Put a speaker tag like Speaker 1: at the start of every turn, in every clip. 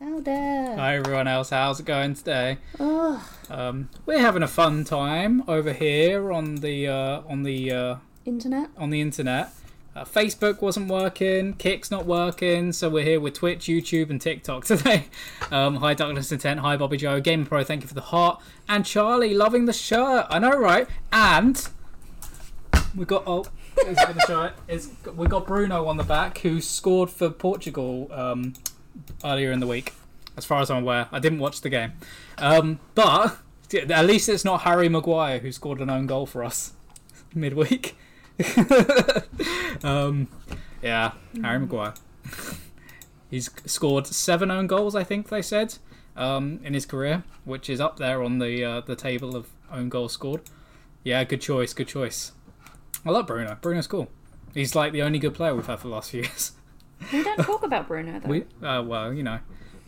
Speaker 1: Louder.
Speaker 2: Hi everyone else, how's it going today?
Speaker 1: Ugh.
Speaker 2: Um, we're having a fun time over here on the uh, on the uh,
Speaker 1: Internet.
Speaker 2: on the internet. Uh, Facebook wasn't working, Kick's not working, so we're here with Twitch, YouTube, and TikTok today. Um, hi Douglas Intent, hi Bobby Joe, Game Pro, thank you for the heart, and Charlie loving the shirt. I know, right? And we got oh, it's gonna show it. It's, we got Bruno on the back who scored for Portugal um, earlier in the week. As far as I'm aware, I didn't watch the game, um, but at least it's not Harry Maguire who scored an own goal for us midweek. um, yeah, Harry Maguire. He's scored seven own goals, I think they said, um, in his career, which is up there on the uh, the table of own goals scored. Yeah, good choice, good choice. I love Bruno. Bruno's cool. He's like the only good player we've had for the last few years.
Speaker 1: We don't talk about Bruno though.
Speaker 2: We, uh, well, you know,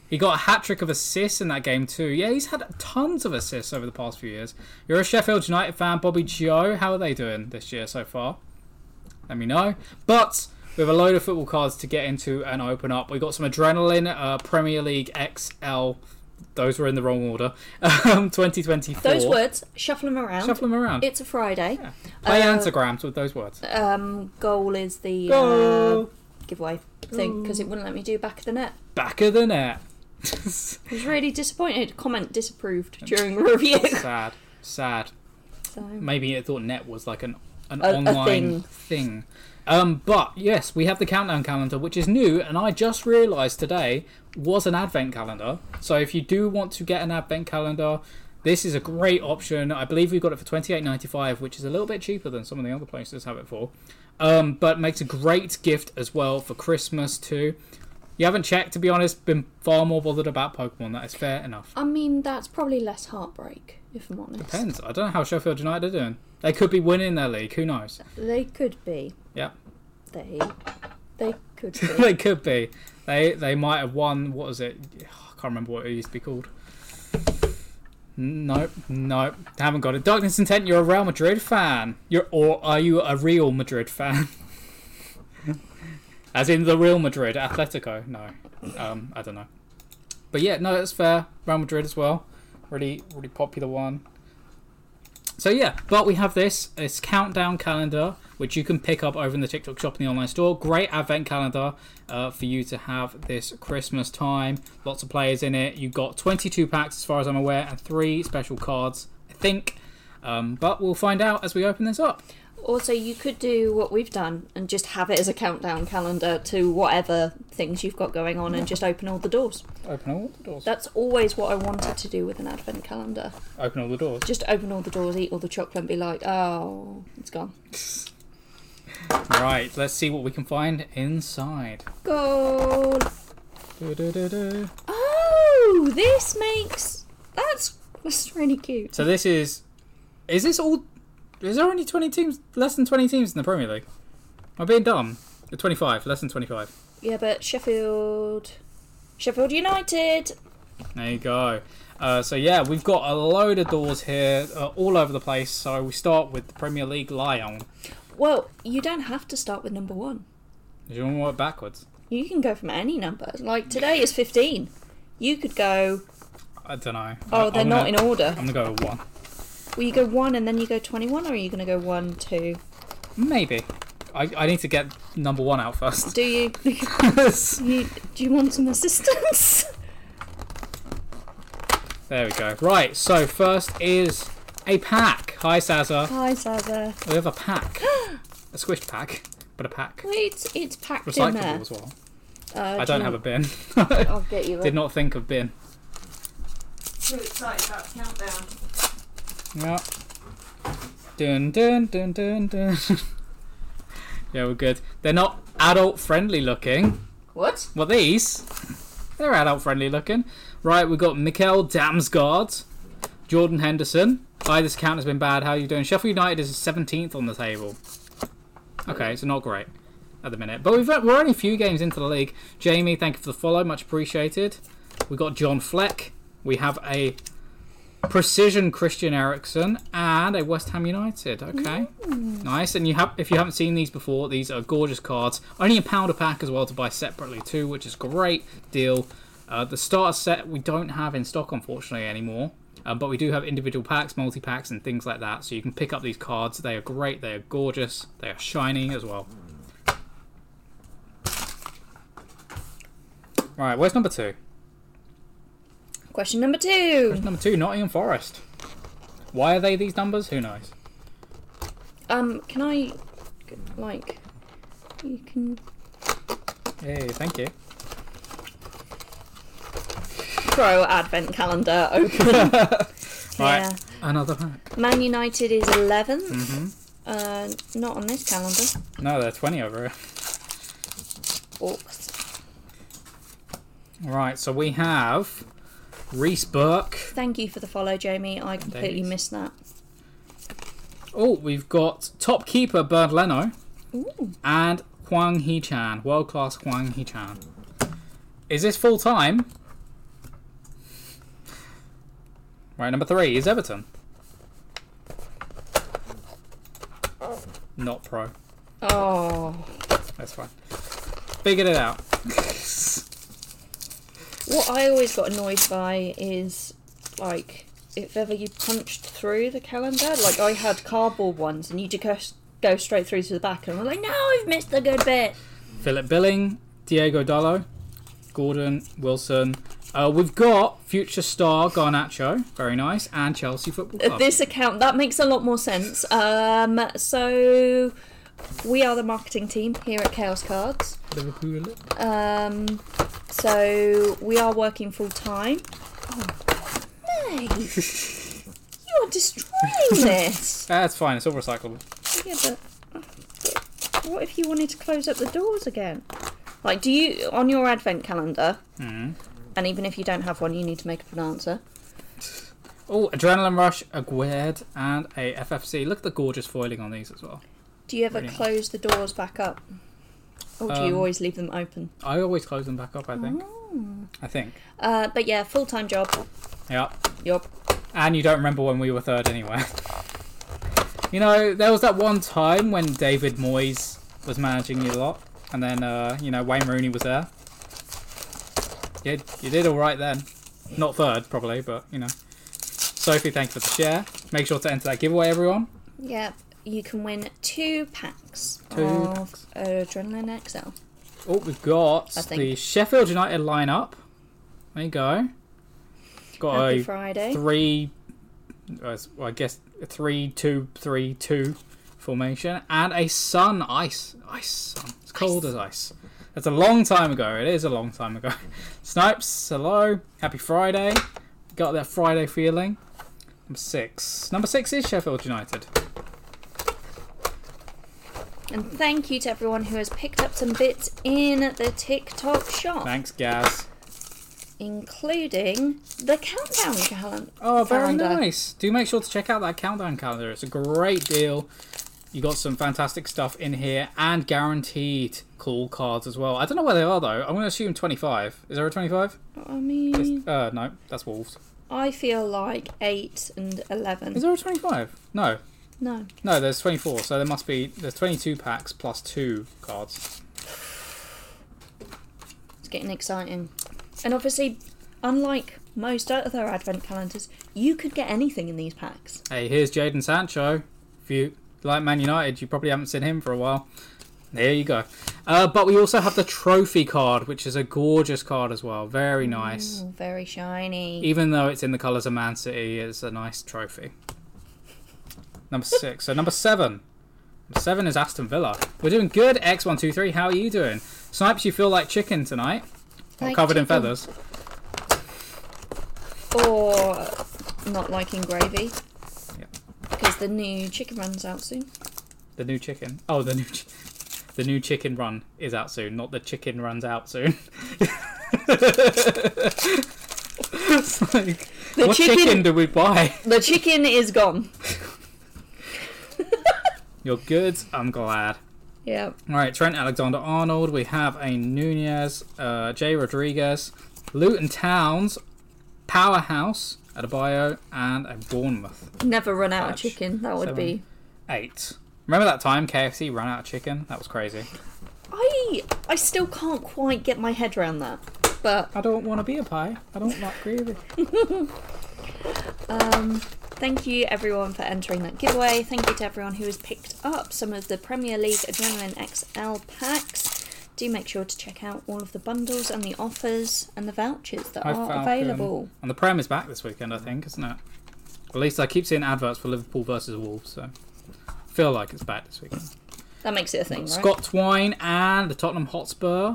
Speaker 2: he got a hat trick of assists in that game too. Yeah, he's had tons of assists over the past few years. You're a Sheffield United fan, Bobby Gio. How are they doing this year so far? Let me know. But we have a load of football cards to get into and open up. We got some adrenaline, uh, Premier League XL. Those were in the wrong order. Um, 2024.
Speaker 1: Those words, shuffle them around.
Speaker 2: Shuffle them around.
Speaker 1: It's a Friday.
Speaker 2: Play
Speaker 1: uh,
Speaker 2: Instagrams with those words.
Speaker 1: Um, goal is the
Speaker 2: Goal.
Speaker 1: Uh, giveaway thing because it wouldn't let me do back of the net.
Speaker 2: Back of the net.
Speaker 1: I was really disappointed. Comment disapproved during review.
Speaker 2: sad. Sad.
Speaker 1: so,
Speaker 2: maybe it thought net was like an an
Speaker 1: A- a
Speaker 2: online
Speaker 1: thing.
Speaker 2: thing. Um, but yes, we have the countdown calendar, which is new, and I just realised today was an advent calendar. So if you do want to get an advent calendar, this is a great option. I believe we got it for twenty eight ninety five, which is a little bit cheaper than some of the other places have it for. Um, but makes a great gift as well for Christmas too. You haven't checked, to be honest. Been far more bothered about Pokemon. That is fair enough.
Speaker 1: I mean, that's probably less heartbreak, if I'm honest.
Speaker 2: Depends. I don't know how Sheffield United are doing. They could be winning their league. Who knows?
Speaker 1: They could be.
Speaker 2: Yeah.
Speaker 1: They. They could be.
Speaker 2: they could be. They they might have won. What was it? I can't remember what it used to be called. Nope, nope, haven't got it. Darkness Intent. You're a Real Madrid fan. You're or are you a real Madrid fan? As in the Real Madrid, Atletico. No, um, I don't know. But yeah, no, that's fair. Real Madrid as well. Really, really popular one. So yeah, but we have this this countdown calendar which you can pick up over in the TikTok shop in the online store. Great advent calendar uh, for you to have this Christmas time. Lots of players in it. You've got 22 packs as far as I'm aware and three special cards, I think. Um, but we'll find out as we open this up.
Speaker 1: Also, you could do what we've done and just have it as a countdown calendar to whatever things you've got going on and just open all the doors.
Speaker 2: Open all the doors.
Speaker 1: That's always what I wanted to do with an advent calendar.
Speaker 2: Open all the doors.
Speaker 1: Just open all the doors, eat all the chocolate, and be like, oh, it's gone.
Speaker 2: Right, let's see what we can find inside.
Speaker 1: Goal!
Speaker 2: Du-du-du-du.
Speaker 1: Oh, this makes. That's, that's really cute.
Speaker 2: So this is is this all is there only 20 teams less than 20 teams in the Premier League? Am I being dumb? 25, less than 25.
Speaker 1: Yeah, but Sheffield. Sheffield United!
Speaker 2: There you go. Uh, so yeah, we've got a load of doors here uh, all over the place. So we start with the Premier League Lyon.
Speaker 1: Well, you don't have to start with number one.
Speaker 2: Do you want to work backwards?
Speaker 1: You can go from any number. Like today is 15. You could go,
Speaker 2: I don't know.
Speaker 1: oh, they're not in order.
Speaker 2: I'm gonna go with one.
Speaker 1: Will you go 1 and then you go 21, or are you going to go 1, 2?
Speaker 2: Maybe. I, I need to get number one out first.
Speaker 1: Do you, you. Do you want some assistance?
Speaker 2: there we go. Right. So first is a pack. Hi, Sazza.
Speaker 1: Hi, Sazza.
Speaker 2: We have a pack. A squished pack, but a pack.
Speaker 1: Wait, it's packed in there.
Speaker 2: Recyclable as well.
Speaker 1: Uh,
Speaker 2: I
Speaker 1: do
Speaker 2: don't
Speaker 1: you
Speaker 2: have a
Speaker 1: want-
Speaker 2: bin.
Speaker 1: I'll get you.
Speaker 2: Did
Speaker 1: Did
Speaker 2: not think of bin.
Speaker 3: really excited about countdown.
Speaker 2: Yeah. Dun dun dun dun dun. yeah, we're good. They're not adult friendly looking.
Speaker 1: What?
Speaker 2: Well, these, they're adult friendly looking. Right, we've got Mikel Damsgaard, Jordan Henderson. Hi, this count has been bad. How are you doing? Sheffield United is 17th on the table. Okay, so not great at the minute. But we've, we're only a few games into the league. Jamie, thank you for the follow. Much appreciated. We've got John Fleck. We have a precision Christian Eriksen and a West Ham United. Okay, nice. And you have, if you haven't seen these before, these are gorgeous cards. Only a pound a pack as well to buy separately too, which is great deal. Uh, the starter set we don't have in stock, unfortunately, anymore. Um, but we do have individual packs, multi packs, and things like that. So you can pick up these cards. They are great. They are gorgeous. They are shiny as well. Right, where's number two?
Speaker 1: Question number two.
Speaker 2: Number two, Nottingham Forest. Why are they these numbers? Who knows?
Speaker 1: Um, can I, like, you can.
Speaker 2: Hey, thank you.
Speaker 1: Pro advent calendar open.
Speaker 2: Right,
Speaker 1: Yeah.
Speaker 2: another pack.
Speaker 1: Man United is 11th.
Speaker 2: Mm-hmm.
Speaker 1: Uh, not on this calendar.
Speaker 2: No, they're 20 over here.
Speaker 1: Orcs.
Speaker 2: Right, so we have Reese Burke.
Speaker 1: Thank you for the follow, Jamie. I completely
Speaker 2: Davies.
Speaker 1: missed that.
Speaker 2: Oh, we've got top keeper Bernd Leno
Speaker 1: Ooh.
Speaker 2: and Huang Hee Chan, world class Huang Hee Chan. Is this full time? Right, number three is Everton. Not pro.
Speaker 1: Oh.
Speaker 2: That's fine. Figured it out.
Speaker 1: What I always got annoyed by is, like, if ever you punched through the calendar, like I had cardboard ones, and you just go, go straight through to the back, and I'm like, no, I've missed the good bit.
Speaker 2: Philip Billing, Diego Dallo, Gordon Wilson. Uh, we've got future star Garnacho, very nice, and Chelsea Football Club.
Speaker 1: Uh, This account that makes a lot more sense. Um, so we are the marketing team here at Chaos Cards.
Speaker 2: Liverpool.
Speaker 1: Um, so we are working full time. Oh, no! you are destroying this.
Speaker 2: That's fine. It's all recyclable.
Speaker 1: Yeah, but what if you wanted to close up the doors again? Like, do you on your advent calendar? And even if you don't have one, you need to make up an answer.
Speaker 2: Oh, Adrenaline Rush, Aguerd, and a FFC. Look at the gorgeous foiling on these as well.
Speaker 1: Do you ever
Speaker 2: Brilliant.
Speaker 1: close the doors back up, or do
Speaker 2: Um,
Speaker 1: you always leave them open?
Speaker 2: I always close them back up. I think. I think.
Speaker 1: Uh, but yeah, full time job.
Speaker 2: Yeah.
Speaker 1: Yup.
Speaker 2: And you don't remember when we were third anyway. You know, there was that one time when David Moyes was managing you lot, and then uh, you know Wayne Rooney was there. Yeah, you did all right then. Not third probably, but you know. Sophie, thank you for the share. Make sure to enter that giveaway, everyone.
Speaker 1: Yep. You can win two packs
Speaker 2: Two
Speaker 1: of Adrenaline XL.
Speaker 2: Oh, we've got
Speaker 1: I think.
Speaker 2: the Sheffield United lineup. There you go. Got
Speaker 1: Happy
Speaker 2: a
Speaker 1: Friday.
Speaker 2: three, uh, s- well, I guess a three two three two formation and a sun ice ice sun. It's cold as ice. That's a long time ago. It is a long time ago. Snipes, hello, happy Friday. Got that Friday feeling. Number six. Number six is Sheffield United.
Speaker 1: And thank you to everyone who has picked up some bits in the TikTok shop,
Speaker 2: Thanks, Gaz.
Speaker 1: including the countdown calendar.
Speaker 2: Oh, very
Speaker 1: calendar.
Speaker 2: nice. Do make sure to check out that countdown calendar. It's a great deal. You got some fantastic stuff in here and guaranteed cool cards as well. I don't know where they are though. I'm going to assume 25. Is there a 25?
Speaker 1: I mean,
Speaker 2: Uh, no, that's Wolves.
Speaker 1: I feel like 8 and 11.
Speaker 2: Is there a 25? No.
Speaker 1: No.
Speaker 2: No, there's 24. So there must be there's 22 packs plus 2 cards.
Speaker 1: It's getting exciting. And obviously, unlike most other advent calendars, you could get anything in these packs.
Speaker 2: Hey, here's Jaden Sancho. If you like Man United, you probably haven't seen him for a while. There you go. Uh, but we also have the trophy card, which is a gorgeous card as well. Very nice.
Speaker 1: Oh, very shiny.
Speaker 2: Even though it's in the colours of Man City, it's a nice trophy. Number six. So number seven. Number seven is Aston Villa. We're doing good. X123, how are you doing? Snipes, you feel like chicken tonight. Or
Speaker 1: Like
Speaker 2: covered in
Speaker 1: chicken.
Speaker 2: feathers.
Speaker 1: Or not liking gravy.
Speaker 2: Yeah.
Speaker 1: Because the new chicken runs out soon.
Speaker 2: The new chicken. Oh, the new chi- the new chicken run is out soon, not the chicken runs out soon. it's like,
Speaker 1: The
Speaker 2: what
Speaker 1: chicken-
Speaker 2: chicken do we buy?
Speaker 1: The chicken is gone.
Speaker 2: You're good. I'm glad.
Speaker 1: Yeah.
Speaker 2: All right, Trent Alexander Arnold. We have a Nunez, uh, Jay Rodriguez, Luton Towns, Powerhouse, Adebayo, and a Bournemouth.
Speaker 1: Never run out of
Speaker 2: Patch.
Speaker 1: chicken. That would be.
Speaker 2: Eight. Remember that time KFC ran out of chicken? That was crazy.
Speaker 1: I I still can't quite get my head around that. But
Speaker 2: I don't want to be a pie. I don't like gravy.
Speaker 1: um, thank you everyone for entering that giveaway. Thank you to everyone who has picked up some of the Premier League Adrenaline XL packs. Do make sure to check out all of the bundles and the offers and the vouchers that
Speaker 2: Hi,
Speaker 1: are
Speaker 2: Falcon.
Speaker 1: available.
Speaker 2: And the Prem is back this weekend, I think, isn't it? At least I keep seeing adverts for Liverpool versus Wolves, so feel like it's back this weekend.
Speaker 1: That makes it a thing, right?
Speaker 2: Scott Twine and the Tottenham Hotspur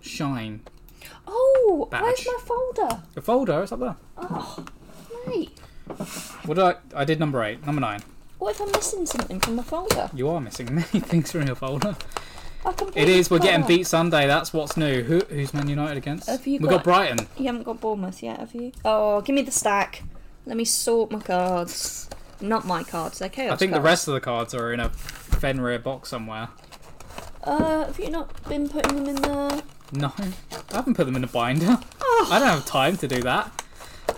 Speaker 2: shine.
Speaker 1: Oh,
Speaker 2: Badge.
Speaker 1: where's my folder?
Speaker 2: The folder is up there.
Speaker 1: Oh, mate.
Speaker 2: What did I? I did number eight, number nine.
Speaker 1: What if I'm missing something from my folder?
Speaker 2: You are missing many things from your folder.
Speaker 1: I completely
Speaker 2: It is. We're getting
Speaker 1: forgot.
Speaker 2: beat Sunday. That's what's new. Who, who's Man United against?
Speaker 1: Oh. Have you
Speaker 2: we got
Speaker 1: got-
Speaker 2: Brighton.
Speaker 1: You haven't got Bournemouth yet, have you? Oh, give me the stack. Let me sort my cards. Not my cards, they're chaos
Speaker 2: I think the
Speaker 1: cards.
Speaker 2: rest of the cards are in a Fenrir box somewhere.
Speaker 1: Uh, have you not been putting them in the?
Speaker 2: No, I haven't put them in a binder.
Speaker 1: Oh.
Speaker 2: I don't have time to do that.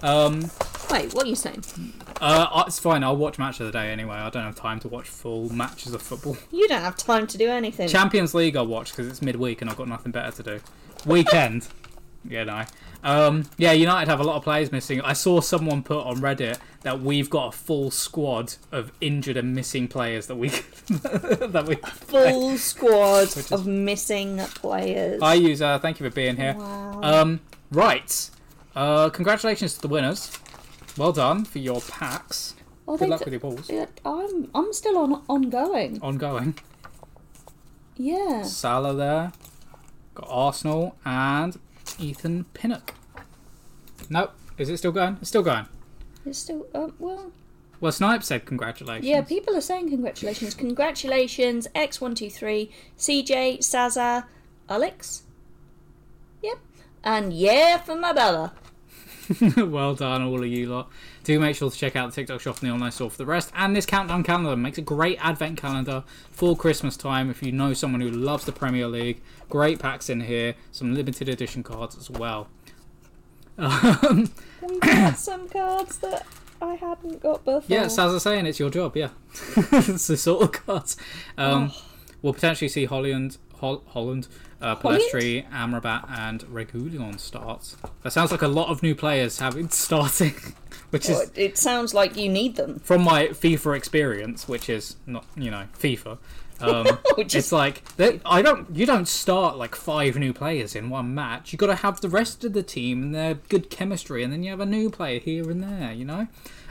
Speaker 2: Um,
Speaker 1: Wait, what are you saying?
Speaker 2: uh, I- it's fine. I'll watch match of the day anyway. I don't have time to watch full matches of football.
Speaker 1: You don't have time to do anything.
Speaker 2: Champions League I'll watch because it's midweek and I've got nothing better to do. Weekend. yeah, no. Um, yeah, United have a lot of players missing. I saw someone put on Reddit that we've got a full squad of injured and missing players that we that we.
Speaker 1: Full squad
Speaker 2: Which is-
Speaker 1: of missing players.
Speaker 2: I use. Uh, thank you for being here.
Speaker 1: Wow.
Speaker 2: Um, right. Uh, congratulations to the winners. Well done for your packs.
Speaker 1: Oh,
Speaker 2: Good
Speaker 1: they
Speaker 2: luck
Speaker 1: d-
Speaker 2: with your balls.
Speaker 1: yeah, I'm I'm still on ongoing.
Speaker 2: Ongoing.
Speaker 1: Yeah.
Speaker 2: Salah there. Got Arsenal and Ethan Pinnock. Nope. Is it still going? It's still going.
Speaker 1: It's still uh, well.
Speaker 2: Well, Snipe said congratulations.
Speaker 1: Yeah, people are saying congratulations. Congratulations, X123, CJ, Saza, Alex. Yep. And yeah for my brother.
Speaker 2: well done, all of you lot. Do make sure to check out the TikTok shop and the online store for the rest. And this countdown calendar makes a great advent calendar for Christmas time. If you know someone who loves the Premier League, great packs in here, some limited edition cards as well. Um,
Speaker 1: We've got some cards that I hadn't got before.
Speaker 2: yeah, so as I was saying, it's your job. Yeah, it's the sort of cards. Um, We'll potentially see Holland, Hol- Holland, uh,
Speaker 1: Holland?
Speaker 2: Pelestri, Amrabat, and Regulion start. That sounds like a lot of new players having starting, which is
Speaker 1: Well, it sounds like you need them.
Speaker 2: from my FIFA experience, which is not you know FIFA. Um,
Speaker 1: Which
Speaker 2: it's
Speaker 1: is-
Speaker 2: like they, I don't you don't start like five new players in one match. You got to have the rest of the team and their good chemistry, and then you have a new player here and there. You know,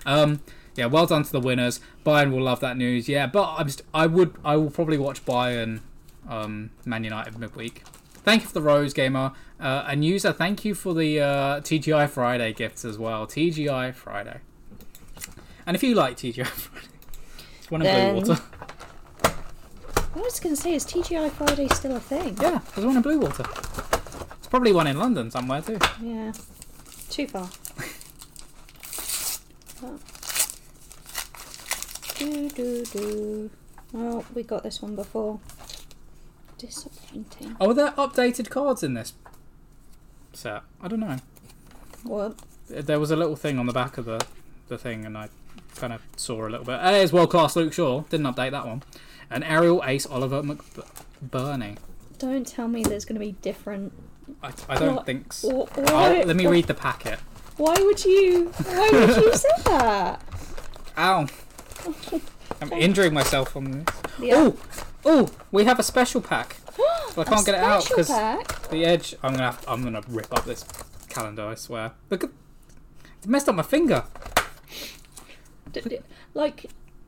Speaker 2: um, yeah. Well done to the winners. Bayern will love that news. Yeah, but I'm st- I would I will probably watch Bayern, um, Man United midweek. Thank you for the Rose Gamer uh, and user. Thank you for the uh, TGI Friday gifts as well. TGI Friday. And if you like TGI Friday, it's one in
Speaker 1: Then-
Speaker 2: Blue Water.
Speaker 1: I was going to say, is TGI Friday still a thing?
Speaker 2: Yeah, there's one in Blue Water. It's probably one in London somewhere too.
Speaker 1: Yeah. Too far. Oh. Do, do, do. Oh, we got this one before. Disappointing.
Speaker 2: Oh, are there updated cards in this set? I don't know.
Speaker 1: What?
Speaker 2: There was a little thing on the back of the, the thing, and I kind of saw a little bit. Hey, it's world class Luke Shaw. Didn't update that one. And Ariel Ace Oliver McBurney.
Speaker 1: Don't tell me there's going to be different.
Speaker 2: I, I don't
Speaker 1: What?
Speaker 2: think so.
Speaker 1: Wh-
Speaker 2: I'll-
Speaker 1: Why,
Speaker 2: let me read the packet.
Speaker 1: Why would you? Why would you say that?
Speaker 2: Ow. I'm injuring myself on this.
Speaker 1: Yeah.
Speaker 2: Oh, oh, we have a special pack. I can't
Speaker 1: A
Speaker 2: get it out
Speaker 1: special
Speaker 2: 'cause-
Speaker 1: pack?
Speaker 2: The edge. I'm gonna. Have, I'm gonna rip up this calendar. I swear. Look at. It messed up my finger.
Speaker 1: D- d- like,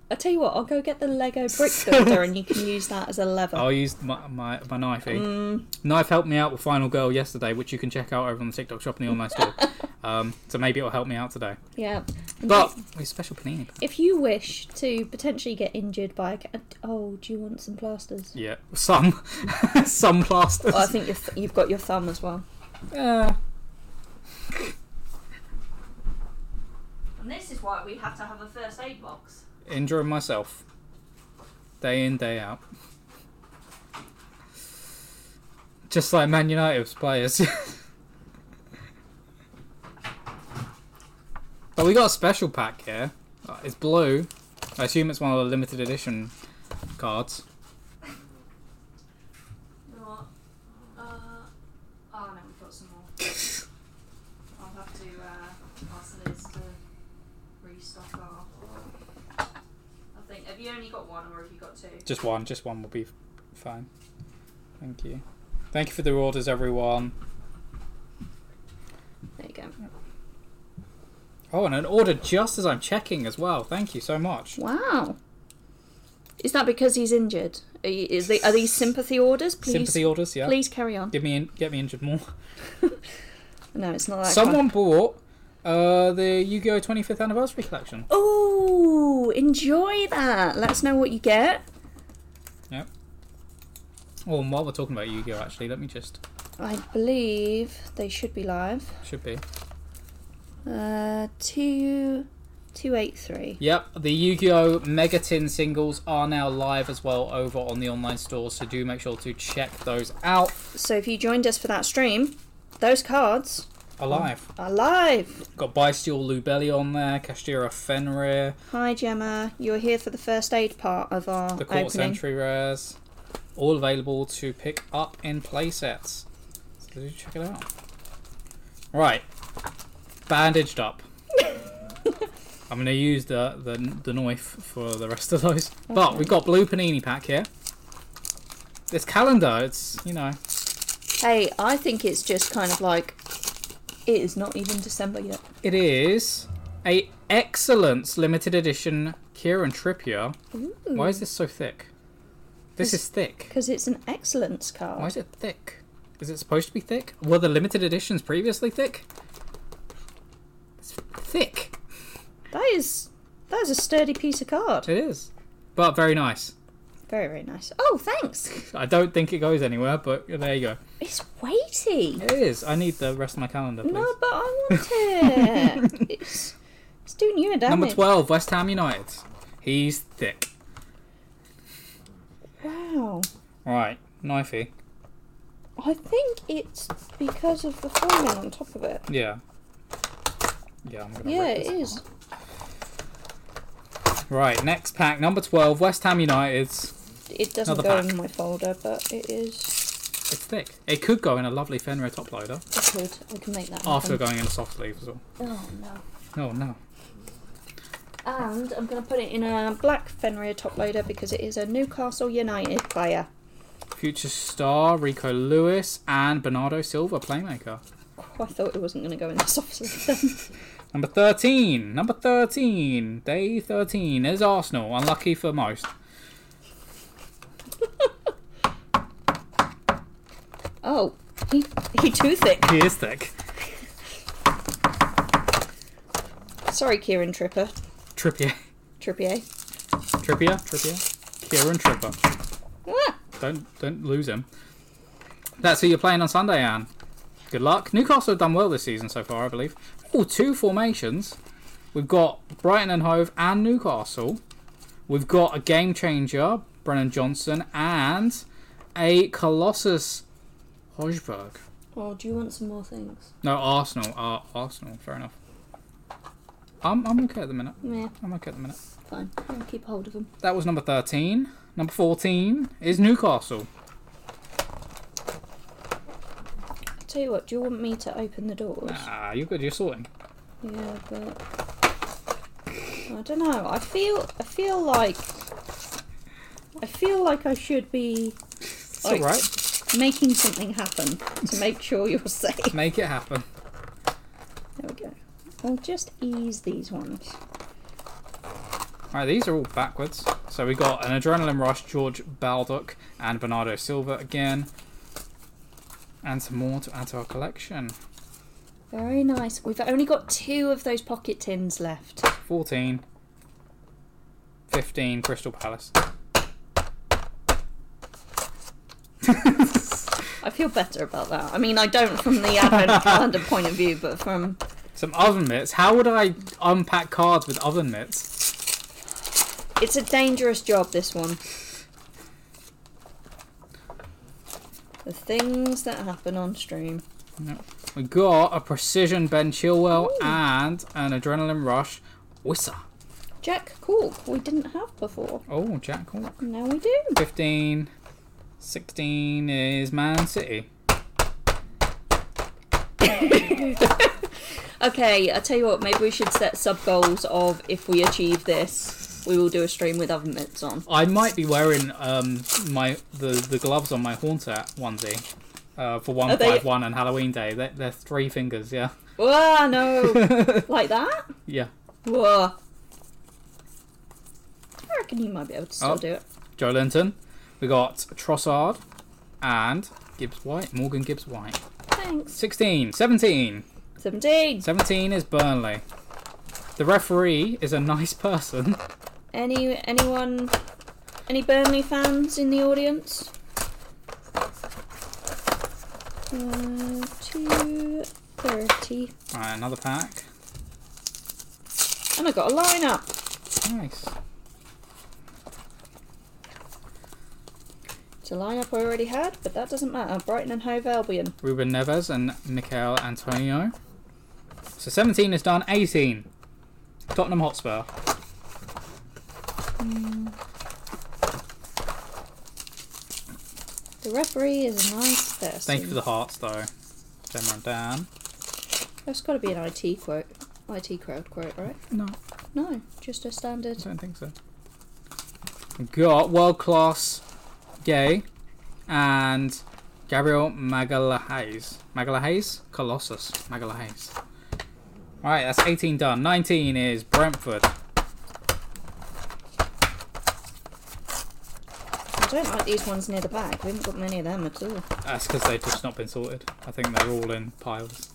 Speaker 1: I tell you what, I'll go get the Lego brick builder and you can use that as a lever.
Speaker 2: I'll use my my, my knifey.
Speaker 1: Mm.
Speaker 2: Knife helped me out with Final Girl yesterday, which you can check out over on the TikTok shop and the online store. Um, so maybe it'll help me out today.
Speaker 1: Yeah. And
Speaker 2: But we special panini.
Speaker 1: if you wish to potentially get injured by a cat, oh, do you want some plasters?
Speaker 2: Yeah, some some plasters.
Speaker 1: Oh, I think your th- you've got your thumb as well.
Speaker 2: Uh,
Speaker 3: And this is why we have to have a first aid box.
Speaker 2: injuring myself, day in day out. Just like Man United's players. but we got a special pack here. Uh, It's blue. I assume it's one of the limited edition cards.
Speaker 3: You know what? Uh, oh no, we've got some more. I'll have to uh, ask Liz to restock our. I think. Have you only got one, or have you got two?
Speaker 2: Just one, just one will be f- fine. Thank you. Thank you for the orders, everyone.
Speaker 1: There you go.
Speaker 2: Oh, and an order just as I'm checking as well. Thank you so much.
Speaker 1: Wow. Is that because he's injured? Are, you, is the, are these sympathy orders? Please,
Speaker 2: Sympathy orders, yeah.
Speaker 1: please carry on.
Speaker 2: Give me in, get me injured more.
Speaker 1: No, it's not that.
Speaker 2: Someone bought uh, the Yu-Gi-Oh 25th anniversary collection.
Speaker 1: Oh, enjoy that. Let us know what you get.
Speaker 2: Oh, and while we're talking about Yu-Gi-Oh, actually, let me just
Speaker 1: I believe they should be live.
Speaker 2: should be.
Speaker 1: Uh, two, two eight three.
Speaker 2: Yep, the Yu-Gi-Oh! Mega Tin singles are now live as well over on the online store, so do make sure to check those out.
Speaker 1: So if you joined us for that stream, those cards
Speaker 2: Alive.
Speaker 1: are live.
Speaker 2: Got Bestial Lubelli on there, Kastira Fenrir,
Speaker 1: Hi Gemma, you're here for the first aid part of our
Speaker 2: the Court
Speaker 1: opening.
Speaker 2: Century Rares. All available to pick up in playsets. So do check it out. Right. Bandaged up. I'm gonna use the, the the knife for the rest of those. But we've got blue panini pack here. This calendar, it's you know,
Speaker 1: Hey, I think it's just kind of like it is not even December yet.
Speaker 2: It is a excellence limited edition Kieran Trippier. Why is this so thick? This is thick.
Speaker 1: Because it's an excellence card.
Speaker 2: Why is it thick? Is it supposed to be thick? Were the limited editions previously thick? It's thick.
Speaker 1: That is that is a sturdy piece of card.
Speaker 2: It is. But very nice.
Speaker 1: Very very nice. Oh, thanks.
Speaker 2: I don't think it goes anywhere, but there you go.
Speaker 1: It's weighty.
Speaker 2: It is. I need the rest of my calendar, please.
Speaker 1: No, but I want it. it's, it's doing you a damage.
Speaker 2: Number 12, West Ham United. He's thick.
Speaker 1: Wow.
Speaker 2: Right, knifey.
Speaker 1: I think it's because of the foaming on top of it.
Speaker 2: Yeah. Yeah, I'm gonna
Speaker 1: Yeah,
Speaker 2: rip
Speaker 1: it
Speaker 2: this
Speaker 1: is.
Speaker 2: Right, next pack, number 12, West Ham United's.
Speaker 1: It doesn't go
Speaker 2: Another pack.
Speaker 1: in my folder, but it is.
Speaker 2: It's thick. It could go in a lovely Fenrir top loader
Speaker 1: I could. I can make that happen.
Speaker 2: after going in a soft sleeve as well.
Speaker 1: Oh no.
Speaker 2: Oh no.
Speaker 1: And I'm going to put it in a black Fenrir top loader because it is a Newcastle United player.
Speaker 2: Future star Rico Lewis and Bernardo Silva, playmaker.
Speaker 1: Oh, I thought it wasn't going to go in this office then.
Speaker 2: Number 13, number 13, day 13 is Arsenal, unlucky for most.
Speaker 1: oh, he he too thick.
Speaker 2: He is thick.
Speaker 1: Sorry, Kieran Tripper.
Speaker 2: Trippier.
Speaker 1: Trippier.
Speaker 2: Trippier? Trippier? Kieran Tripper.
Speaker 1: Ah,
Speaker 2: Don't don't lose him. That's who you're playing on Sunday, Anne. Good luck. Newcastle have done well this season so far, I believe. Oh, two formations. We've got Brighton and Hove and Newcastle. We've got a game changer, Brennan Johnson, and a Colossus Hosberg.
Speaker 1: Oh, do you want some more things?
Speaker 2: No, Arsenal. Uh, Arsenal, fair enough. I'm, I'm okay at the minute.
Speaker 1: Yeah,
Speaker 2: I'm okay at the minute.
Speaker 1: fine. I'll keep hold of them.
Speaker 2: That was number 13. Number 14 is Newcastle.
Speaker 1: I'll tell you what, do you want me to open the doors?
Speaker 2: Ah, you're good. You're sorting.
Speaker 1: Yeah, but I don't know. I feel I feel like I feel like I should be
Speaker 2: It's all right.
Speaker 1: making something happen to make sure you're safe. There
Speaker 2: Make it happen.
Speaker 1: we go. I'll just ease these ones.
Speaker 2: Alright, these are all backwards. So we got an Adrenaline Rush, George Baldock, and Bernardo Silva again. And some more to add to our collection.
Speaker 1: Very nice. We've only got two of those pocket tins left.
Speaker 2: 14, 15, Crystal Palace.
Speaker 1: I feel better about that. I mean, I don't from the advent calendar point of view, but from
Speaker 2: Some oven mitts. How would I unpack cards with oven mitts?
Speaker 1: it's a dangerous job. This one. The things that happen on stream.
Speaker 2: We got a Precision Ben Chilwell
Speaker 1: Ooh.
Speaker 2: and an Adrenaline Rush Wissa.
Speaker 1: Jack Cork, we didn't have before.
Speaker 2: Oh, Jack Hawk.
Speaker 1: Now we do.
Speaker 2: 15, 16 is Man City.
Speaker 1: okay, I tell you what, maybe we should set sub goals of if we achieve this, we will do a stream with oven mitts on.
Speaker 2: I might be wearing um my the, the gloves on my haunter onesie. Uh, for one
Speaker 1: Are they-
Speaker 2: five one and Halloween Day, they're, they're three fingers, yeah,
Speaker 1: Whoa, no! like that?
Speaker 2: yeah.
Speaker 1: Whoa. I reckon you might be able to still
Speaker 2: Oh.
Speaker 1: do it.
Speaker 2: Joe Linton, we got Trossard, and Gibbs White, Morgan Gibbs White.
Speaker 1: Thanks.
Speaker 2: 16, 17.
Speaker 1: 17.
Speaker 2: 17 is Burnley. The referee is a nice person.
Speaker 1: Any anyone any Burnley fans in the audience? Uh, two thirty.
Speaker 2: Alright, another pack.
Speaker 1: And I got a line up.
Speaker 2: Nice.
Speaker 1: It's a line up I already had, but that doesn't matter. Brighton and Hove Albion.
Speaker 2: Ruben Neves and Mikel Antonio. So 17 is done. 18. Tottenham Hotspur.
Speaker 1: The referee is a nice person.
Speaker 2: Thank you for the hearts, though. Demron Dan.
Speaker 1: That's got to be an IT quote. IT crowd quote, right?
Speaker 2: No,
Speaker 1: No, just a standard.
Speaker 2: I don't think so. We've Got world class Gay and Gabriel Magalhaes. Magalhaes? Colossus. Magalhaes. Alright, that's 18 done. 19 is Brentford.
Speaker 1: I don't like these ones near the back. We haven't got many of them at all.
Speaker 2: That's because they've just not been sorted. I think they're all in piles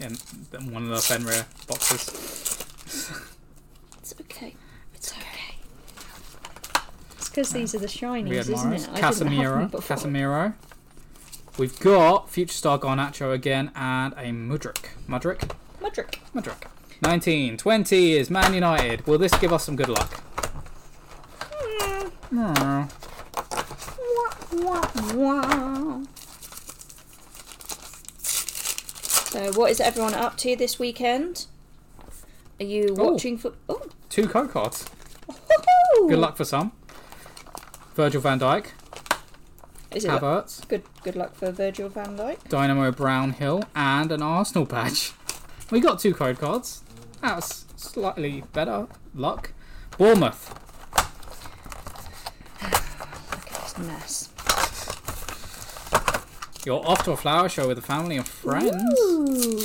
Speaker 2: in in one of the Fenrir boxes.
Speaker 1: It's okay. It's okay. It's because these are the shinies,
Speaker 2: Riyad
Speaker 1: isn't it?
Speaker 2: Mahrez,
Speaker 1: I didn't have them
Speaker 2: Casemiro,
Speaker 1: before.
Speaker 2: Casemiro. We've got future star Garnacho again and a Mudrick. Mudrick?
Speaker 1: Mudrick.
Speaker 2: Mudrick. 19, 20 is Man United. Will this give us some good luck? Hmm.
Speaker 1: Wah, wah, wah. So, what is everyone up to this weekend? Are you
Speaker 2: Oh.
Speaker 1: watching football?
Speaker 2: Two cocods.
Speaker 1: Oh.
Speaker 2: Good luck for some. Virgil van Dijk,
Speaker 1: Is it luck-
Speaker 2: Havertz,
Speaker 1: good? Good luck for Virgil Van Dijk.
Speaker 2: Dynamo Brownhill, and an Arsenal badge. We got two code cards. That's slightly better luck. Bournemouth.
Speaker 1: Look at this mess.
Speaker 2: You're off to a flower show with a family and friends.
Speaker 1: Ooh.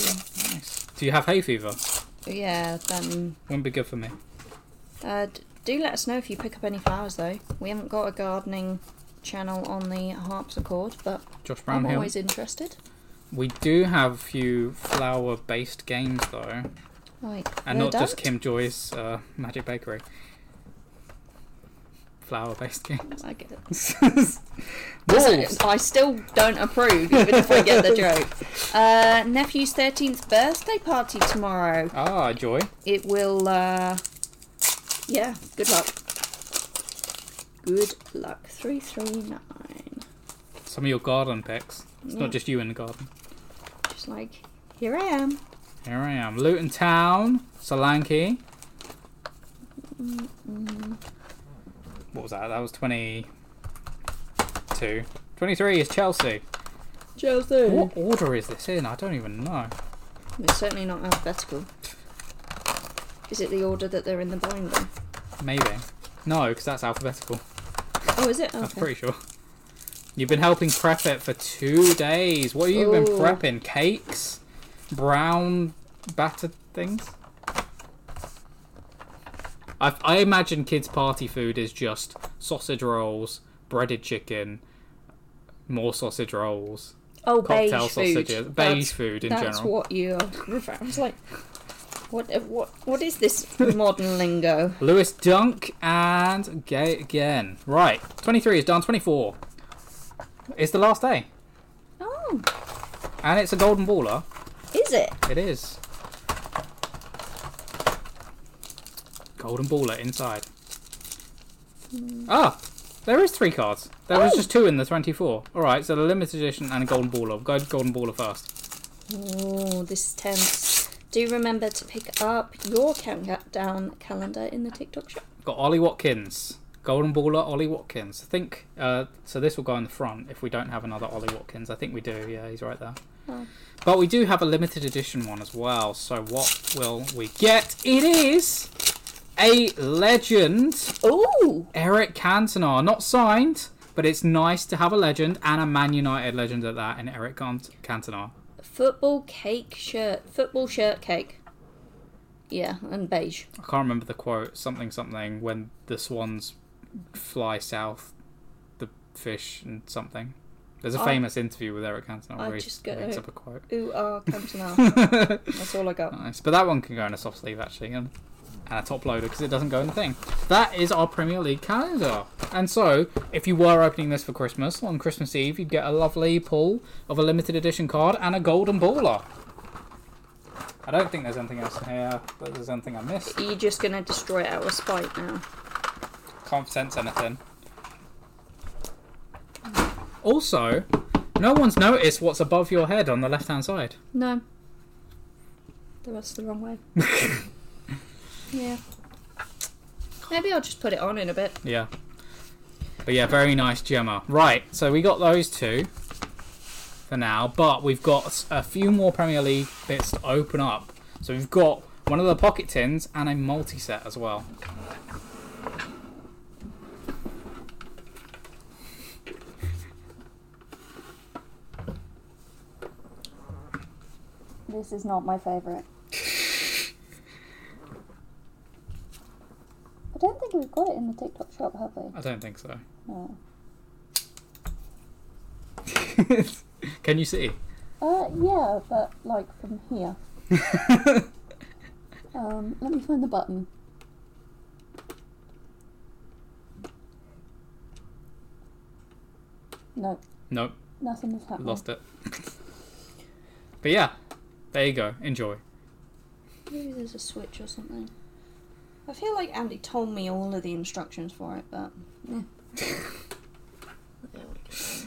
Speaker 2: Nice. Do you have hay fever?
Speaker 1: Yeah. Then
Speaker 2: Wouldn't be good for me.
Speaker 1: Uh, d- do let us know if you pick up any flowers, though. We haven't got a gardening channel on the harpsichord, but
Speaker 2: Josh
Speaker 1: I'm
Speaker 2: Brownhill.
Speaker 1: always interested.
Speaker 2: We do have a few flower based games though.
Speaker 1: Like,
Speaker 2: And
Speaker 1: no
Speaker 2: not just
Speaker 1: doubt.
Speaker 2: Kim Joy's uh, Magic Bakery. Flower based game.
Speaker 1: I get it.
Speaker 2: Wolves!
Speaker 1: I still don't approve, even if I get the joke. Uh, nephew's thirteenth birthday party tomorrow.
Speaker 2: Ah, Joy.
Speaker 1: It will. Uh, yeah. Good luck. Good luck. Three three nine.
Speaker 2: Some of your garden picks. It's
Speaker 1: Yeah.
Speaker 2: not just you in the garden.
Speaker 1: Just like here I am.
Speaker 2: Here I am. Luton Town, Solanke. What was that? That was 22. 23 is Chelsea.
Speaker 1: Chelsea.
Speaker 2: What order is this in? I don't even know.
Speaker 1: It's certainly not alphabetical. Is it the order that they're in the binder?
Speaker 2: Maybe. No, because that's alphabetical.
Speaker 1: Oh, is it? Okay.
Speaker 2: I'm pretty sure. You've been helping prep it for two days. What have you been
Speaker 1: Ooh.
Speaker 2: prepping? Cakes? Brown battered things? I, I imagine kids' party food is just sausage rolls, breaded chicken, more sausage rolls,
Speaker 1: oh, beige
Speaker 2: cocktail
Speaker 1: food.
Speaker 2: sausages, beige
Speaker 1: That's-
Speaker 2: food in
Speaker 1: That's
Speaker 2: general.
Speaker 1: what you. I was like, what? uh, What? What is this modern lingo?
Speaker 2: Lewis Dunk and Gay again. Right, 23 is done, 24. It's the last day,
Speaker 1: Oh,
Speaker 2: and it's a golden baller.
Speaker 1: is it?
Speaker 2: It is. Golden baller inside. Ah! There is three cards. There was
Speaker 1: Oh.
Speaker 2: just two in the 24. Alright, so the limited edition and a golden baller. Go golden baller first.
Speaker 1: Oh, this is tense. Do remember to pick up your countdown calendar in the TikTok shop.
Speaker 2: Got Ollie Watkins. Golden baller, Ollie Watkins. I think, uh, so this will go in the front if we don't have another Ollie Watkins. I think we do, yeah, he's right there. But we do have a limited edition one as well. So what will we get? It is a legend,
Speaker 1: Ooh,
Speaker 2: Eric Cantona, not signed, but it's nice to have a legend and a Man United legend at that, and Eric Cant- Cantona.
Speaker 1: football cake shirt, football shirt cake. Yeah, and beige.
Speaker 2: I can't remember the quote. Something something when the swans fly south, the fish and something. There's a
Speaker 1: I-
Speaker 2: famous interview with Eric Cantona
Speaker 1: I
Speaker 2: where he
Speaker 1: just got
Speaker 2: makes
Speaker 1: a-
Speaker 2: up a quote.
Speaker 1: Ooh, ah, Cantona. That's all I got.
Speaker 2: Nice, but that one can go in a soft sleeve actually, and, and a top loader because it doesn't go in the thing. That is our Premier League calendar. And so, if you were opening this for Christmas on Christmas Eve, you'd get a lovely pull of a limited edition card and a golden baller. I don't think there's anything else in here. But there's anything I missed.
Speaker 1: You're just gonna destroy it out of spite now.
Speaker 2: Can't sense anything. Also, no one's noticed what's above your head on the left-hand side.
Speaker 1: No. The rest the wrong way. yeah. Maybe I'll just put it on in a bit.
Speaker 2: Yeah. But yeah, very nice Gemma. Right, so we got those two for now, but we've got a few more Premier League bits to open up. So we've got one of the pocket tins and a multi set as well.
Speaker 1: This is not my favourite. I don't think we've got it in the TikTok shop, have we?
Speaker 2: I don't think so.
Speaker 1: No.
Speaker 2: Can you see?
Speaker 1: Uh, yeah, but like from here. Um, let me find the button. No,
Speaker 2: nope,
Speaker 1: nothing is happening.
Speaker 2: lost it. but yeah, there you go. Enjoy.
Speaker 1: Maybe there's a switch or something. I feel like Andy told me all of the instructions for it, but yeah.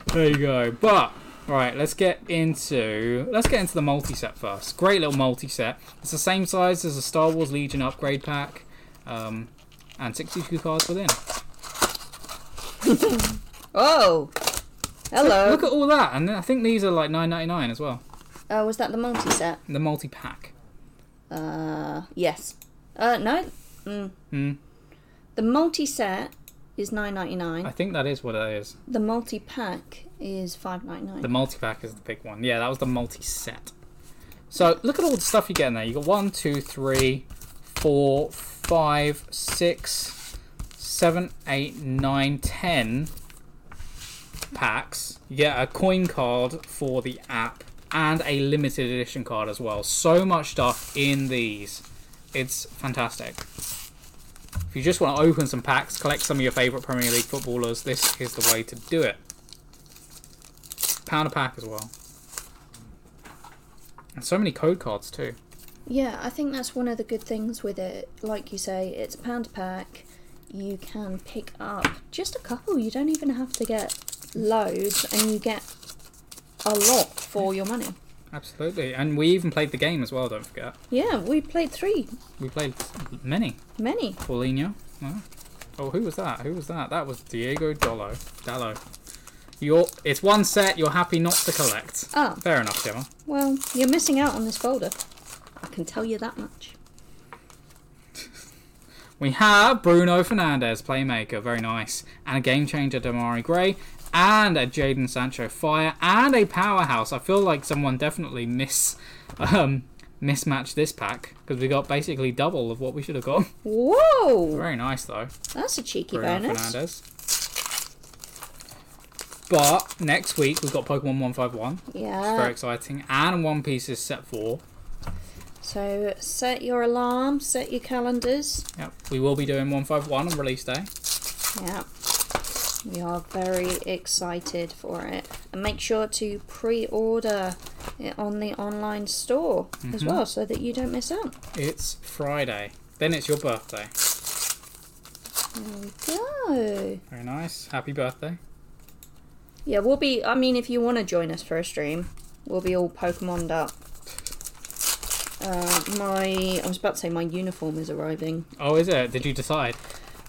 Speaker 2: There you go. But right, let's get into let's get into the multi set first. Great little multi set. It's the same size as a Star Wars Legion upgrade pack, um, and 62 cards within.
Speaker 1: Oh, hello.
Speaker 2: Look at all that, and I think these are like 9.99 as well.
Speaker 1: Uh, was that the multi set?
Speaker 2: The multi pack.
Speaker 1: Uh, yes. Uh, no. Mm.
Speaker 2: Mm.
Speaker 1: The multi set is nine ninety
Speaker 2: I
Speaker 1: nine.
Speaker 2: think that is what it is.
Speaker 1: The multi pack is five ninety nine.
Speaker 2: The multi pack is the big one. Yeah, that was the multi set. So look at all the stuff you get in there. You got one, two, three, four, five, six, seven, eight, nine, ten packs. You get a coin card for the app and a limited edition card as well. So much stuff in these. It's fantastic. If you just want to open some packs, collect some of your favourite Premier League footballers, this is the way to do it pound a pack as well. And so many code cards too.
Speaker 1: Yeah, I think that's one of the good things with it. Like you say, it's a pound a pack. You can pick up just a couple. You don't even have to get loads, and you get a lot for your money.
Speaker 2: Absolutely. And we even played the game as well, don't forget.
Speaker 1: Yeah, we played three,
Speaker 2: We played many.
Speaker 1: many.
Speaker 2: Paulinho. Wow. Oh, who was that? Who was that? That was Diego Dolo. Dallo. You're, it's one set, you're happy not to collect.
Speaker 1: Ah.
Speaker 2: Fair enough, Gemma.
Speaker 1: Well, you're missing out on this folder. I can tell you that much.
Speaker 2: We have Bruno Fernandez, playmaker, very nice, and a game changer, Damari Gray, and a Jaden Sancho fire, and a powerhouse. I feel like someone definitely miss um, mismatched this pack because we got basically double of what we should have got.
Speaker 1: Whoa,
Speaker 2: Very nice though,
Speaker 1: that's a cheeky
Speaker 2: Bruno
Speaker 1: bonus.
Speaker 2: Fernandez. But next week we've got Pokemon 151, very
Speaker 1: Yeah.
Speaker 2: exciting, and One Piece is set four.
Speaker 1: So set your alarm, set your calendars.
Speaker 2: Yep, we will be doing 151 on release day.
Speaker 1: Yeah. We are very excited for it. And make sure to pre order it on the online store as well so that you don't miss out.
Speaker 2: It's Friday, then it's your birthday.
Speaker 1: There we go.
Speaker 2: Very nice. Happy birthday.
Speaker 1: Yeah, we'll be, I mean, if you want to join us for a stream, we'll be all Pokemoned up. Uh, my, I was about to say my uniform is arriving.
Speaker 2: Oh, is it? Did you decide?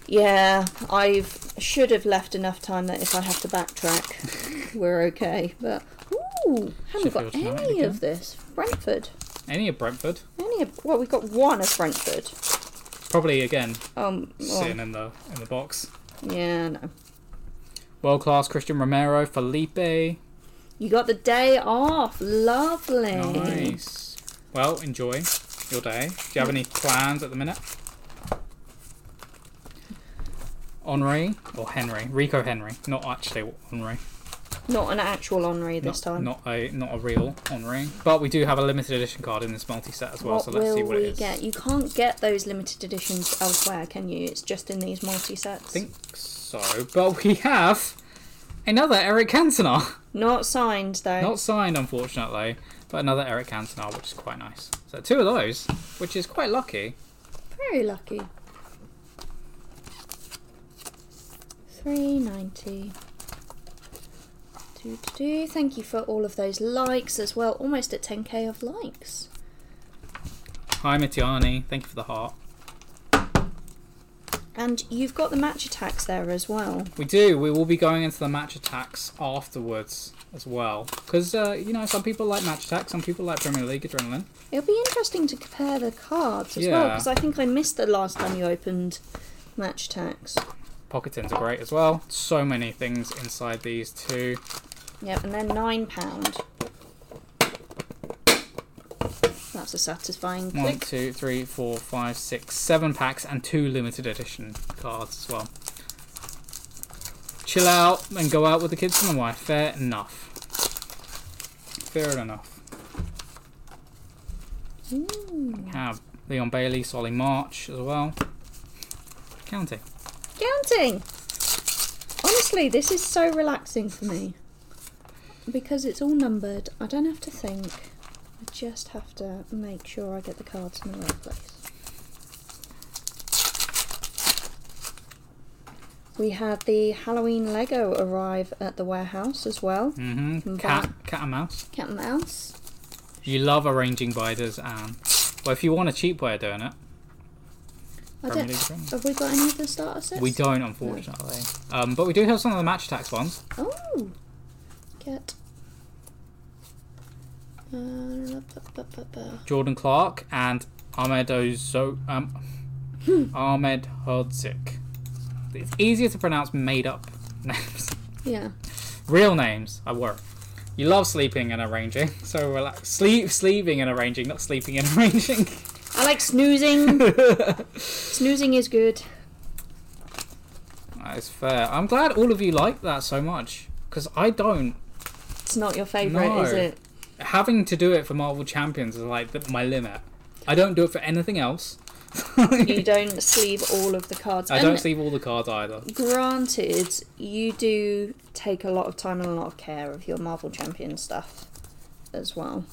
Speaker 1: Yeah, I should have left enough time that if I have to backtrack, we're okay. But Ooh, haven't got
Speaker 2: Sheffield United
Speaker 1: any
Speaker 2: again.
Speaker 1: of this. Brentford.
Speaker 2: Any of Brentford,
Speaker 1: Any of, well, we got one of Brentford.
Speaker 2: probably again
Speaker 1: Um, well,
Speaker 2: sitting in the in the box.
Speaker 1: yeah, no.
Speaker 2: World class Christian Romero, Felipe.
Speaker 1: You got the day off. Lovely.
Speaker 2: Nice. Well, enjoy your day. Do you have any plans at the minute? Henri or Henry? Rico Henry, not actually Henry.
Speaker 1: Not an actual Henri
Speaker 2: Not,
Speaker 1: this time.
Speaker 2: not a not a real Henri. But we do have a limited edition card in this multi set as well,
Speaker 1: what
Speaker 2: so let's
Speaker 1: will
Speaker 2: see what
Speaker 1: we
Speaker 2: it is.
Speaker 1: get? You can't get those limited editions elsewhere, can you? It's just in these multi sets.
Speaker 2: I think so. But we have another Eric Cantona.
Speaker 1: Not signed though.
Speaker 2: Not signed, unfortunately, but another Eric Cantona, which is quite nice. So two of those, which is quite lucky.
Speaker 1: Very lucky. Three ninety. Do do do. Thank you for all of those likes as well. Almost at ten k of likes.
Speaker 2: Hi, Mitiani. Thank you for the heart.
Speaker 1: And you've got the match attacks there as well.
Speaker 2: We do. We will be going into the match attacks afterwards as well, because uh, you know some people like match attacks, some people like Premier League adrenaline.
Speaker 1: It'll be interesting to compare the cards as well, 'cause well
Speaker 2: Yeah.
Speaker 1: because I think I missed the last time you opened match attacks.
Speaker 2: Pocket tins are great as well. So many things inside these two.
Speaker 1: Yep, and they're nine pound. That's a satisfying
Speaker 2: One,
Speaker 1: click.
Speaker 2: two, three, four, five, six, seven packs, and two limited edition cards as well. Chill out and go out with the kids and the wife. Fair enough. Fair enough.
Speaker 1: Ooh.
Speaker 2: Have Leon Bailey, Solly March as well. Counting.
Speaker 1: Counting. Honestly, this is so relaxing for me because it's all numbered. I don't have to think. I just have to make sure I get the cards in the right place. We had the Halloween Lego arrive at the warehouse as well.
Speaker 2: Mm-hmm.
Speaker 1: Come
Speaker 2: Cat, cat and mouse.
Speaker 1: Cat and mouse.
Speaker 2: You love arranging biders and well, if you want a cheap way of doing it,
Speaker 1: I
Speaker 2: Premier
Speaker 1: don't,
Speaker 2: League friendly.
Speaker 1: have we got any of the starter sets?
Speaker 2: we don't unfortunately. Um, but we do have some of the match tax ones.
Speaker 1: Oh, get. Uh, bu- bu- bu- bu-
Speaker 2: Jordan Clark and Ahmed Ozo um, Ahmed Hodzik. It's easier to pronounce made up names.
Speaker 1: Yeah.
Speaker 2: Real names, I worry. You love sleeping and arranging, so relax. Sleep, sleeving and arranging, not sleeping and arranging.
Speaker 1: I like snoozing. snoozing is good.
Speaker 2: That is fair. I'm glad all of you like that so much because I don't.
Speaker 1: It's not your favourite,
Speaker 2: No.
Speaker 1: is it?
Speaker 2: Having to do it for Marvel Champions is like the, my limit. I don't do it for anything else.
Speaker 1: You don't sleeve all of the cards.
Speaker 2: I
Speaker 1: And
Speaker 2: don't sleeve all the cards either.
Speaker 1: Granted, you do take a lot of time and a lot of care of your Marvel Champion stuff as well.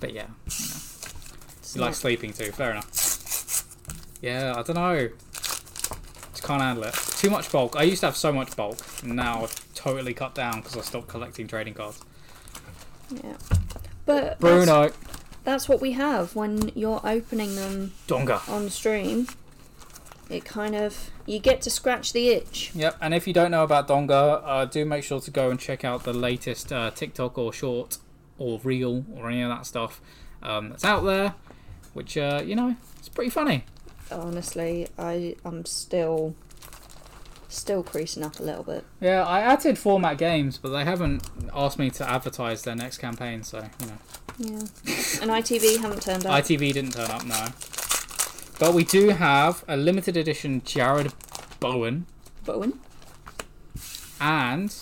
Speaker 2: But yeah,
Speaker 1: It's
Speaker 2: you like
Speaker 1: not-
Speaker 2: sleeping too. Fair enough. Yeah, I don't know. Just can't handle it. Too much bulk. I used to have so much bulk. and Now I've totally cut down because I stopped collecting trading cards.
Speaker 1: yeah. But That's,
Speaker 2: Bruno
Speaker 1: that's what we have when you're opening them
Speaker 2: Donga.
Speaker 1: on stream. It kind of you get to scratch the itch.
Speaker 2: Yep. And if you don't know about Donga, uh, do make sure to go and check out the latest uh, TikTok or short or reel or any of that stuff um, that's out there, which uh, you know it's pretty funny.
Speaker 1: Honestly, I I'm still still creasing up a little bit.
Speaker 2: Yeah, I added format games, but they haven't asked me to advertise their next campaign, so you know.
Speaker 1: Yeah. and ITV haven't turned up.
Speaker 2: ITV didn't turn up, no. But we do have a limited edition Jared Bowen
Speaker 1: Bowen.
Speaker 2: and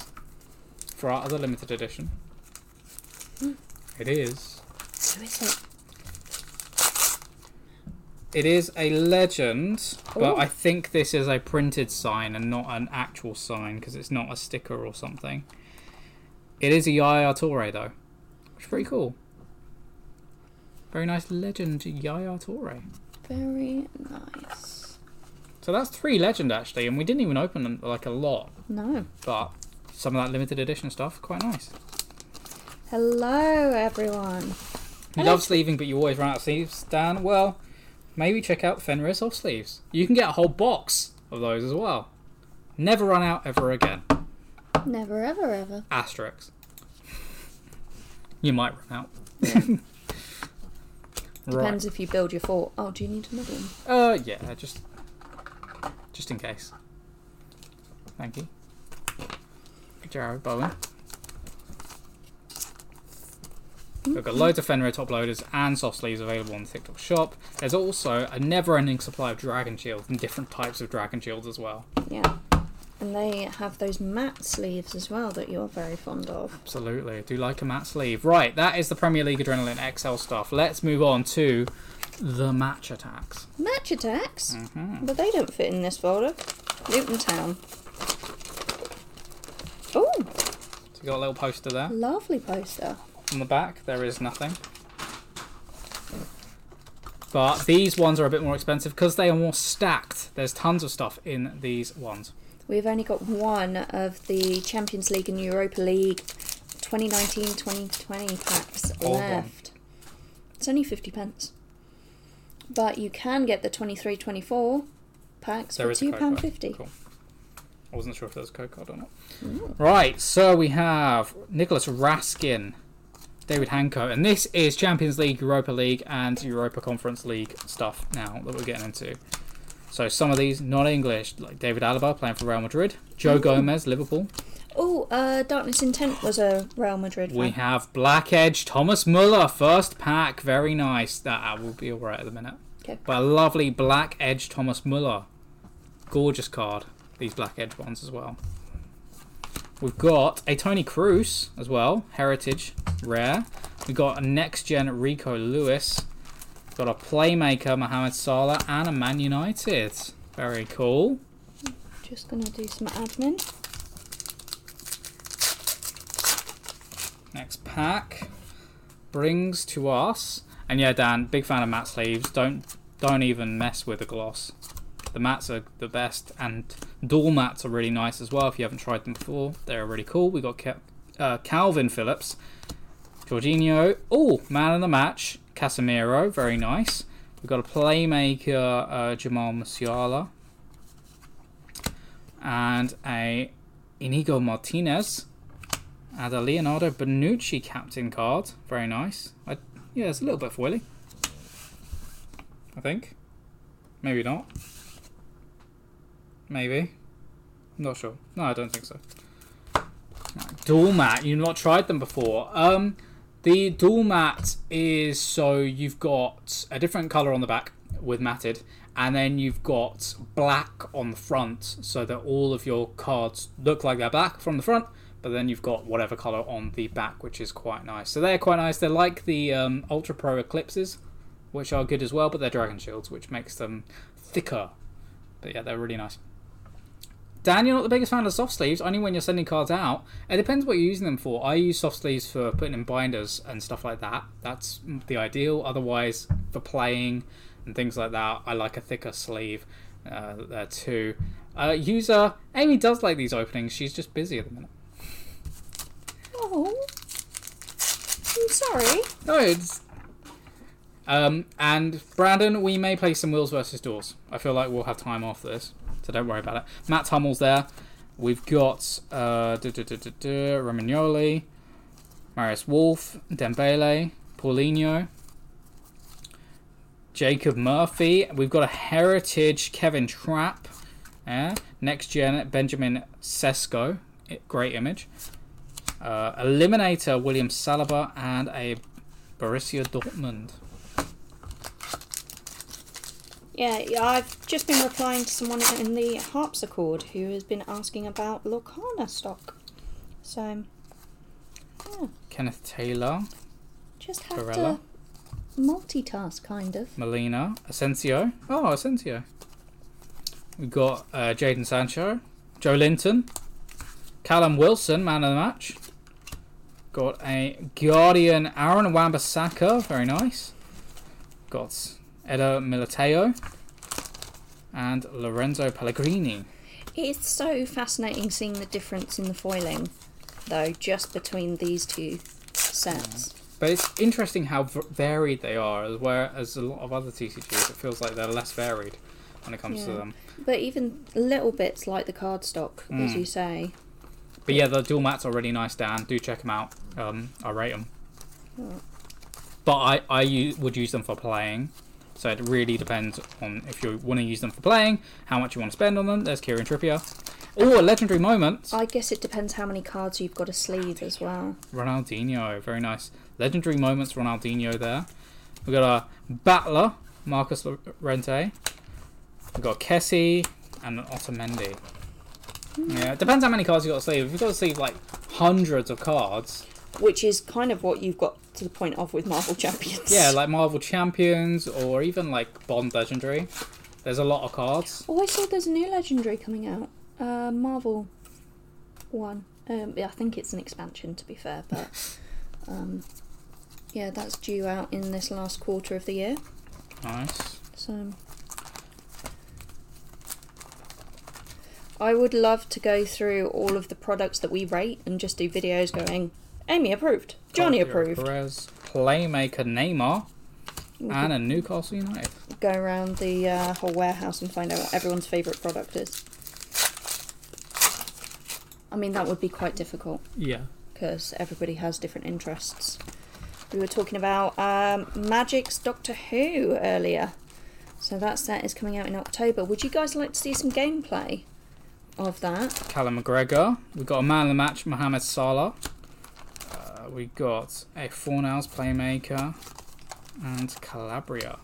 Speaker 2: for our other limited edition. It is.
Speaker 1: Who is it?
Speaker 2: It is a legend, but
Speaker 1: Ooh.
Speaker 2: I think this is a printed sign and not an actual sign because it's not a sticker or something. It is a Yaya Toure though, which is pretty cool. Very nice legend Yaya Toure.
Speaker 1: Very nice.
Speaker 2: So that's three legend actually, and we didn't even open them like a lot.
Speaker 1: No.
Speaker 2: but some of that limited edition stuff quite nice.
Speaker 1: Hello everyone.
Speaker 2: You
Speaker 1: Hello.
Speaker 2: love sleeving, but you always run out of sleeves. Dan, well, maybe check out Fenris off sleeves. You can get a whole box of those as well. Never run out ever again.
Speaker 1: Never ever ever.
Speaker 2: Asterix. You might run out.
Speaker 1: Depends if you build your fort. Oh, do you need another one?
Speaker 2: Right. Uh, yeah, just just in case. Thank you. Jared Bowen. We've got loads of Fenrir top loaders and soft sleeves available in the TikTok shop. There's also a never-ending supply of dragon shields and different types of dragon shields as well.
Speaker 1: Yeah. And they have those matte sleeves as well that you're very fond of.
Speaker 2: Absolutely. I do like a matte sleeve. Right, that is the Premier League Adrenaline XL stuff. Let's move on to the match attacks.
Speaker 1: Match attacks?
Speaker 2: Mm.
Speaker 1: But they don't fit in this folder. Newton Town. Oh,
Speaker 2: So you got a little poster there.
Speaker 1: lovely poster.
Speaker 2: On the back, there is nothing. But these ones are a bit more expensive because they are more stacked. There's tons of stuff in these ones.
Speaker 1: We've only got one of the Champions League and Europa League 2019-2020 packs
Speaker 2: Hold on.
Speaker 1: left. It's only 50 pence. But you can get the 23-24 packs
Speaker 2: There
Speaker 1: for
Speaker 2: is a code card.
Speaker 1: £2.50.
Speaker 2: Cool. I wasn't sure if there was a code card or not. Right, so we have Nicholas Raskin, David Hanko, and this is Champions League, Europa League, and Europa Conference League stuff now that we're getting into. So some of these not English, like David Alaba playing for Real Madrid, Joe Gomez, Liverpool.
Speaker 1: Oh, uh, Darkness Intent was a Real Madrid
Speaker 2: We
Speaker 1: fan.
Speaker 2: have Black Edge, Thomas Muller, first pack, very nice. That uh, will be all right at the minute.
Speaker 1: 'Kay.
Speaker 2: But a lovely Black Edge Thomas Muller, gorgeous card. These Black Edge ones as well. We've got a Tony Cruz as well, Heritage Rare. We've got a next gen Rico Lewis. Got a playmaker Mohamed Salah and a Man United. Very cool.
Speaker 1: Just going to do some admin.
Speaker 2: Next pack brings to us, and yeah, Dan, big fan of matte sleeves. Don't don't even mess with the gloss. The mattes are the best, and dual mattes are really nice as well. If you haven't tried them before, they're really cool. We got Ca- uh, Calvin Phillips, Jorginho, oh man of the match, Casemiro, very nice. We've got a playmaker, uh, Jamal Musiala, and a Inigo Martinez. And a Leonardo Bonucci captain card. Very nice. I, yeah, it's a little bit for Willie. I think. Maybe not. Maybe. I'm not sure. No, I don't think so. Right, Dual mat. You've not tried them before. Um, the dual mat is so you've got a different color on the back with matted, and then you've got black on the front, so that all of your cards look like they're black from the front. But then you've got whatever color on the back, which is quite nice. So they're quite nice. They're like the um, Ultra Pro Eclipses, which are good as well, but they're dragon shields, which makes them thicker. But yeah, they're really nice. Dan, you're not the biggest fan of soft sleeves, only when you're sending cards out. It depends what you're using them for. I use soft sleeves for putting in binders and stuff like that. That's the ideal. Otherwise, for playing and things like that, I like a thicker sleeve uh, there too. Uh, user Amy does like these openings. She's just busy at the minute.
Speaker 1: Oh, I'm sorry.
Speaker 2: No, it's. Um, and Brandon, we may play some wheels versus doors. I feel like we'll have time after this, so don't worry about it. Matt Hummel's there. We've got uh, duh, duh, duh, duh, duh, Romagnoli, Marius Wolf, Dembele, Paulinho, Jacob Murphy. We've got a heritage Kevin Trapp. Yeah. Next gen Benjamin Sesko. Great image. Uh, Eliminator William Saliba and a Borussia Dortmund.
Speaker 1: Yeah, yeah, I've just been replying to someone in the harpsichord who has been asking about Lorcana stock. So,
Speaker 2: Kenneth Taylor,
Speaker 1: just have
Speaker 2: Barella.
Speaker 1: to multitask, kind of.
Speaker 2: Molina, Asensio. Oh, Asensio. We've got uh, Jaden Sancho, Joe Linton, Callum Wilson, man of the match. Got a Guardian Aaron Wambasaka, very nice. Got Eda Militao and Lorenzo Pellegrini.
Speaker 1: It's so fascinating seeing the difference in the foiling, though, just between these two sets.
Speaker 2: But it's interesting how v- varied they are, as whereas a lot of other TCGs, it feels like they're less varied when it comes to
Speaker 1: Yeah.
Speaker 2: them.
Speaker 1: But even little bits like the cardstock, as you say.
Speaker 2: But yeah, the dual mats are really nice, Dan. Do check them out. Um, I rate them. But I, I u- would use them for playing. So it really depends on if you want to use them for playing, how much you want to spend on them. There's Kieran Trippier. Oh, a legendary moment.
Speaker 1: I guess it depends how many cards you've got a sleeve as well.
Speaker 2: Ronaldinho, very nice. Legendary moments, Ronaldinho there. We've got our battler, Marcus Lorente. We've got Kessie and Otamendi. Yeah, it depends how many cards you've got to sleeve. If you've got to sleeve like hundreds of cards,
Speaker 1: Which is kind of what you've got to the point of with Marvel Champions.
Speaker 2: yeah, like Marvel Champions or even like Bond Legendary, there's a lot of cards.
Speaker 1: Oh, I saw there's a new legendary coming out. Uh, Marvel one. Um, yeah, I think it's an expansion, to be fair, but um, yeah, that's due out in this last quarter of the year.
Speaker 2: Nice.
Speaker 1: So I would love to go through all of the products that we rate and just do videos going, Amy approved, Johnny
Speaker 2: Gabriel
Speaker 1: approved. Mm-hmm.
Speaker 2: Perez, Playmaker Neymar,
Speaker 1: We
Speaker 2: and a Newcastle United.
Speaker 1: could go around the uh, whole warehouse and find out what everyone's favourite product is. I mean, that would be quite difficult
Speaker 2: Yeah.
Speaker 1: because everybody has different interests. We were talking about um, Magic's Doctor Who earlier. So that set is coming out in October. Would you guys like to see some gameplay of that?
Speaker 2: Callum McGregor. We've got a man of the match, Mohamed Salah. Uh, we got a Four Nails Playmaker and Calabria.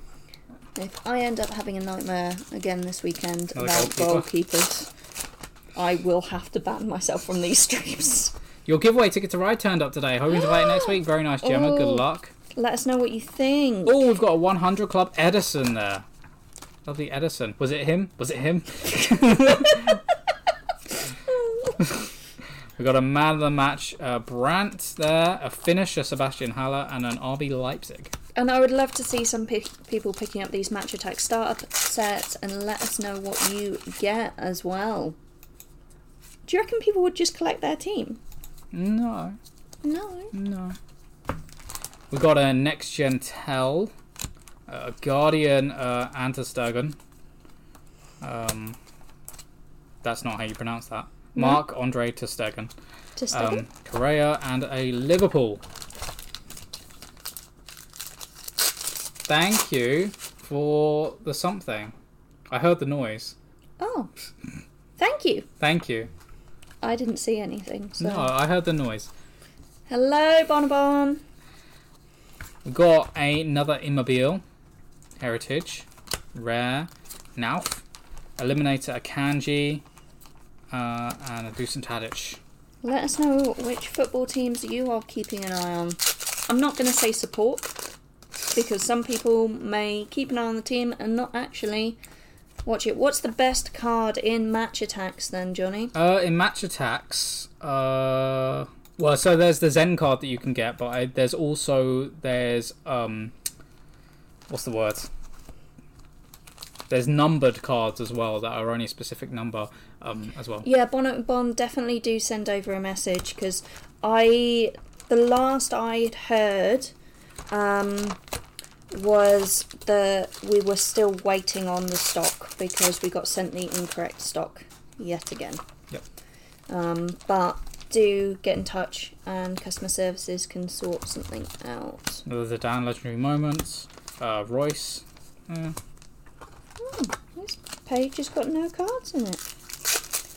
Speaker 1: If I end up having a nightmare again this weekend
Speaker 2: Another
Speaker 1: about
Speaker 2: goalkeeper.
Speaker 1: goalkeepers, I will have to ban myself from these streams.
Speaker 2: Your giveaway ticket to ride turned up today. Hoping to play it next week. Very nice, Gemma.
Speaker 1: Oh.
Speaker 2: Good luck.
Speaker 1: Let us know what you think.
Speaker 2: Oh, we've got a 100 Club Edison there. Lovely Edison. Was it him? Was it him? We've got a man of the match, uh, Brandt there, a finisher, Sebastian Haller, and an RB Leipzig.
Speaker 1: And I would love to see some pe- people picking up these match attack startup sets and let us know what you get as well. Do you reckon people would just collect their team?
Speaker 2: No.
Speaker 1: No.
Speaker 2: No. We've got a next gen Tell, a Guardian uh, Antisturgon. Um, that's not how you pronounce that. Mark Andre Terstegen.
Speaker 1: Just
Speaker 2: Um, Correa and a Liverpool. Thank you for the something. I heard the noise.
Speaker 1: Oh. Thank you.
Speaker 2: Thank you.
Speaker 1: I didn't see anything. So.
Speaker 2: No, I heard the noise.
Speaker 1: Hello, Bonabon.
Speaker 2: We've got another Immobile, Heritage, Rare, Nauf, Eliminator, a Kanji, uh, and a Dusan Tadic.
Speaker 1: Let us know which football teams you are keeping an eye on. I'm not going to say support because some people may keep an eye on the team and not actually watch it. What's the best card in match attacks then, Johnny?
Speaker 2: Uh, in match attacks, uh, well, so there's the Zen card that you can get, but I, there's also there's um, what's the word? There's numbered cards as well that are only a specific number um, as well.
Speaker 1: Yeah, Bonnet and Bond definitely do send over a message because I the last I'd heard um, was that we were still waiting on the stock because we got sent the incorrect stock yet again.
Speaker 2: Yep.
Speaker 1: Um, but do get in touch and customer services can sort something out.
Speaker 2: There's the Dan legendary moments. Uh, Royce. eh.
Speaker 1: Hmm, This page has got no cards in it.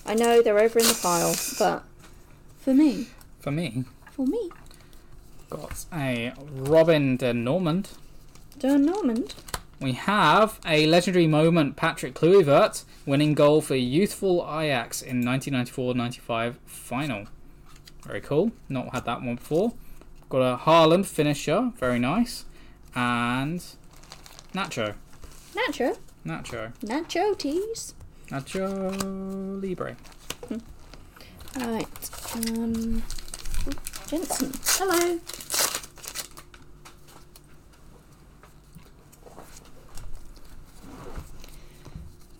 Speaker 1: I know they're over in the file, but for me,
Speaker 2: For me,
Speaker 1: for me,
Speaker 2: got a Robin de Normand.
Speaker 1: Don Normand.
Speaker 2: We have a legendary moment, Patrick Kluivert winning goal for youthful Ajax in 1994-95 final. Very cool. Not had that one before. Got a Haaland finisher, very nice, and Nacho,
Speaker 1: Nacho.
Speaker 2: Nacho,
Speaker 1: Nacho teas.
Speaker 2: Nacho Libre.
Speaker 1: Right. Um, Jensen. Hello.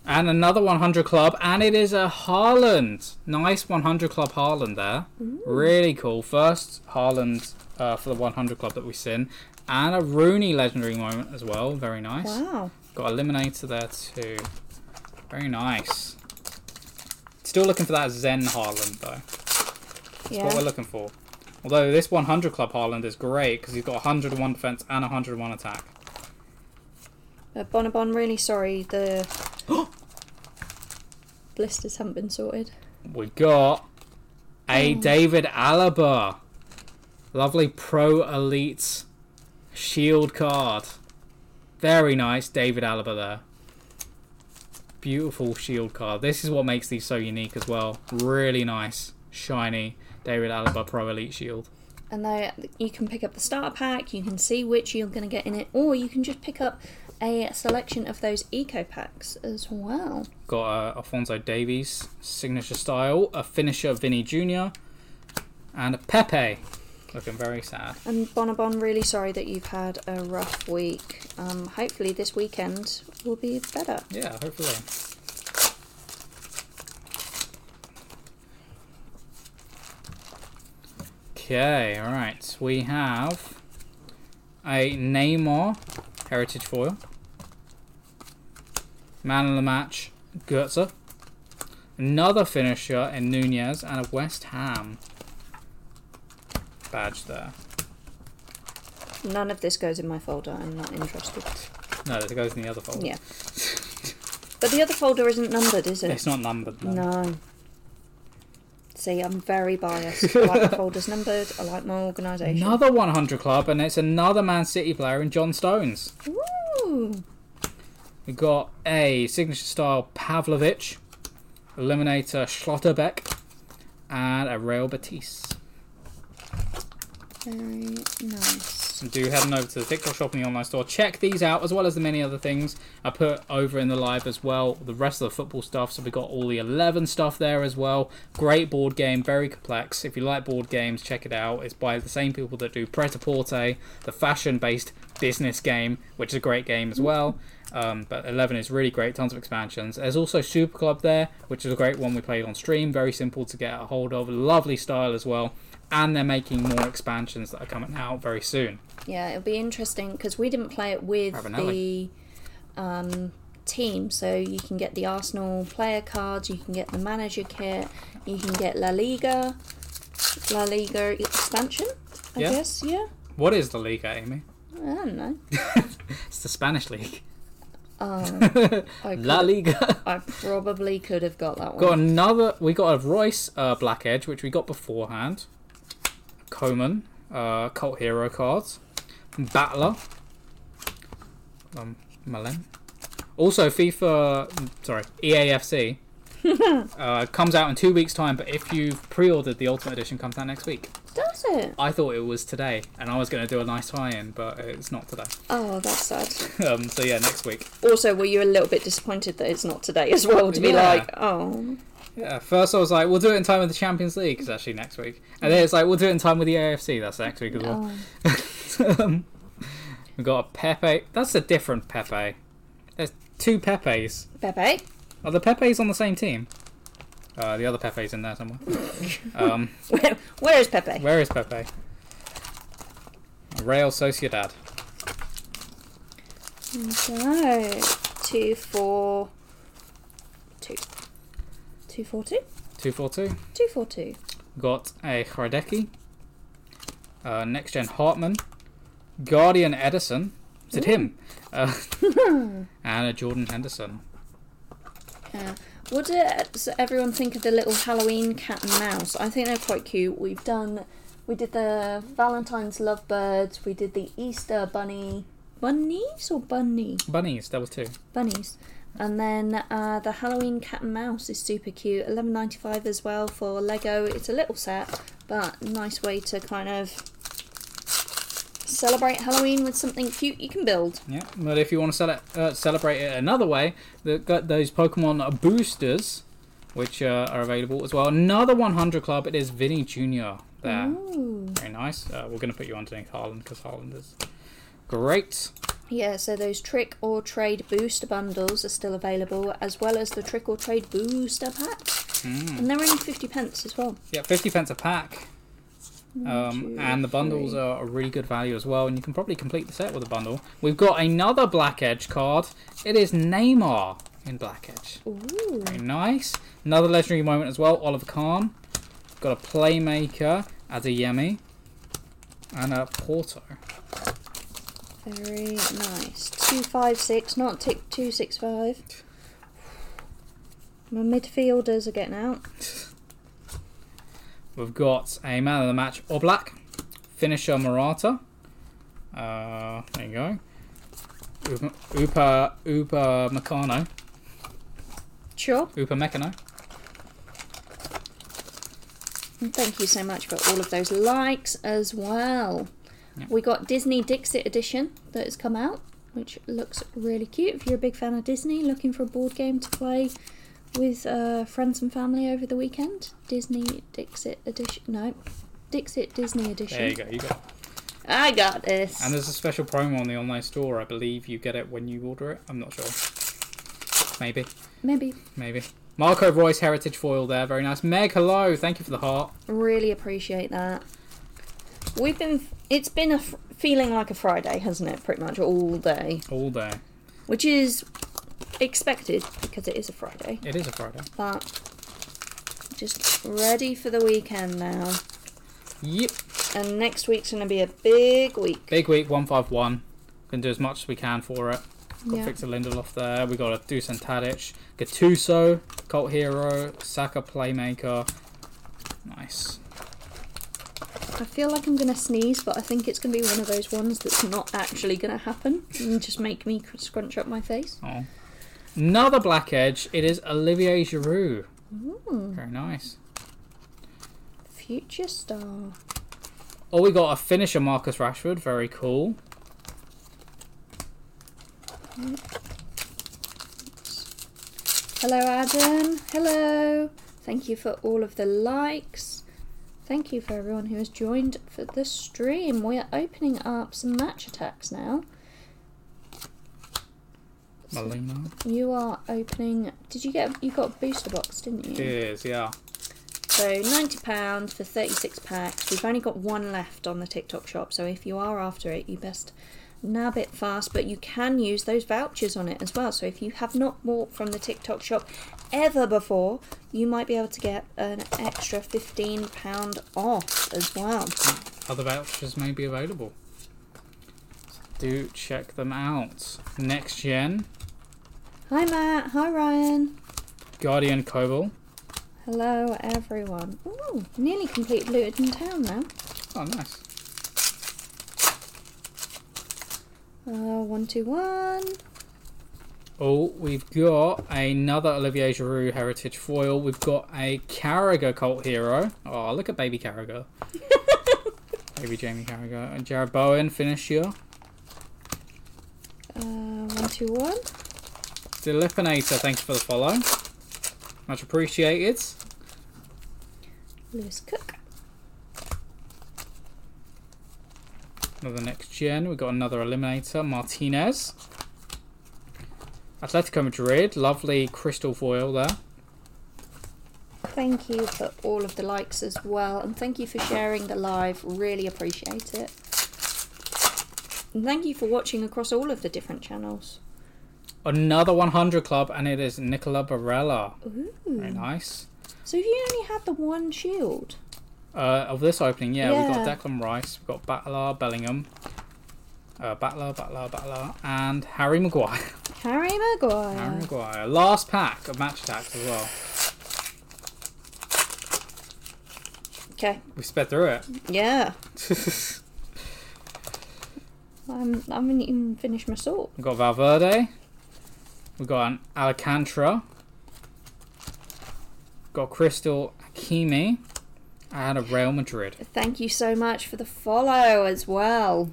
Speaker 2: And another 100 club, and it is a Haaland. Nice 100 club Haaland there. Really cool. First Haaland uh, for the 100 club that we've seen. And a Rooney legendary moment as well. Very nice.
Speaker 1: Wow.
Speaker 2: Got Eliminator there too. Very nice. Still looking for that Zen Haaland though. That's what we're
Speaker 1: Yeah.
Speaker 2: looking for. Although this 100 Club Haaland is great because he's got 101 defense and 101 attack.
Speaker 1: Uh, Bonabon, really sorry. The blisters haven't been sorted.
Speaker 2: We got a David Alaba. Lovely pro elite shield card. Very nice, David Alaba there. Beautiful shield card. This is what makes these so unique as well. Really nice, shiny David Alaba pro elite shield.
Speaker 1: And they, you can pick up the starter pack. You can see which you're going to get in it, or you can just pick up a selection of those eco packs as well.
Speaker 2: Got uh, Alfonso Davies signature style, a finisher Vinny Jr., and a Pepe. Looking very sad.
Speaker 1: And Bonabon, really sorry that you've had a rough week. Um, hopefully this weekend will be better.
Speaker 2: Yeah, hopefully. Okay, alright. We have a Neymar Heritage Foil. Man of the match, Goetze. Another finisher in Nunez and a West Ham badge there.
Speaker 1: None of this goes in my folder. I'm not interested.
Speaker 2: No, that goes in the other folder.
Speaker 1: Yeah. But the other folder isn't numbered, is it?
Speaker 2: It's not numbered. No.
Speaker 1: No. See, I'm very biased. I like my folders numbered. I like my organisation.
Speaker 2: Another 100 club, and it's another Man City player in John Stones.
Speaker 1: Ooh.
Speaker 2: We got a signature style Pavlovic, eliminator Schlotterbeck, and a Real Batiste.
Speaker 1: Very nice.
Speaker 2: do head on over to the TikTok shop and the online store. Check these out as well as the many other things I put over in the live as well. The rest of the football stuff. So we got all the eleven stuff there as well. Great board game, very complex. If you like board games, check it out. It's by the same people that do Pret a Porte, the fashion-based business game, which is a great game as well. Um, but 11 is really great, tons of expansions. There's also Super Club there, which is a great one we played on stream. Very simple to get a hold of, lovely style as well. And they're making more expansions that are coming out very soon.
Speaker 1: Yeah, it'll be interesting because we didn't play it with
Speaker 2: Ravenelli.
Speaker 1: the um, team, so you can get the Arsenal player cards, you can get the manager kit, you can get La Liga, La Liga expansion. I
Speaker 2: Yeah.
Speaker 1: guess, yeah.
Speaker 2: What is the league, Amy?
Speaker 1: I don't know.
Speaker 2: It's the Spanish league.
Speaker 1: Oh, I,
Speaker 2: La
Speaker 1: could-
Speaker 2: Liga.
Speaker 1: I probably could have got that one.
Speaker 2: got another. We got a Royce uh, Black Edge, which we got beforehand. Coman, uh, Cult Hero cards. Battler. Um, Malin. Also, FIFA. Sorry, E EAFC. uh, comes out in two weeks' time, but if you've pre ordered, the Ultimate Edition comes out next week.
Speaker 1: Does it?
Speaker 2: I thought it was today, and I was going to do a nice tie in, but it's not today.
Speaker 1: Oh, that's sad.
Speaker 2: um, so, yeah, next week.
Speaker 1: Also, were you a little bit disappointed that it's not today as well? To be
Speaker 2: Yeah.
Speaker 1: like, oh,
Speaker 2: Yeah, first I was like, we'll do it in time with the Champions League, it's actually next week. And then it's like, we'll do it in time with the AFC, that's next week as
Speaker 1: oh.
Speaker 2: well. um, we got a Pepe. That's a different Pepe. There's two Pepes.
Speaker 1: Pepe.
Speaker 2: Are the Pepes on the same team? Uh, the other Pepe's in there somewhere. um,
Speaker 1: Where, where is Pepe?
Speaker 2: where is Pepe? Real Sociedad.
Speaker 1: So, two, four, two. Two, four, two?
Speaker 2: 242.
Speaker 1: Two, four, two.
Speaker 2: Got a Hradecki. Uh, next gen Hartman. Guardian Edison. Is it him? Uh, and a Jordan Henderson.
Speaker 1: Yeah. What does everyone think of the little Halloween cat and mouse? I think they're quite cute. We've done, we did the Valentine's lovebirds, we did the Easter bunny. Bunnies or bunny?
Speaker 2: Bunnies, there was two.
Speaker 1: bunnies. And then uh, the Halloween cat and mouse is super cute. Eleven ninety five as well for Lego. It's a little set, but nice way to kind of celebrate Halloween with something cute you can build.
Speaker 2: Yeah, but if you want to sell it, uh, celebrate it another way, they've got those Pokemon boosters, which uh, are available as well. Another 100 club, it is Vinny Jr. there.
Speaker 1: Ooh.
Speaker 2: Very nice. Uh, we're going to put you underneath Haaland because Haaland is great.
Speaker 1: Yeah, so those trick or trade booster bundles are still available, as well as the trick or trade booster pack.
Speaker 2: Hmm.
Speaker 1: And they're only fifty pence as well.
Speaker 2: Yeah, 50 pence a pack. Um,
Speaker 1: two,
Speaker 2: and the bundles
Speaker 1: three.
Speaker 2: are a really good value as well, and you can probably complete the set with a bundle. We've got another Black Edge card. It is Neymar in Black Edge.
Speaker 1: Ooh.
Speaker 2: Very nice. Another legendary moment as well. Oliver Kahn. Got a playmaker as a Yemi. and a Porto.
Speaker 1: Very nice. Two five six, not tick two six five. My midfielders are getting out.
Speaker 2: We've got a man of the match, Oblak, finisher Morata. Uh, there you go. Upa Upa, Upa Meccano.
Speaker 1: Sure.
Speaker 2: Upa Meccano.
Speaker 1: And thank you so much for all of those likes as well.
Speaker 2: Yeah.
Speaker 1: We got Disney Dixit edition that has come out, which looks really cute. If you're a big fan of Disney, looking for a board game to play with uh, friends and family over the weekend, Disney Dixit edition. No, Dixit Disney edition.
Speaker 2: There you go. You got. it.
Speaker 1: I got this.
Speaker 2: And there's a special promo on the online store. I believe you get it when you order it. I'm not sure. Maybe.
Speaker 1: Maybe
Speaker 2: Maybe. Marco Royce Heritage Foil there. Very nice. Meg, hello. Thank you for the heart.
Speaker 1: really appreciate that. We've been. It's been a f- feeling like a Friday, hasn't it? Pretty much all day,
Speaker 2: All day.
Speaker 1: which is expected because it is a Friday.
Speaker 2: It is a Friday.
Speaker 1: but just ready for the weekend now.
Speaker 2: Yep.
Speaker 1: And next week's going to be a big week.
Speaker 2: Big week 151. Gonna do as much as we can for it. Got
Speaker 1: Yeah.
Speaker 2: Victor Lindelof there. We got a Dusan Tadic, Gattuso, Cult Hero, Saka Playmaker. Nice.
Speaker 1: I feel like I'm going to sneeze, but I think it's going to be one of those ones that's not actually going to happen and just make me cr- scrunch up my face.
Speaker 2: Oh. Another Black Edge. It is Olivier Giroud. Very nice.
Speaker 1: Future star.
Speaker 2: Oh, we got a finisher, Marcus Rashford. Very cool.
Speaker 1: Hello, Adam. Hello. Thank you for all of the likes. Thank you for everyone who has joined for the stream. We are opening up some match attacks now.
Speaker 2: Molina.
Speaker 1: You are opening. Did you get? You got a booster box, didn't you?
Speaker 2: It is, yeah.
Speaker 1: So ninety pounds for thirty-six packs. We've only got one left on the TikTok shop, so if you are after it, you best nab it fast. But you can use those vouchers on it as well. So if you have not bought from the TikTok shop ever before, you might be able to get an extra fifteen pound off as well.
Speaker 2: Other vouchers may be available. Do check them out. Next gen,
Speaker 1: Hi Matt. Hi Ryan.
Speaker 2: Guardian Cobalt.
Speaker 1: Hello everyone. Ooh, nearly complete Luton Town now.
Speaker 2: Oh, nice.
Speaker 1: Uh, one two one.
Speaker 2: Oh, we've got another Olivier Giroud Heritage foil. We've got a Carragher cult hero. Oh, look at baby Carragher. baby Jamie Carragher. And Jared Bowen finisher.
Speaker 1: Uh, one two one.
Speaker 2: Delipinator, thanks for the follow. Much appreciated.
Speaker 1: Lewis Cook.
Speaker 2: Another next gen. We've got another eliminator, Martinez. Atletico Madrid, lovely crystal foil there.
Speaker 1: Thank you for all of the likes as well, and thank you for sharing the live. Really appreciate it. And thank you for watching across all of the different channels.
Speaker 2: Another 100 club, and it is Nicola Barella.
Speaker 1: Ooh.
Speaker 2: Very nice.
Speaker 1: So if you only had the one shield,
Speaker 2: Uh, of this opening, yeah, we've
Speaker 1: Yeah.
Speaker 2: got Declan Rice, we've got Battler, Bellingham, uh, Battler, Battler, Battler, and Harry Maguire.
Speaker 1: Harry Maguire.
Speaker 2: Harry Maguire. Last pack of match attacks as well.
Speaker 1: Okay,
Speaker 2: We sped through
Speaker 1: yeah.
Speaker 2: it.
Speaker 1: I'm, I haven't even finished my salt.
Speaker 2: We've got Valverde. We've got an Alcantara. Got Crystal Akimi. And a Real Madrid.
Speaker 1: Thank you so much for the follow as well.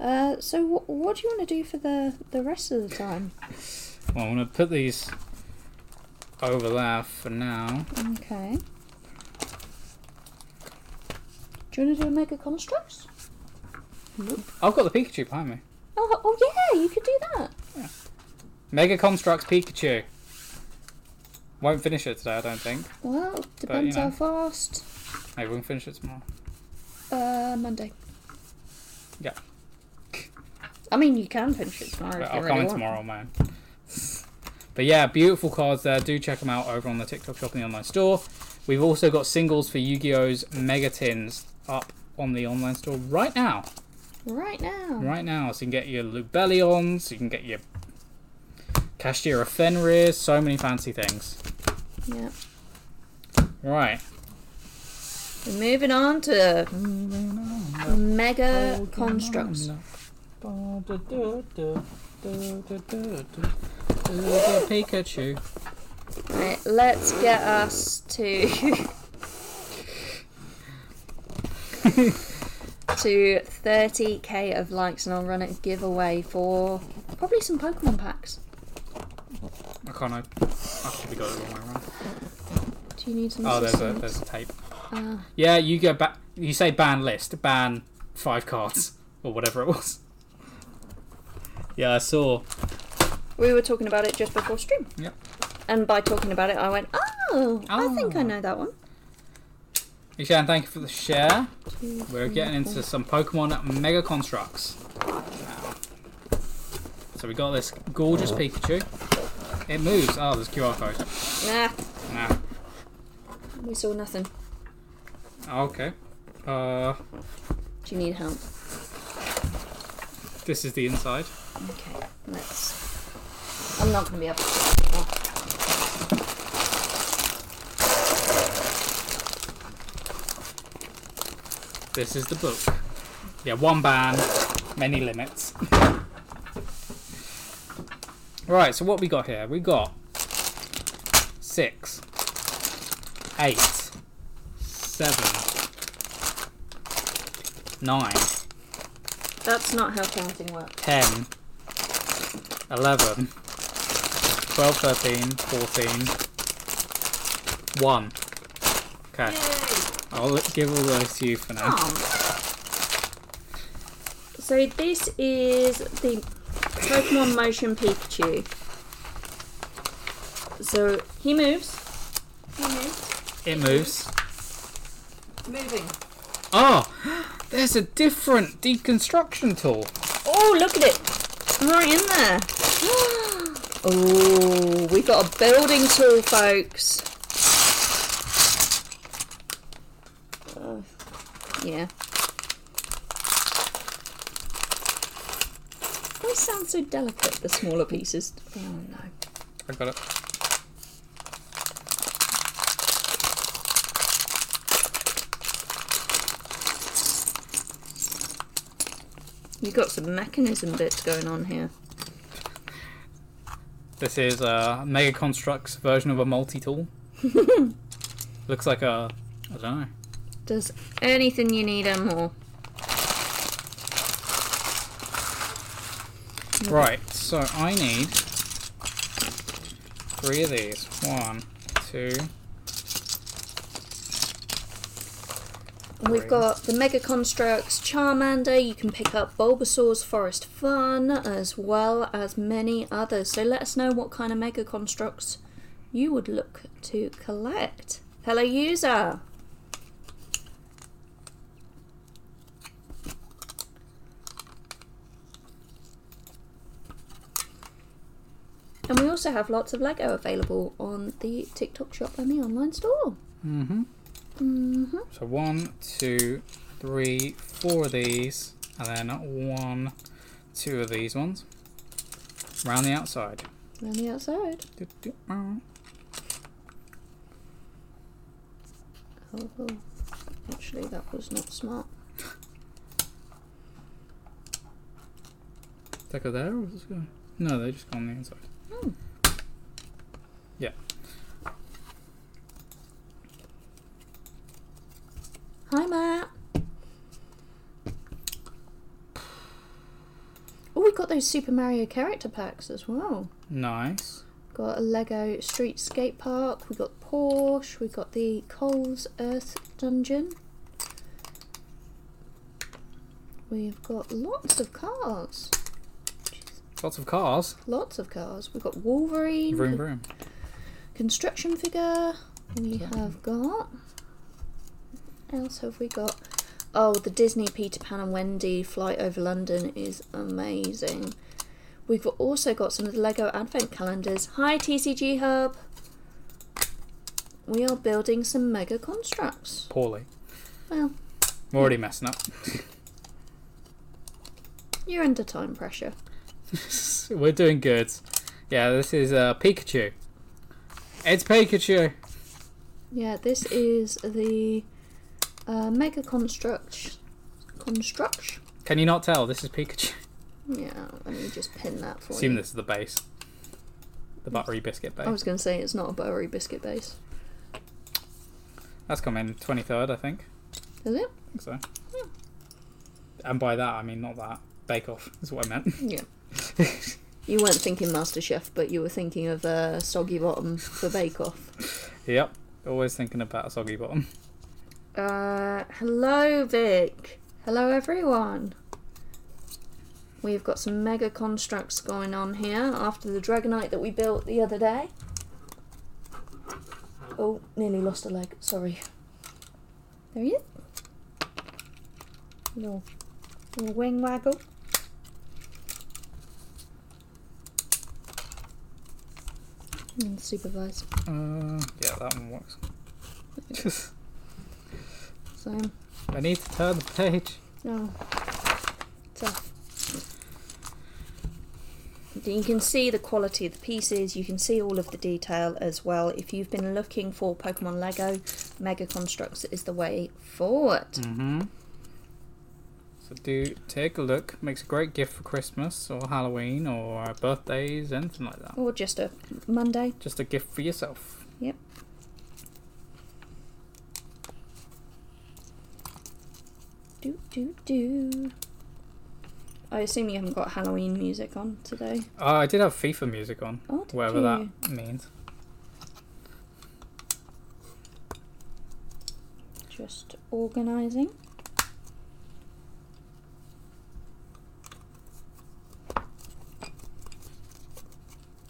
Speaker 1: Uh, so wh- what do you want to do for the, the rest of the time?
Speaker 2: Well, I'm going to put these over there for now.
Speaker 1: Okay. Do you want to do Mega Constructs?
Speaker 2: I've got the Pikachu behind me.
Speaker 1: Oh, oh yeah, you could do that.
Speaker 2: Mega Constructs Pikachu. Won't finish it today, I don't think.
Speaker 1: Well, depends
Speaker 2: know.
Speaker 1: how fast.
Speaker 2: Maybe we can finish it tomorrow.
Speaker 1: Uh, Monday.
Speaker 2: Yeah.
Speaker 1: I mean, you can finish it tomorrow
Speaker 2: But
Speaker 1: if
Speaker 2: I'll
Speaker 1: you
Speaker 2: come
Speaker 1: really
Speaker 2: in
Speaker 1: want.
Speaker 2: tomorrow, man. But yeah, beautiful cards there. Do check them out over on the TikTok shop and the online store. We've also got singles for Yu-Gi-Oh's Mega Tins up on the online store right now.
Speaker 1: Right now.
Speaker 2: Right now. So you can get your Lubellions, you can get your Cashier of Fenrir, so many fancy things.
Speaker 1: Yeah.
Speaker 2: Right.
Speaker 1: We're moving on to mega Uh, constructs.
Speaker 2: Pikachu.
Speaker 1: Right, let's get us to to 30k of likes, and I'll run a giveaway for probably some Pokemon packs.
Speaker 2: I can't. I, I probably got it the wrong way around.
Speaker 1: Do you need some?
Speaker 2: Oh, there's a
Speaker 1: assistance?
Speaker 2: there's a tape.
Speaker 1: Ah.
Speaker 2: Yeah, you go back. You say ban list, ban five cards or whatever it was. Yeah, I saw.
Speaker 1: We were talking about it just before stream.
Speaker 2: Yep.
Speaker 1: And by talking about it, I went, oh, I think
Speaker 2: Oh.
Speaker 1: I know that one.
Speaker 2: Ishan, thank you for the share.
Speaker 1: Two,
Speaker 2: We're
Speaker 1: three,
Speaker 2: getting into
Speaker 1: four.
Speaker 2: some Pokemon Mega Constructs. So we got this gorgeous Pikachu. It moves. Oh, there's QR code.
Speaker 1: Nah,
Speaker 2: Nah.
Speaker 1: we saw nothing.
Speaker 2: Okay. Uh,
Speaker 1: Do you need help?
Speaker 2: this is the inside.
Speaker 1: Okay, let's. I'm not going to be able to. Oh,
Speaker 2: This is the book. Yeah, one ban, many limits. right, so what we got here? We got six, eight, seven, nine,
Speaker 1: That's not how counting works.
Speaker 2: 10, 11, 12, 13, 14, 1. Okay,
Speaker 3: Yay!
Speaker 2: I'll give all those to you for now.
Speaker 1: Oh. So this is the Pokemon Motion Pikachu. So he moves.
Speaker 3: He moves.
Speaker 2: It moves.
Speaker 3: Moving.
Speaker 2: Oh, there's a different deconstruction tool.
Speaker 1: Oh, look at it! Right in there. oh, we've got a building tool, folks. Uh, yeah. They sound so delicate, the smaller pieces. Oh no.
Speaker 2: I got it.
Speaker 1: You've got some mechanism bits going on here.
Speaker 2: This is a Mega Constructs version of a multi tool. Looks like a. I don't know.
Speaker 1: Does anything you need and more?
Speaker 2: Right, so I need three of these. One, two.
Speaker 1: We've got the Mega Constructs Charmander. You can pick up Bulbasaur's Forest Fun as well as many others. So let us know what kind of Mega Constructs you would look to collect. Hello, user. And we also have lots of Lego available on the TikTok shop and the online store.
Speaker 2: Mm hmm.
Speaker 1: hmm
Speaker 2: So one, two, three, four of these, and then one, two of these ones. Round the outside.
Speaker 1: On the outside.
Speaker 2: Do, do, oh.
Speaker 1: Oh, oh. actually, that was not smart.
Speaker 2: They go there or was it going? No, they just go on the inside.
Speaker 1: Hmm.
Speaker 2: Yeah.
Speaker 1: Hi, Matt. Oh, we got those Super Mario character packs as well.
Speaker 2: Nice.
Speaker 1: Got a Lego Street Skate Park. We got Porsche. We got the Coles Earth Dungeon. We've got lots of cars.
Speaker 2: Lots of cars.
Speaker 1: Lots of cars. We've got Wolverine.
Speaker 2: Vroom vroom.
Speaker 1: construction figure. We
Speaker 2: Exactly.
Speaker 1: have got. What else have we got? Oh, the Disney Peter Pan and Wendy flight over London is amazing. We've also got some of the Lego advent calendars. Hi, TCG Hub. We are building some mega constructs.
Speaker 2: Poorly.
Speaker 1: Well,
Speaker 2: I'm already messing up.
Speaker 1: You're under time pressure.
Speaker 2: We're doing good. Yeah, this is uh, Pikachu. It's Pikachu.
Speaker 1: Yeah, this is the uh, Mega Construct. Construct?
Speaker 2: Can you not tell? This is Pikachu.
Speaker 1: Yeah, let me just pin that for
Speaker 2: Assume
Speaker 1: you.
Speaker 2: this is the base. The buttery biscuit base.
Speaker 1: I was going to say it's not a buttery biscuit base.
Speaker 2: That's coming 23rd, I think.
Speaker 1: Is it?
Speaker 2: I think so. And by that, I mean not that. Bake Off is what I meant.
Speaker 1: Yeah. you weren't thinking MasterChef, but you were thinking of uh, Soggy Bottom for Bake Off.
Speaker 2: yep. Always thinking about a soggy bottom.
Speaker 1: Uh, hello, Vic. Hello, everyone. We've got some mega constructs going on here after the Dragonite that we built the other day. Oh, nearly lost a leg. Sorry. There he is. Little, little wing waggle. Mm, supervise.
Speaker 2: Uh, yeah, that one works.
Speaker 1: So,
Speaker 2: I need to turn the page.
Speaker 1: Oh. Tough. You can see the quality of the pieces, you can see all of the detail as well. If you've been looking for Pokemon Lego, Mega Constructs is the way forward.
Speaker 2: Mm-hmm. So do take a look. Makes a great gift for Christmas or Halloween or uh, birthdays, anything like that.
Speaker 1: Or just a Monday.
Speaker 2: Just a gift for yourself.
Speaker 1: Yep. Do, do, do. I assume you haven't got Halloween music on today.
Speaker 2: Uh, I did have FIFA music on,
Speaker 1: Oh, did
Speaker 2: whatever
Speaker 1: you?
Speaker 2: that means.
Speaker 1: Just organising.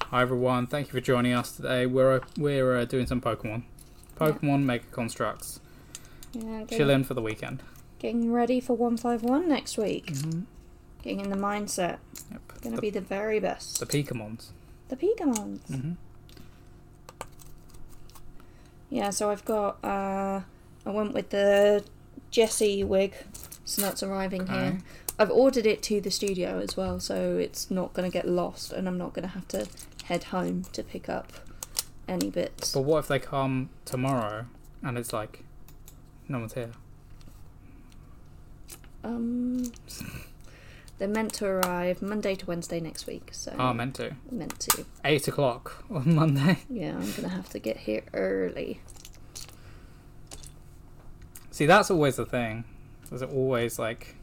Speaker 2: Hi everyone, thank you for joining us today. We're we're uh, doing some Pokemon, Pokemon Mega Constructs.
Speaker 1: Yeah, go
Speaker 2: Chill in for the weekend.
Speaker 1: Getting ready for 151 next week.
Speaker 2: Mhm.
Speaker 1: Getting in the mindset.
Speaker 2: Yep.
Speaker 1: Gonna
Speaker 2: the,
Speaker 1: be the very best.
Speaker 2: the Pokemons.
Speaker 1: The Pegons.
Speaker 2: Mm-hmm.
Speaker 1: Yeah, so I've got. Uh, I went with the Jessie wig, so that's arriving here.
Speaker 2: Okay.
Speaker 1: I've ordered it to the studio as well, so it's not gonna get lost, and I'm not gonna have to head home to pick up any bits.
Speaker 2: But what if they come tomorrow and it's like, no one's here?
Speaker 1: Um, they're meant to arrive Monday to Wednesday next week, so
Speaker 2: Ah, meant to.
Speaker 1: meant to.
Speaker 2: Eight o'clock on Monday.
Speaker 1: Yeah, I'm gonna have to get here early.
Speaker 2: See, that's always the thing. There's always like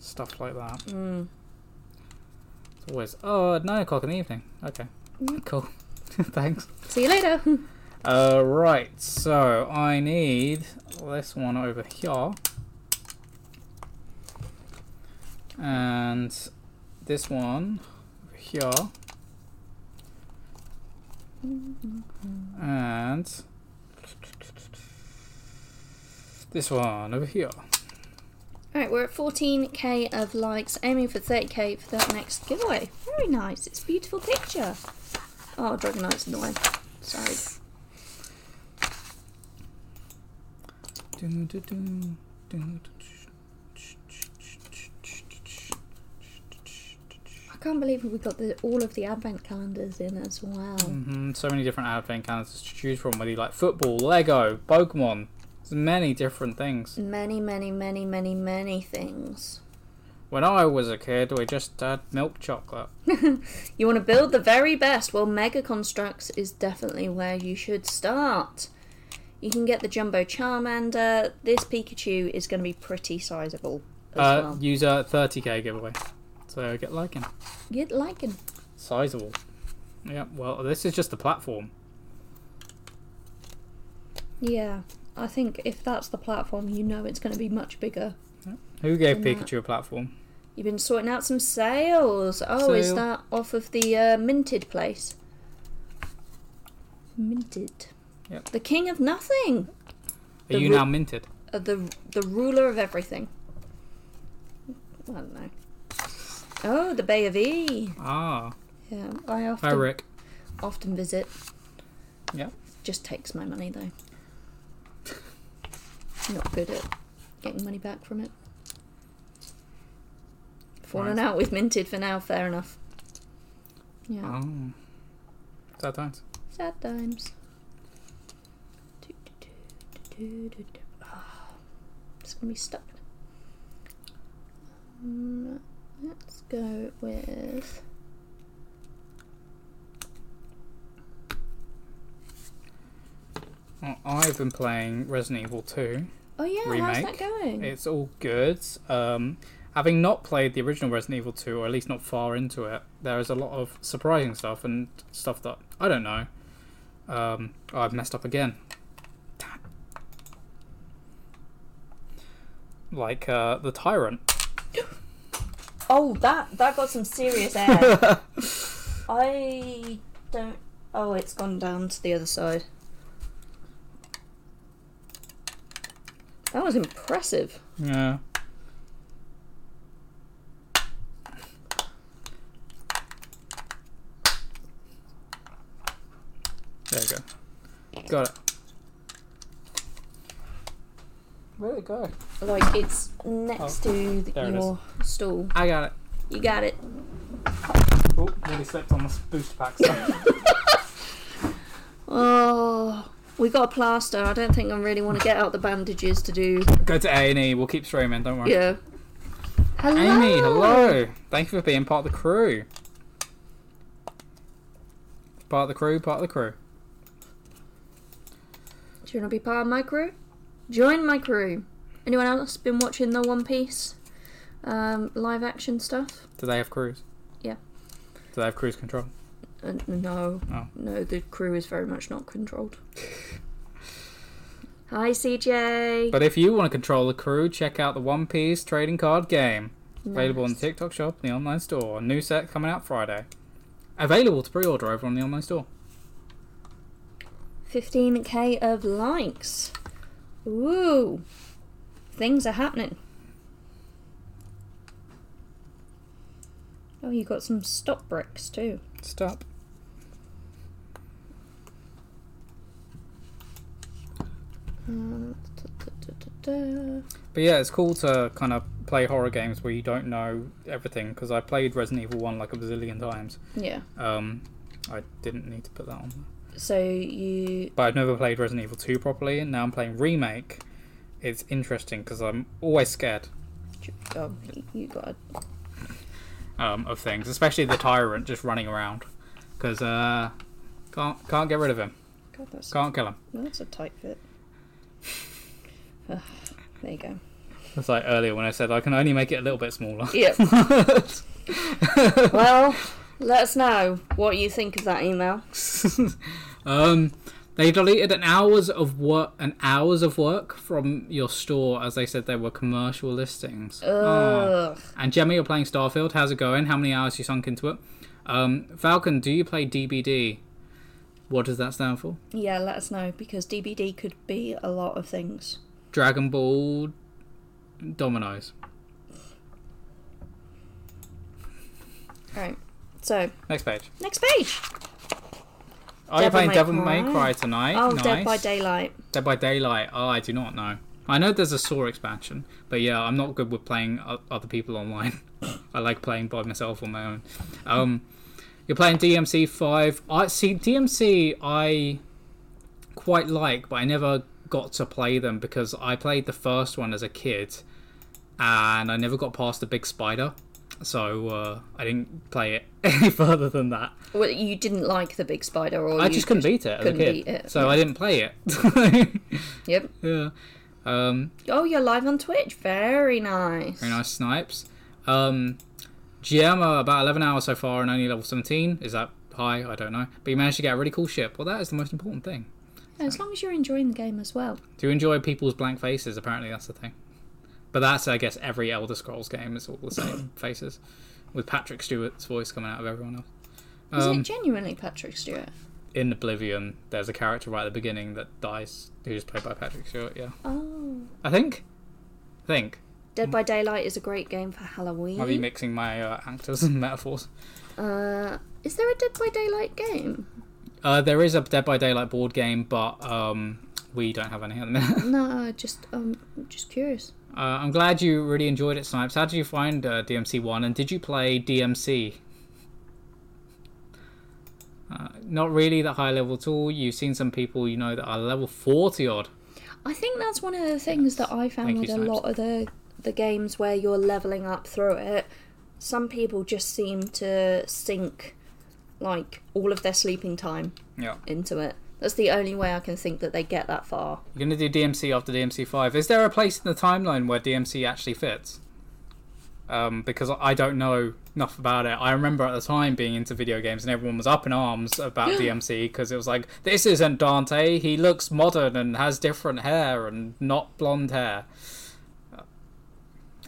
Speaker 2: stuff like that.
Speaker 1: Mm.
Speaker 2: It's always oh at nine o'clock in the evening. Okay, cool. Thanks.
Speaker 1: See you later.
Speaker 2: Uh, right. So I need this one over here, and this one over here, and this one over here.
Speaker 1: Alright, we're at 14k of likes, aiming for 30k for that next giveaway. Very nice, it's a beautiful picture. Oh, Dragonite's annoying. Sorry.
Speaker 2: Dun, dun,
Speaker 1: Mm-hmm.
Speaker 2: dun, dun, dun.
Speaker 1: I can't believe we got the, all of the advent calendars in as well.
Speaker 2: Mhm, So many different advent calendars to choose from, whether you like football, Lego, Pokemon. There's many different things.
Speaker 1: Many, many, many, many, many things.
Speaker 2: When I was a kid, we just had milk chocolate.
Speaker 1: You want to build the very best? Well, Mega Constructs is definitely where you should start. You can get the Jumbo Charmander. This Pikachu is going to be pretty sizable as
Speaker 2: Uh,
Speaker 1: well.
Speaker 2: User 30k giveaway. So get liking.
Speaker 1: You'd like him.
Speaker 2: Sizable. Yeah, well, this is just the platform.
Speaker 1: Yeah, I think if that's the platform, you know it's going to be much bigger.
Speaker 2: Who gave
Speaker 1: And that-
Speaker 2: Pikachu a platform?
Speaker 1: You've been sorting out some sales. Oh, is
Speaker 2: Sale.
Speaker 1: that off of the uh, minted place? Minted.
Speaker 2: Yep.
Speaker 1: The king of nothing.
Speaker 2: Are
Speaker 1: The
Speaker 2: you
Speaker 1: ru-
Speaker 2: now minted?
Speaker 1: Uh, the the ruler of everything. I don't know. Oh, the Bay of E.
Speaker 2: Ah,
Speaker 1: Yeah, I
Speaker 2: hi
Speaker 1: often
Speaker 2: Rick.
Speaker 1: often visit.
Speaker 2: Yep.
Speaker 1: Just takes my money though. Not good at getting money back from it. Falling
Speaker 2: Right.
Speaker 1: out with minted for now, fair enough. Yeah.
Speaker 2: Oh. Sad times.
Speaker 1: Sad times. Do, do, do, do, do, do, do. Ah, It's gonna be stuck. Mm, Let's go with.
Speaker 2: Well, I've been playing Resident Evil 2.
Speaker 1: Oh yeah, how's that
Speaker 2: Remake.
Speaker 1: going?
Speaker 2: It's all good. Um, having not played the original Resident Evil 2, or at least not far into it, there is a lot of surprising stuff and stuff that I don't know. Um, oh, I've messed up again. Damn. Like uh, the Tyrant.
Speaker 1: Oh, that that got some serious air. I don't. Oh, it's gone down to the other side. That was impressive.
Speaker 2: Yeah. There you go. Got it. Where'd it go?
Speaker 1: Like it's next to the,
Speaker 2: Oh, there it is.
Speaker 1: your stool.
Speaker 2: I got it.
Speaker 1: You got it.
Speaker 2: Oh, nearly slipped on the booster pack stuff.
Speaker 1: Oh, we got a plaster. I don't think I really want to get out the bandages to do.
Speaker 2: go to A and E. We'll keep streaming. Don't worry.
Speaker 1: Yeah. Hello.
Speaker 2: Amy, hello. Thank you for being part of the crew. Part of the crew. Part of the crew.
Speaker 1: Do you want to be part of my crew? Join my crew. Anyone else been watching the One Piece um, live action stuff?
Speaker 2: Do they have crews?
Speaker 1: Yeah.
Speaker 2: Do they have cruise control?
Speaker 1: Uh, no,
Speaker 2: Oh.
Speaker 1: no, the crew is very much not controlled. Hi, CJ.
Speaker 2: But if you want to control the crew, check out the One Piece trading card game. Available in the
Speaker 1: Nice.
Speaker 2: TikTok shop and the online store. A new set coming out Friday. Available to pre order over on the online store.
Speaker 1: 15k of likes. Ooh, things are happening. Oh, you got some stop bricks too.
Speaker 2: Stop.
Speaker 1: Um, da, da, da, da, da.
Speaker 2: But yeah, it's cool to kind of play horror games where you don't know everything because I played Resident Evil 1 like a bazillion times.
Speaker 1: Yeah.
Speaker 2: Um, I didn't need to put that on.
Speaker 1: So you.
Speaker 2: But I've never played Resident Evil 2 properly and now I'm playing Remake. It's interesting because I'm always scared
Speaker 1: Oh, you got. a-
Speaker 2: um, of things, especially the tyrant just running around because uh, can't, can't get rid of him.
Speaker 1: God, that's
Speaker 2: Can't kill him.
Speaker 1: that's a tight fit. Ugh, there you go.
Speaker 2: It's like earlier when I said I can only make it a little bit smaller.
Speaker 1: Yep. well, let us know what you think of that email.
Speaker 2: um, they deleted an hours of work, an hours of work from your store as they said they were commercial listings. Oh.
Speaker 1: Ugh.
Speaker 2: And Gemma, you're playing Starfield. How's it going? How many hours you sunk into it? Um, Falcon, do you play DBD? What does that stand for?
Speaker 1: Yeah, let us know because DBD could be a lot of things.
Speaker 2: Dragon Ball Dominoes.
Speaker 1: Right. So
Speaker 2: Next page.
Speaker 1: next page.
Speaker 2: Are you
Speaker 1: Devil
Speaker 2: playing
Speaker 1: May
Speaker 2: Devil May
Speaker 1: Cry.
Speaker 2: Cry tonight?
Speaker 1: Oh,
Speaker 2: nice.
Speaker 1: Dead by Daylight.
Speaker 2: Dead by Daylight. Oh, I do not know. I know there's a Saw expansion, but yeah, I'm not good with playing o- other people online. I like playing by myself on my own. Um, you're playing DMC five. I see DMC. I quite like, but I never got to play them because I played the first one as a kid, and I never got past the big spider, so uh, I didn't play it any further than that.
Speaker 1: Well, you didn't like the big spider, or
Speaker 2: I
Speaker 1: you
Speaker 2: just couldn't beat it as
Speaker 1: couldn't
Speaker 2: a kid,
Speaker 1: beat it,
Speaker 2: so I didn't play it.
Speaker 1: Yep.
Speaker 2: yeah. Um,
Speaker 1: Oh, you're live on Twitch. Very nice.
Speaker 2: Very nice snipes. Um, Gemma, about 11 hours so far and only level 17. Is that high? I don't know. But you managed to get a really cool ship. Well, that is the most important thing.
Speaker 1: As long as you're enjoying the game as well.
Speaker 2: Do you enjoy people's blank faces? Apparently, that's the thing. But that's, I guess, every Elder Scrolls game is all the same faces, with Patrick Stewart's voice coming out of everyone else.
Speaker 1: Is
Speaker 2: Um,
Speaker 1: it genuinely Patrick Stewart?
Speaker 2: in Oblivion, there's a character right at the beginning that dies, who's played by Patrick Stewart. Yeah,
Speaker 1: Oh.
Speaker 2: I think, I think.
Speaker 1: Dead by Daylight is a great game for
Speaker 2: Might be
Speaker 1: Halloween.
Speaker 2: mixing my uh, actors and metaphors.
Speaker 1: Uh, is there a Dead by Daylight game?
Speaker 2: Uh, there is a Dead by Daylight board game, but um, we don't have any at the minute.
Speaker 1: No, I just um, I'm just curious.
Speaker 2: Uh, I'm glad you really enjoyed it, Snipes. How did you find uh, DMC One, and did you play DMC? Uh, not really that high level at all. You've seen some people you know that are level forty odd.
Speaker 1: I think that's one of the things that I found
Speaker 2: Thank
Speaker 1: with
Speaker 2: you,
Speaker 1: a
Speaker 2: Snipes.
Speaker 1: lot of the the games where you're leveling up through it. Some people just seem to sink like all of their sleeping time
Speaker 2: Yeah.
Speaker 1: into it. That's the only way I can think that they get that far.
Speaker 2: You're gonna do DMC after DMC five. Is there a place in the timeline where DMC actually fits? Um, because I don't know enough about it. I remember at the time being into video games and everyone was up in arms about DMC because it was like, this isn't Dante. He looks modern and has different hair and not blonde hair. Uh,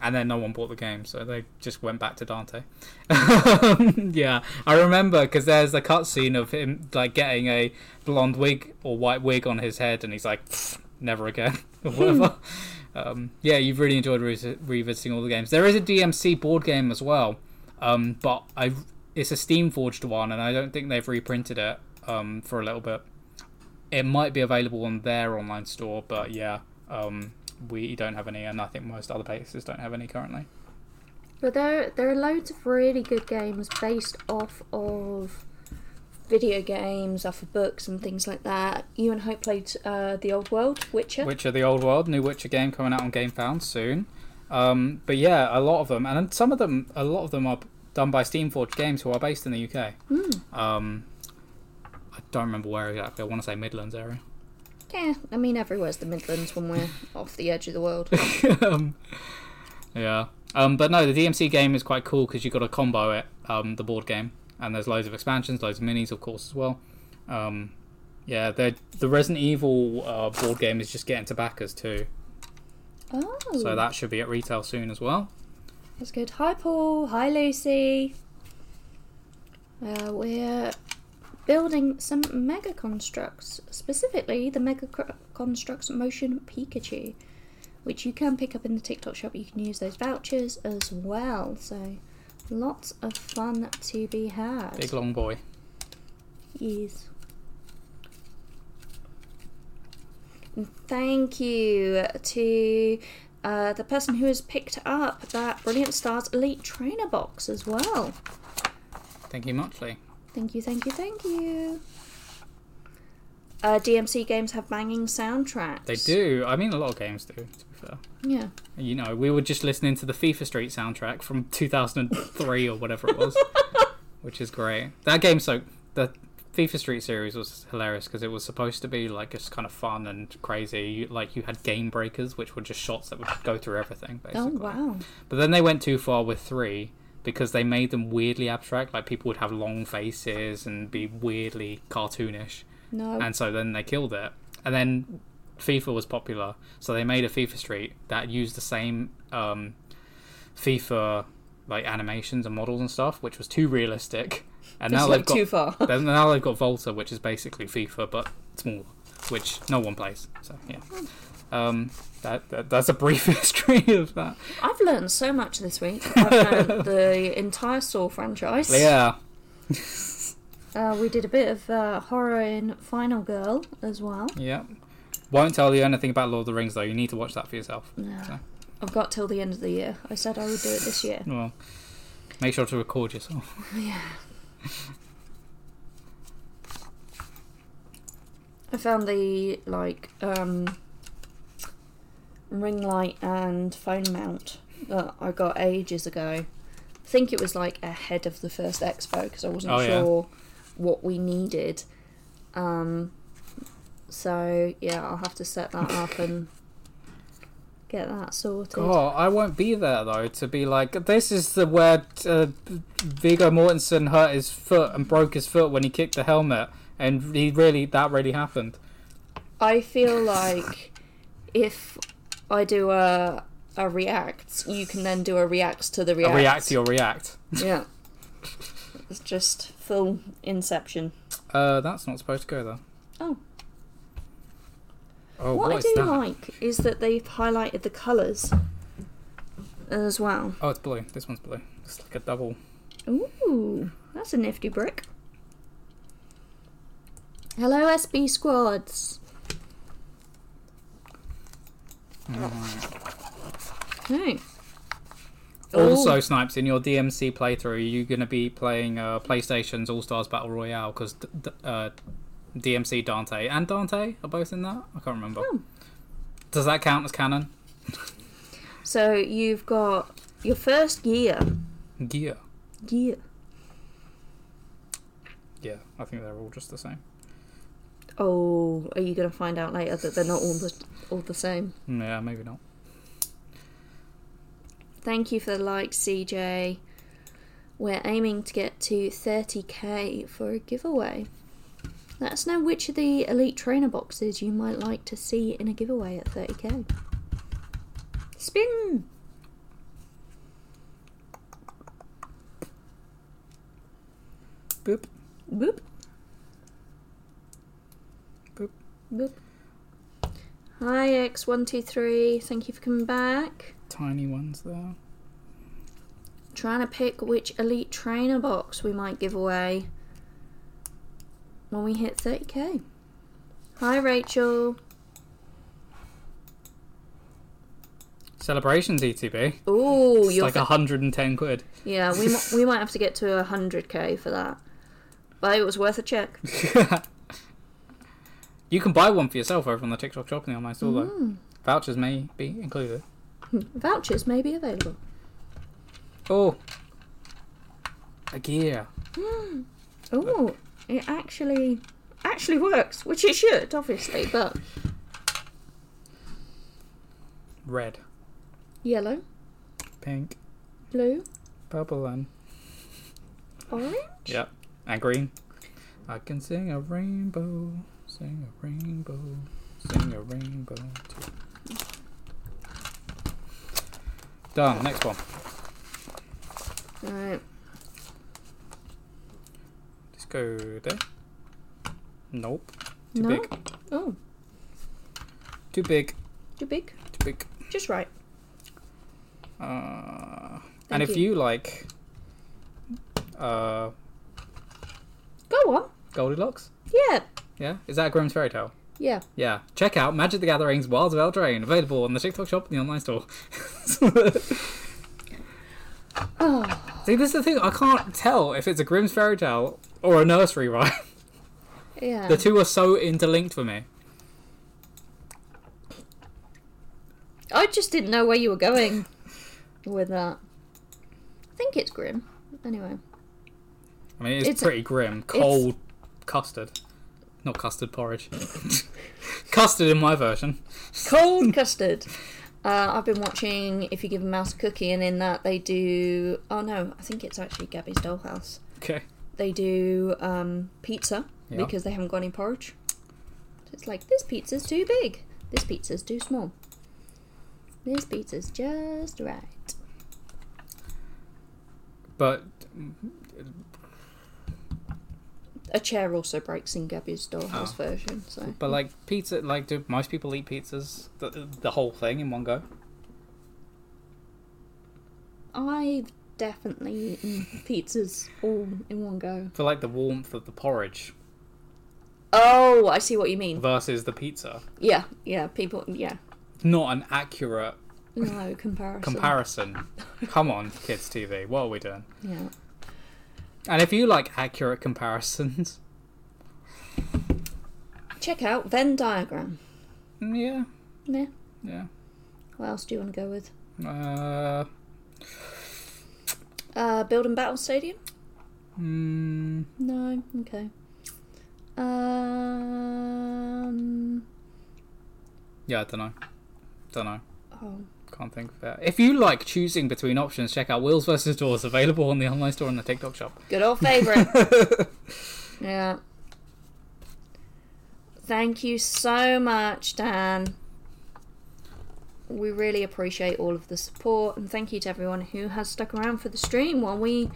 Speaker 2: And then no one bought the game, so they just went back to Dante. yeah, I remember because there's the cutscene of him like getting a blonde wig or white wig on his head, and he's like, never again or whatever. um, yeah, you've really enjoyed re- revisiting all the games. There is a DMC board game as well, um, but I it's a Steam forged one, and I don't think they've reprinted it um, for a little bit. It might be available on their online store, but yeah, um, we don't have any, and I think most other places don't have any currently.
Speaker 1: But there, there are loads of really good games based off of video games, off of books and things like that. You and Hope played uh, The Old World, Witcher.
Speaker 2: Witcher: The Old World, new Witcher game coming out on Game Found soon. Um, but yeah, a lot of them, and some of them, a lot of them are done by Steamforged Games, who are based in the UK. Um, I don't remember where exactly. I want to say Midlands area.
Speaker 1: yeah, I mean, everywhere's the Midlands when we're off the edge of the world.
Speaker 2: um, yeah. Um, but no, the DMC game is quite cool because you've got to combo it, um, the board game, and there's loads of expansions, loads of minis, of course, as well. Um, yeah, the the Resident Evil uh, board game is just getting tobaccos too,
Speaker 1: Oh,
Speaker 2: so that should be at retail soon as well.
Speaker 1: that's good. Hi, Paul. Hi, Lucy. Uh, we're building some mega constructs, specifically the mega Cr- constructs motion Pikachu, which you can pick up in the TikTok shop. You can use those vouchers as well. So, lots of fun to be had.
Speaker 2: Big long boy.
Speaker 1: Yes. And Thank you to uh, the person who has picked up that Brilliant Stars Elite Trainer box as well.
Speaker 2: Thank you muchly.
Speaker 1: Thank you, thank you, thank you. Uh, DMC games have banging soundtracks.
Speaker 2: They do. I mean, a lot of games do. To be fair,
Speaker 1: Yeah.
Speaker 2: you know, we were just listening to the FIFA Street soundtrack from 2003 or whatever it was, which is great. That game, so the FIFA Street series was hilarious because it was supposed to be like just kind of fun and crazy. You- Like you had game breakers, which were just shots that would go through everything. Basically.
Speaker 1: Oh, wow.
Speaker 2: But then they went too far with three because they made them weirdly abstract. Like people would have long faces and be weirdly cartoonish.
Speaker 1: No.
Speaker 2: and so then they killed it. And then FIFA was popular, so they made a FIFA Street that used the same um, FIFA like animations and models and stuff, which was too realistic. And
Speaker 1: it's
Speaker 2: now they've
Speaker 1: like
Speaker 2: got
Speaker 1: too far.
Speaker 2: then now they've got Volta, which is basically FIFA but smaller, which no one plays. So yeah, um, that, that that's a brief history of that.
Speaker 1: I've learned so much this week. I've learned the entire Saw franchise.
Speaker 2: yeah,
Speaker 1: Uh, we did a bit of uh, horror in Final Girl as well.
Speaker 2: yeah. Won't tell you anything about Lord of the Rings though. You need to watch that for yourself.
Speaker 1: No.
Speaker 2: So.
Speaker 1: I've got till the end of the year. I said I would do it this year.
Speaker 2: Well, make sure to record yourself.
Speaker 1: Yeah. I found the like um, ring light and phone mount that I got ages ago. I think it was like ahead of the first expo because I wasn't
Speaker 2: Oh, yeah.
Speaker 1: sure what we needed. Um, so yeah, I'll have to set that up and get that sorted.
Speaker 2: God, I won't be there though to be like, this is the where uh, Viggo Mortensen hurt his foot and broke his foot when he kicked the helmet, and he really that really happened.
Speaker 1: I feel like if I do a a reacts, you can then do a reacts to the reacts.
Speaker 2: A react your react.
Speaker 1: Yeah. It's just full inception.
Speaker 2: Uh, that's not supposed to go there.
Speaker 1: Oh.
Speaker 2: Oh,
Speaker 1: what
Speaker 2: what
Speaker 1: I
Speaker 2: is
Speaker 1: do
Speaker 2: that?
Speaker 1: like is that they've highlighted the colours as well.
Speaker 2: Oh, it's blue. This one's blue. It's like a double.
Speaker 1: Ooh, that's a nifty brick. Hello, SB squads. Okay.
Speaker 2: Also, Snipes, in your DMC playthrough, you're going to be playing uh, PlayStation's All Stars Battle Royale because d- d- uh, DMC Dante and Dante are both in that. I can't remember.
Speaker 1: Oh.
Speaker 2: Does that count as canon?
Speaker 1: Ooh. so you've got your first year.
Speaker 2: Yeah.
Speaker 1: Year.
Speaker 2: Yeah, I think they're all just the same.
Speaker 1: Oh, are you gonna find out later that they're not all the all the same?
Speaker 2: Yeah, maybe not.
Speaker 1: Thank you for the like, CJ. We're aiming to get to 30k for a giveaway. Let us know which of the elite trainer boxes you might like to see in a giveaway at 30k. Spin!
Speaker 2: Boop.
Speaker 1: Boop.
Speaker 2: Boop.
Speaker 1: Boop. Hi, X123. Thank you for coming back.
Speaker 2: Tiny ones there.
Speaker 1: Trying to pick which elite trainer box we might give away when we hit 30k. Hi, Rachel.
Speaker 2: Celebrations ETB.
Speaker 1: Ooh,
Speaker 2: It's
Speaker 1: you're
Speaker 2: like 110 quid.
Speaker 1: yeah. We mi- we might have to get to 100k for that, but it was worth a check.
Speaker 2: you can buy one for yourself over on the TikTok shop in the online store,
Speaker 1: Mm-hmm.
Speaker 2: though. Vouchers may be included.
Speaker 1: Hmm. Vouchers may be available.
Speaker 2: Oh. A gear.
Speaker 1: Oh, it actually actually works, which it should obviously, but
Speaker 2: Red.
Speaker 1: yellow,
Speaker 2: Pink.
Speaker 1: blue,
Speaker 2: Purple and
Speaker 1: orange.
Speaker 2: Yep. And green. I can sing a rainbow, sing a rainbow, sing a rainbow. Too. Done. Next one.
Speaker 1: Right.
Speaker 2: Just go there. Nope. Too
Speaker 1: No.
Speaker 2: big.
Speaker 1: Oh,
Speaker 2: Too big.
Speaker 1: too big.
Speaker 2: Too big.
Speaker 1: Just right.
Speaker 2: Uh, and if
Speaker 1: you.
Speaker 2: you like uh,
Speaker 1: Go on.
Speaker 2: Goldilocks,
Speaker 1: Yeah.
Speaker 2: yeah, is that a Grimm's fairy tale?
Speaker 1: Yeah.
Speaker 2: Yeah. Check out Magic the Gathering's Wilds of Eldraine, available on the TikTok shop and the online store.
Speaker 1: Oh,
Speaker 2: See, this is the thing. I can't tell if it's a Grimm's fairy tale or a nursery rhyme.
Speaker 1: yeah.
Speaker 2: The two are so interlinked for me.
Speaker 1: I just didn't know where you were going with that. I think it's grim. Anyway.
Speaker 2: I mean, it's,
Speaker 1: It's-
Speaker 2: pretty grim. Cold custard, not custard porridge. custard in my version.
Speaker 1: Cold custard. Uh, I've been watching If You Give a Mouse a Cookie, and in that they do. Oh no, I think it's actually Gabby's Dollhouse.
Speaker 2: Okay.
Speaker 1: They do um, pizza
Speaker 2: Yeah.
Speaker 1: because they haven't got any porridge. So it's like, this pizza's too big. This pizza's too small. This pizza's just right.
Speaker 2: But
Speaker 1: A chair also breaks in Gabby's Dollhouse
Speaker 2: Oh.
Speaker 1: version, so.
Speaker 2: but like pizza, like do most people eat pizzas the, the whole thing in one go?
Speaker 1: I've definitely eaten pizzas all in one go.
Speaker 2: For like the warmth of the porridge
Speaker 1: Oh, I see what you mean.
Speaker 2: versus the pizza,
Speaker 1: Yeah, yeah, people, yeah.
Speaker 2: not an accurate
Speaker 1: No comparison.
Speaker 2: comparison. Come on, kids TV, what are we doing?
Speaker 1: Yeah.
Speaker 2: And if you like accurate comparisons,
Speaker 1: Check out Venn diagram.
Speaker 2: yeah,
Speaker 1: Yeah.
Speaker 2: yeah.
Speaker 1: What else do you want to go with?
Speaker 2: Uh,
Speaker 1: Uh, Build and Battle Stadium?
Speaker 2: mm,
Speaker 1: No. Okay. Um.
Speaker 2: yeah, I don't know. Don't know.
Speaker 1: Oh.
Speaker 2: Can't think of that. If you like choosing between options, check out Wheels versus Doors, available on the online store and the TikTok shop.
Speaker 1: Good old favourite. yeah. Thank you so much, Dan. We really appreciate all of the support, and thank you to everyone who has stuck around for the stream while we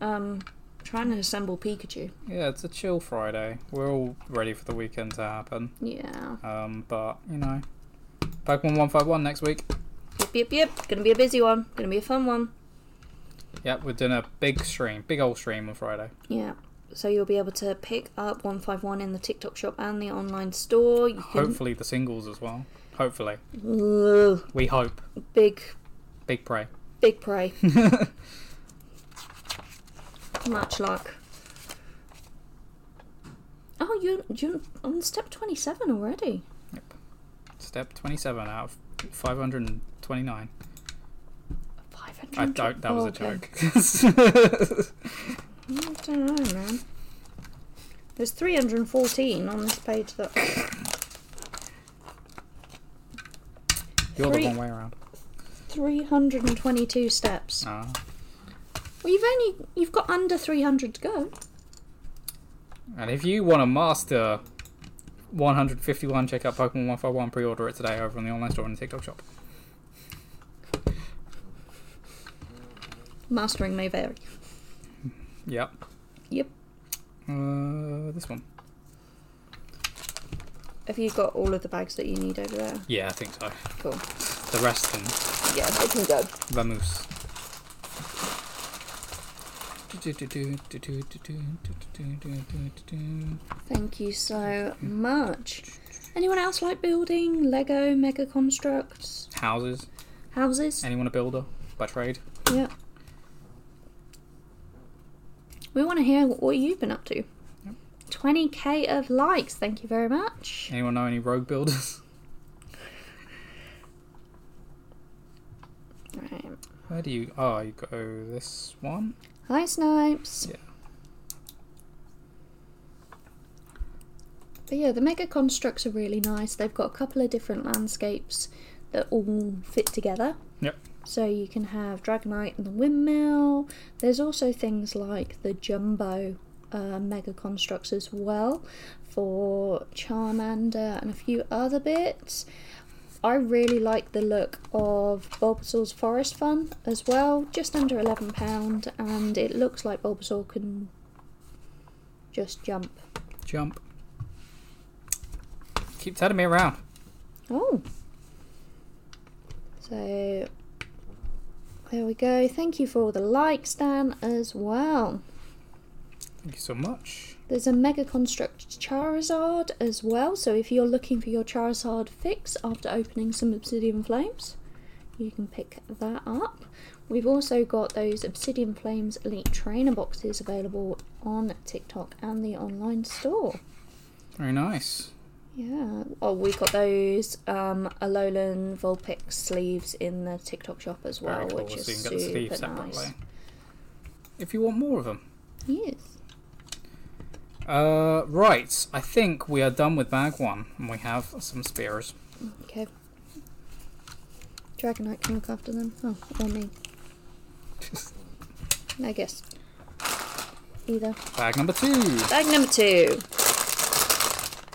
Speaker 1: um trying to assemble Pikachu.
Speaker 2: yeah, it's a chill Friday. We're all ready for the weekend to happen.
Speaker 1: Yeah.
Speaker 2: Um, but you know, Pokemon One Five One next week.
Speaker 1: Yep, yep, yep. Gonna be a busy one. Gonna be a fun one.
Speaker 2: Yep, we're doing a big stream, big old stream on Friday.
Speaker 1: Yeah. So you'll be able to pick up 151 in the TikTok shop and the online store. You can
Speaker 2: Hopefully the singles as well. Hopefully,
Speaker 1: Ugh,
Speaker 2: we hope.
Speaker 1: big,
Speaker 2: Big prey.
Speaker 1: big prey. Much luck. Oh, you you on step twenty seven already.
Speaker 2: Step twenty-seven out of five hundred and twenty-nine.
Speaker 1: Five
Speaker 2: I
Speaker 1: hundred.
Speaker 2: don't. That was a joke.
Speaker 1: Mm, I don't know, man. There's three hundred and fourteen on this page. That
Speaker 2: You're
Speaker 1: Three.
Speaker 2: the wrong way around.
Speaker 1: three hundred and twenty two steps.
Speaker 2: Ah.
Speaker 1: Well, you've only you've got under three hundred to go.
Speaker 2: And if you want to master 151, check out Pokemon 151, pre order it today over on the online store and the TikTok shop.
Speaker 1: Mastering may vary.
Speaker 2: Yep.
Speaker 1: Yep.
Speaker 2: Uh, this one.
Speaker 1: Have you got all of the bags that you need over there?
Speaker 2: Yeah, I think so.
Speaker 1: Cool.
Speaker 2: The rest can
Speaker 1: Yeah, they can go.
Speaker 2: vamoose.
Speaker 1: Thank you so much. Anyone else like building Lego mega constructs,
Speaker 2: Houses.
Speaker 1: houses?
Speaker 2: Anyone a builder by trade?
Speaker 1: Yeah. We want to hear what you've been up to. 20k of likes. Thank you very much.
Speaker 2: Anyone know any rogue builders?
Speaker 1: Right.
Speaker 2: Where do you. Oh, you go this one?
Speaker 1: Hi, Snipes.
Speaker 2: Yeah.
Speaker 1: But yeah, the mega constructs are really nice. They've got a couple of different landscapes that all fit together.
Speaker 2: Yep.
Speaker 1: So you can have Dragonite and the windmill. There's also things like the jumbo uh, mega constructs as well for Charmander and a few other bits. I really like the look of Bulbasaur's Forest Fun as well, just under £11, and it looks like Bulbasaur can just jump.
Speaker 2: Jump. Keep turning me around.
Speaker 1: Oh. So there we go. Thank you for all the likes, Dan, as well.
Speaker 2: Thank you so much.
Speaker 1: There's a Mega Construct Charizard as well. So if you're looking for your Charizard fix after opening some Obsidian Flames, you can pick that up. We've also got those Obsidian Flames Elite Trainer boxes available on TikTok and the online store.
Speaker 2: Very nice.
Speaker 1: Yeah. Oh, we got those um, Alolan Vulpix sleeves in the TikTok shop as well,
Speaker 2: Very cool.
Speaker 1: which is
Speaker 2: so you can get
Speaker 1: super
Speaker 2: the sleeve separately.
Speaker 1: nice.
Speaker 2: If you want more of them.
Speaker 1: Yes.
Speaker 2: Uh, right. I think we are done with bag one, and we have some spears.
Speaker 1: Okay. Dragonite can look after them. Oh, or me. I guess. Either.
Speaker 2: Bag number two.
Speaker 1: Bag number two.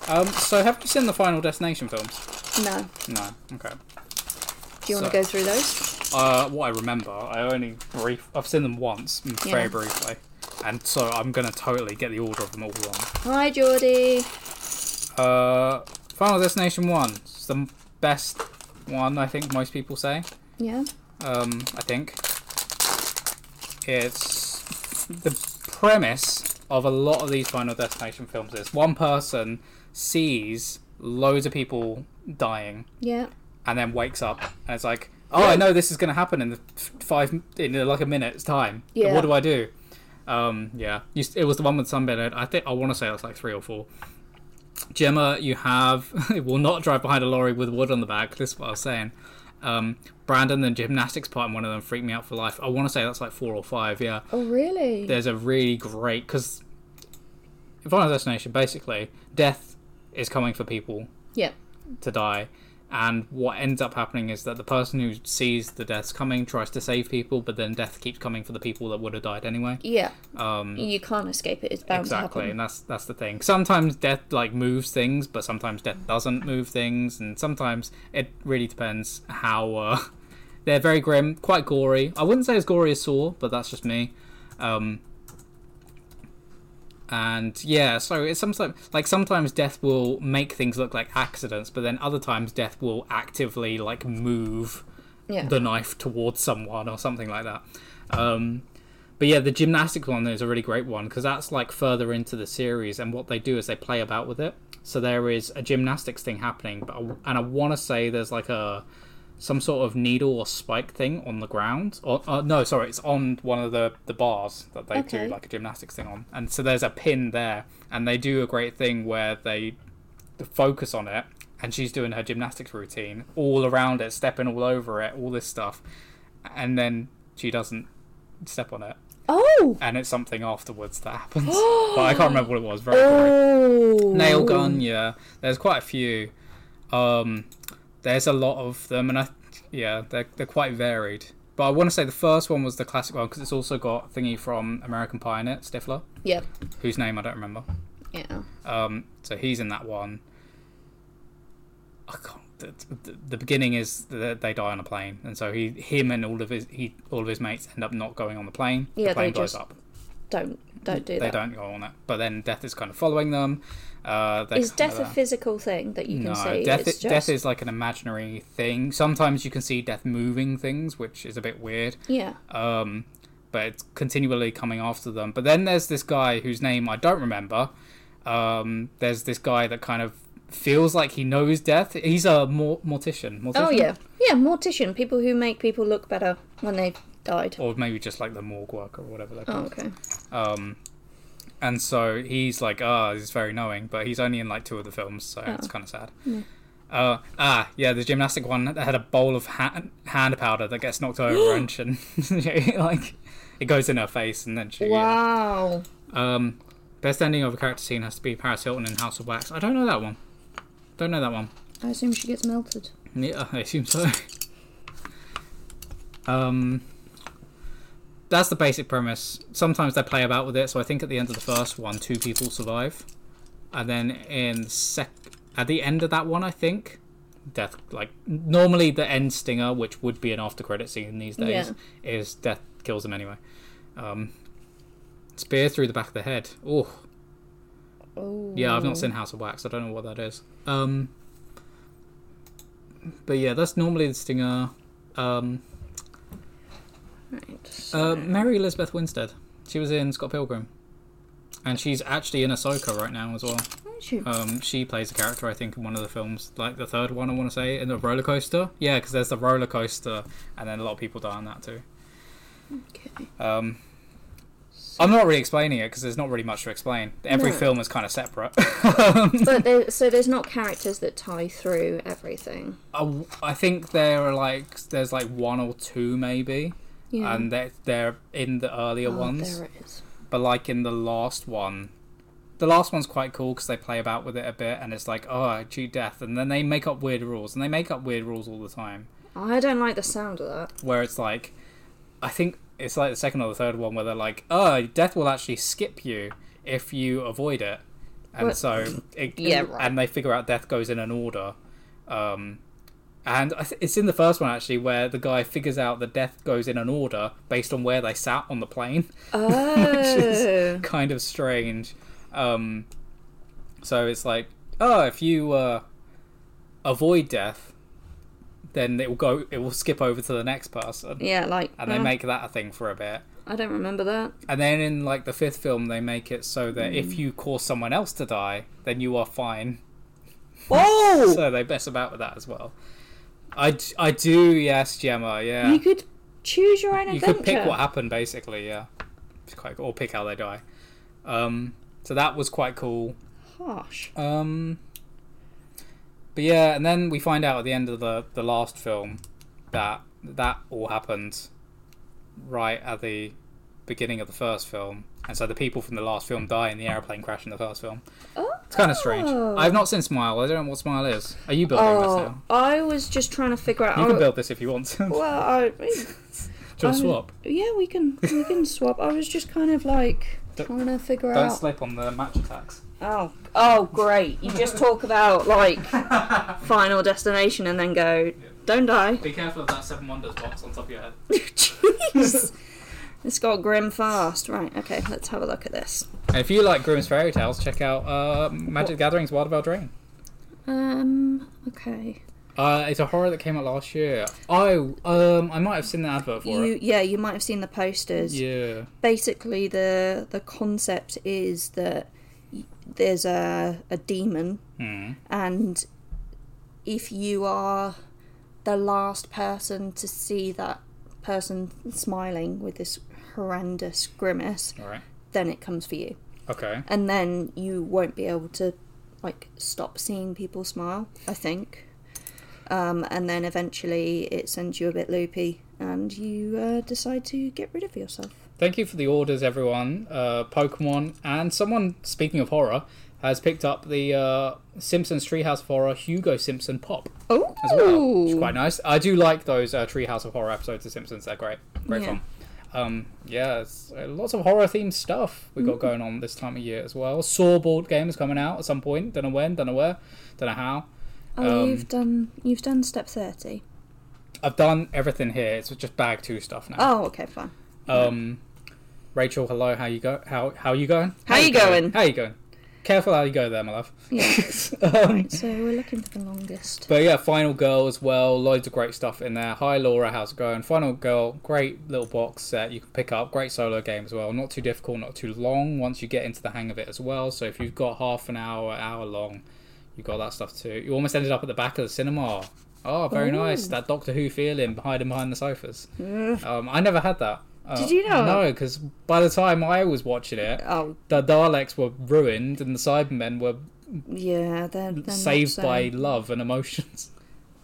Speaker 2: Um, so have you seen the Final Destination films?
Speaker 1: No.
Speaker 2: No. Okay.
Speaker 1: Do you want to
Speaker 2: So-
Speaker 1: go through those?
Speaker 2: Uh, what I remember, I only brief. I've seen them once, m- very
Speaker 1: Yeah.
Speaker 2: briefly, and so I'm gonna totally get the order of them all wrong.
Speaker 1: Hi, Geordie.
Speaker 2: Uh, Final Destination one. It's the m- best one I think most people say.
Speaker 1: Yeah.
Speaker 2: um, I think. It's the premise of a lot of these Final Destination films is one person sees loads of people dying
Speaker 1: Yeah.
Speaker 2: and then wakes up and it's like, oh, I know this is going to happen in the f- five in like a minute's time.
Speaker 1: Yeah.
Speaker 2: What do I do? Um, yeah, you, s- it was the one with Sunbed. in it. I think I want to say it was like three or four. Gemma, you have will not drive behind a lorry with wood on the back. This is what I was saying. Um, Brandon, the gymnastics part in one of them freaked me out for life. I want to say that's like four or five. Yeah,
Speaker 1: Oh, really?
Speaker 2: there's a really great because Final Destination basically death is coming for people
Speaker 1: yeah.
Speaker 2: to die. And what ends up happening is that the person who sees the deaths coming tries to save people, but then death keeps coming for the people that would have died anyway.
Speaker 1: Yeah.
Speaker 2: Um,
Speaker 1: You can't escape it. It's bound to
Speaker 2: exactly,
Speaker 1: happen.
Speaker 2: and that's that's the thing. Sometimes death like moves things, but sometimes death doesn't move things, and sometimes it really depends how. Uh, they're very grim, quite gory. I wouldn't say as gory as Saw, but that's just me. Um, and yeah, so it's sometimes like sometimes death will make things look like accidents, but then other times death will actively like move
Speaker 1: Yeah.
Speaker 2: the knife towards someone or something like that. Um, But yeah, the gymnastics one is a really great one because that's like further into the series, and what they do is they play about with it. So there is a gymnastics thing happening, but I, and I want to say there's like a some sort of needle or spike thing on the ground, or uh, no, sorry, it's on one of the the bars that they
Speaker 1: Okay.
Speaker 2: do like a gymnastics thing on, and so there's a pin there, and they do a great thing where they focus on it, and she's doing her gymnastics routine all around it, stepping all over it, all this stuff, and then she doesn't step on it
Speaker 1: Oh.
Speaker 2: and it's something afterwards that happens. but I can't remember what it was. Very blurry.
Speaker 1: Oh.
Speaker 2: Nail gun, yeah. There's quite a few. Um, there's a lot of them, and I, yeah, they're, they're quite varied. But I want to say the first one was the classic one because it's also got thingy from American Pie in it, Stifler,
Speaker 1: Yep.
Speaker 2: whose name I don't remember.
Speaker 1: Yeah.
Speaker 2: Um, so he's in that one. I can't. The, the, the beginning is that they die on a plane, and so he, him, and all of his he, all of his mates end up not going on the plane.
Speaker 1: Yeah,
Speaker 2: the
Speaker 1: they
Speaker 2: plane blows
Speaker 1: just-
Speaker 2: up
Speaker 1: Don't don't do
Speaker 2: they
Speaker 1: that.
Speaker 2: don't go on it. But then death is kind of following them. Uh, they
Speaker 1: Is
Speaker 2: kind
Speaker 1: death
Speaker 2: of-
Speaker 1: a physical thing that you can
Speaker 2: no,
Speaker 1: see?
Speaker 2: death,
Speaker 1: it's just,
Speaker 2: death is like an imaginary thing. Sometimes you can see death moving things, which is a bit weird.
Speaker 1: Yeah.
Speaker 2: Um, but it's continually coming after them. But then there's this guy whose name I don't remember. Um, there's this guy that kind of feels like he knows death. He's a mor- mortician. mortician.
Speaker 1: Oh yeah. Yeah. Mortician. People who make people look better when they've died.
Speaker 2: Or maybe just like the morgue worker or whatever they're
Speaker 1: Oh,
Speaker 2: called.
Speaker 1: okay.
Speaker 2: Um, and so he's like, ah, he's very knowing, but he's only in like two of the films, so it's kind of sad. Uh, ah, yeah, the gymnastic one that had a bowl of hand, hand powder that gets knocked over and she, like it goes in her face, and then she. yeah.
Speaker 1: Wow.
Speaker 2: Um, best ending of a character scene has to be Paris Hilton in House of Wax. I don't know that one. Don't know that one.
Speaker 1: I assume she gets melted.
Speaker 2: Yeah, I assume so. um, that's the basic premise. Sometimes they play about with it, so I think at the end of the first one, two people survive, and then in the sec, at the end of that one, I think death like normally the end stinger, which would be an after credit scene these days, is death kills them anyway. Um, spear through the back of the head. Oh,
Speaker 1: Oh.
Speaker 2: yeah, I've not seen House of Wax. I don't know what that is. Um, but yeah, that's normally the stinger. Um,
Speaker 1: Right. so-
Speaker 2: uh, Mary Elizabeth Winstead. She was in Scott Pilgrim, and she's actually in Ahsoka right now as well.
Speaker 1: Why don't you-
Speaker 2: Um, she plays a character I think in one of the films, like the third one. I want to say in the roller coaster. Yeah, because there's the roller coaster, and then a lot of people die on that too.
Speaker 1: okay.
Speaker 2: Um, I'm not really explaining it because there's not really much to explain. Every
Speaker 1: No.
Speaker 2: film is kind of separate.
Speaker 1: But there, so there's not characters that tie through everything.
Speaker 2: I, I think there are like there's like one or two maybe,
Speaker 1: Yeah.
Speaker 2: and they're, they're in the earlier
Speaker 1: oh,
Speaker 2: ones.
Speaker 1: There it is.
Speaker 2: But like in the last one, the last one's quite cool because they play about with it a bit, and it's like oh I cheat death, and then they make up weird rules, and they make up weird rules all the time.
Speaker 1: Oh, I don't like the sound of that.
Speaker 2: Where it's like, I think it's like the second or the third one where they're like oh death will actually skip you if you avoid it, and
Speaker 1: What?
Speaker 2: so it,
Speaker 1: Yeah, right.
Speaker 2: and they figure out death goes in an order. Um, and I th- it's in the first one actually where the guy figures out that death goes in an order based on where they sat on the plane.
Speaker 1: Oh.
Speaker 2: Kind of strange. Um, so it's like, oh, if you uh, avoid death, then it will go. It will skip over to the next person,
Speaker 1: yeah, like.
Speaker 2: and they
Speaker 1: uh,
Speaker 2: make that a thing for a bit.
Speaker 1: I don't remember that.
Speaker 2: And then in like the fifth film, they make it so that
Speaker 1: Mm.
Speaker 2: if you cause someone else to die, then you are fine.
Speaker 1: Oh!
Speaker 2: So they mess about with that as well. I, d- I do yes, Gemma. Yeah,
Speaker 1: You could choose your own
Speaker 2: you
Speaker 1: adventure.
Speaker 2: could pick what happened basically. Yeah, it's quite cool. or pick how they die. Um, so that was quite cool.
Speaker 1: Harsh.
Speaker 2: Um, but yeah, and then we find out at the end of the the last film that that all happened right at the beginning of the first film, and so the people from the last film die in the airplane crash in the first film.
Speaker 1: Oh.
Speaker 2: It's kind of strange. I've not seen Smile. I don't know what Smile is. Are you building this
Speaker 1: Oh,
Speaker 2: now?
Speaker 1: I was just trying to figure out.
Speaker 2: You
Speaker 1: I-
Speaker 2: can build this if you want. Do
Speaker 1: Well, I,
Speaker 2: you
Speaker 1: I-
Speaker 2: swap?
Speaker 1: yeah, we can we can swap. I was just kind of like
Speaker 2: Don't-
Speaker 1: trying to figure
Speaker 2: Don't
Speaker 1: out.
Speaker 2: slip on the match attacks.
Speaker 1: Oh, oh, great! You just talk about like Final Destination and then go, don't die.
Speaker 2: Be careful of that Seven Wonders box on top of your head.
Speaker 1: Jeez, it's got grim fast. Right, okay, let's have a look at this.
Speaker 2: And if you like Grimm's fairy tales, check out uh, Magic the Gathering's Wild Bell Drain.
Speaker 1: Um, okay.
Speaker 2: Uh, it's a horror that came out last year. Oh, um, I might have seen the advert for
Speaker 1: You
Speaker 2: it.
Speaker 1: yeah, you might have seen the posters.
Speaker 2: Yeah.
Speaker 1: Basically, the the concept is that y- there's a a demon,
Speaker 2: Hmm.
Speaker 1: and if you are the last person to see that person smiling with this horrendous grimace,
Speaker 2: All right.
Speaker 1: then it comes for you.
Speaker 2: Okay.
Speaker 1: and then you won't be able to like stop seeing people smile i think um, and then eventually it sends you a bit loopy and you uh, decide to get rid of yourself
Speaker 2: Thank you for the orders, everyone. Uh, Pokemon and someone speaking of horror has picked up the uh, Simpsons Treehouse of Horror Hugo Simpson pop
Speaker 1: oh
Speaker 2: as well, which is quite nice. I do like those uh, Treehouse of Horror episodes of Simpsons. They're great, great
Speaker 1: Yeah.
Speaker 2: fun. Um, yeah, it's, uh, lots of horror themed stuff we got
Speaker 1: Mm.
Speaker 2: going on this time of year as well. Saw board game is coming out at some point. Don't know when, don't know where, don't know how.
Speaker 1: oh
Speaker 2: Um,
Speaker 1: you've done you've done step 30
Speaker 2: I've done everything here. It's just bag two stuff now.
Speaker 1: oh okay fine
Speaker 2: Um, Rachel, hello. How you go? How how you going?
Speaker 1: How you going?
Speaker 2: How you going? Careful how you go there, my love.
Speaker 1: yeah
Speaker 2: um,
Speaker 1: right so we're looking for the longest
Speaker 2: but yeah, Final Girl as well. Loads of great stuff in there. Hi Laura, how's it going? Final Girl, great little box set you can pick up. Great solo game as well. Not too difficult, not too long. Once you get into the hang of it as well. So if you've got half an hour, hour long, you got that stuff too. You almost ended up at the back of the cinema. Oh, very
Speaker 1: Ooh.
Speaker 2: nice. That Doctor Who feeling, hiding behind the sofas.
Speaker 1: Ugh.
Speaker 2: Um, I never had that. Uh,
Speaker 1: Did you not?
Speaker 2: No, because by the time I was watching it,
Speaker 1: oh
Speaker 2: the Daleks were ruined and the Cybermen were
Speaker 1: yeah they're, they're not
Speaker 2: saved
Speaker 1: so-
Speaker 2: by love and emotions.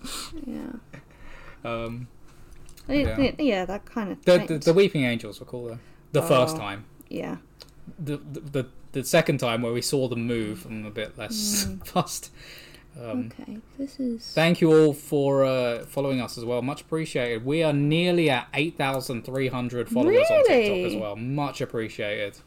Speaker 1: yeah
Speaker 2: Um,
Speaker 1: It-
Speaker 2: Yeah.
Speaker 1: it- yeah that kind of
Speaker 2: the,
Speaker 1: thing
Speaker 2: the, the Weeping Angels were cool though. The first
Speaker 1: Oh.
Speaker 2: time.
Speaker 1: yeah
Speaker 2: The, the, the, the second time where we saw them move, I'm a bit less
Speaker 1: Hmm.
Speaker 2: fussed. Um,
Speaker 1: okay this is
Speaker 2: Thank you all for uh, following us as well. Much appreciated. We are nearly at 8,300 followers on TikTok as
Speaker 1: Really?
Speaker 2: well. Much appreciated.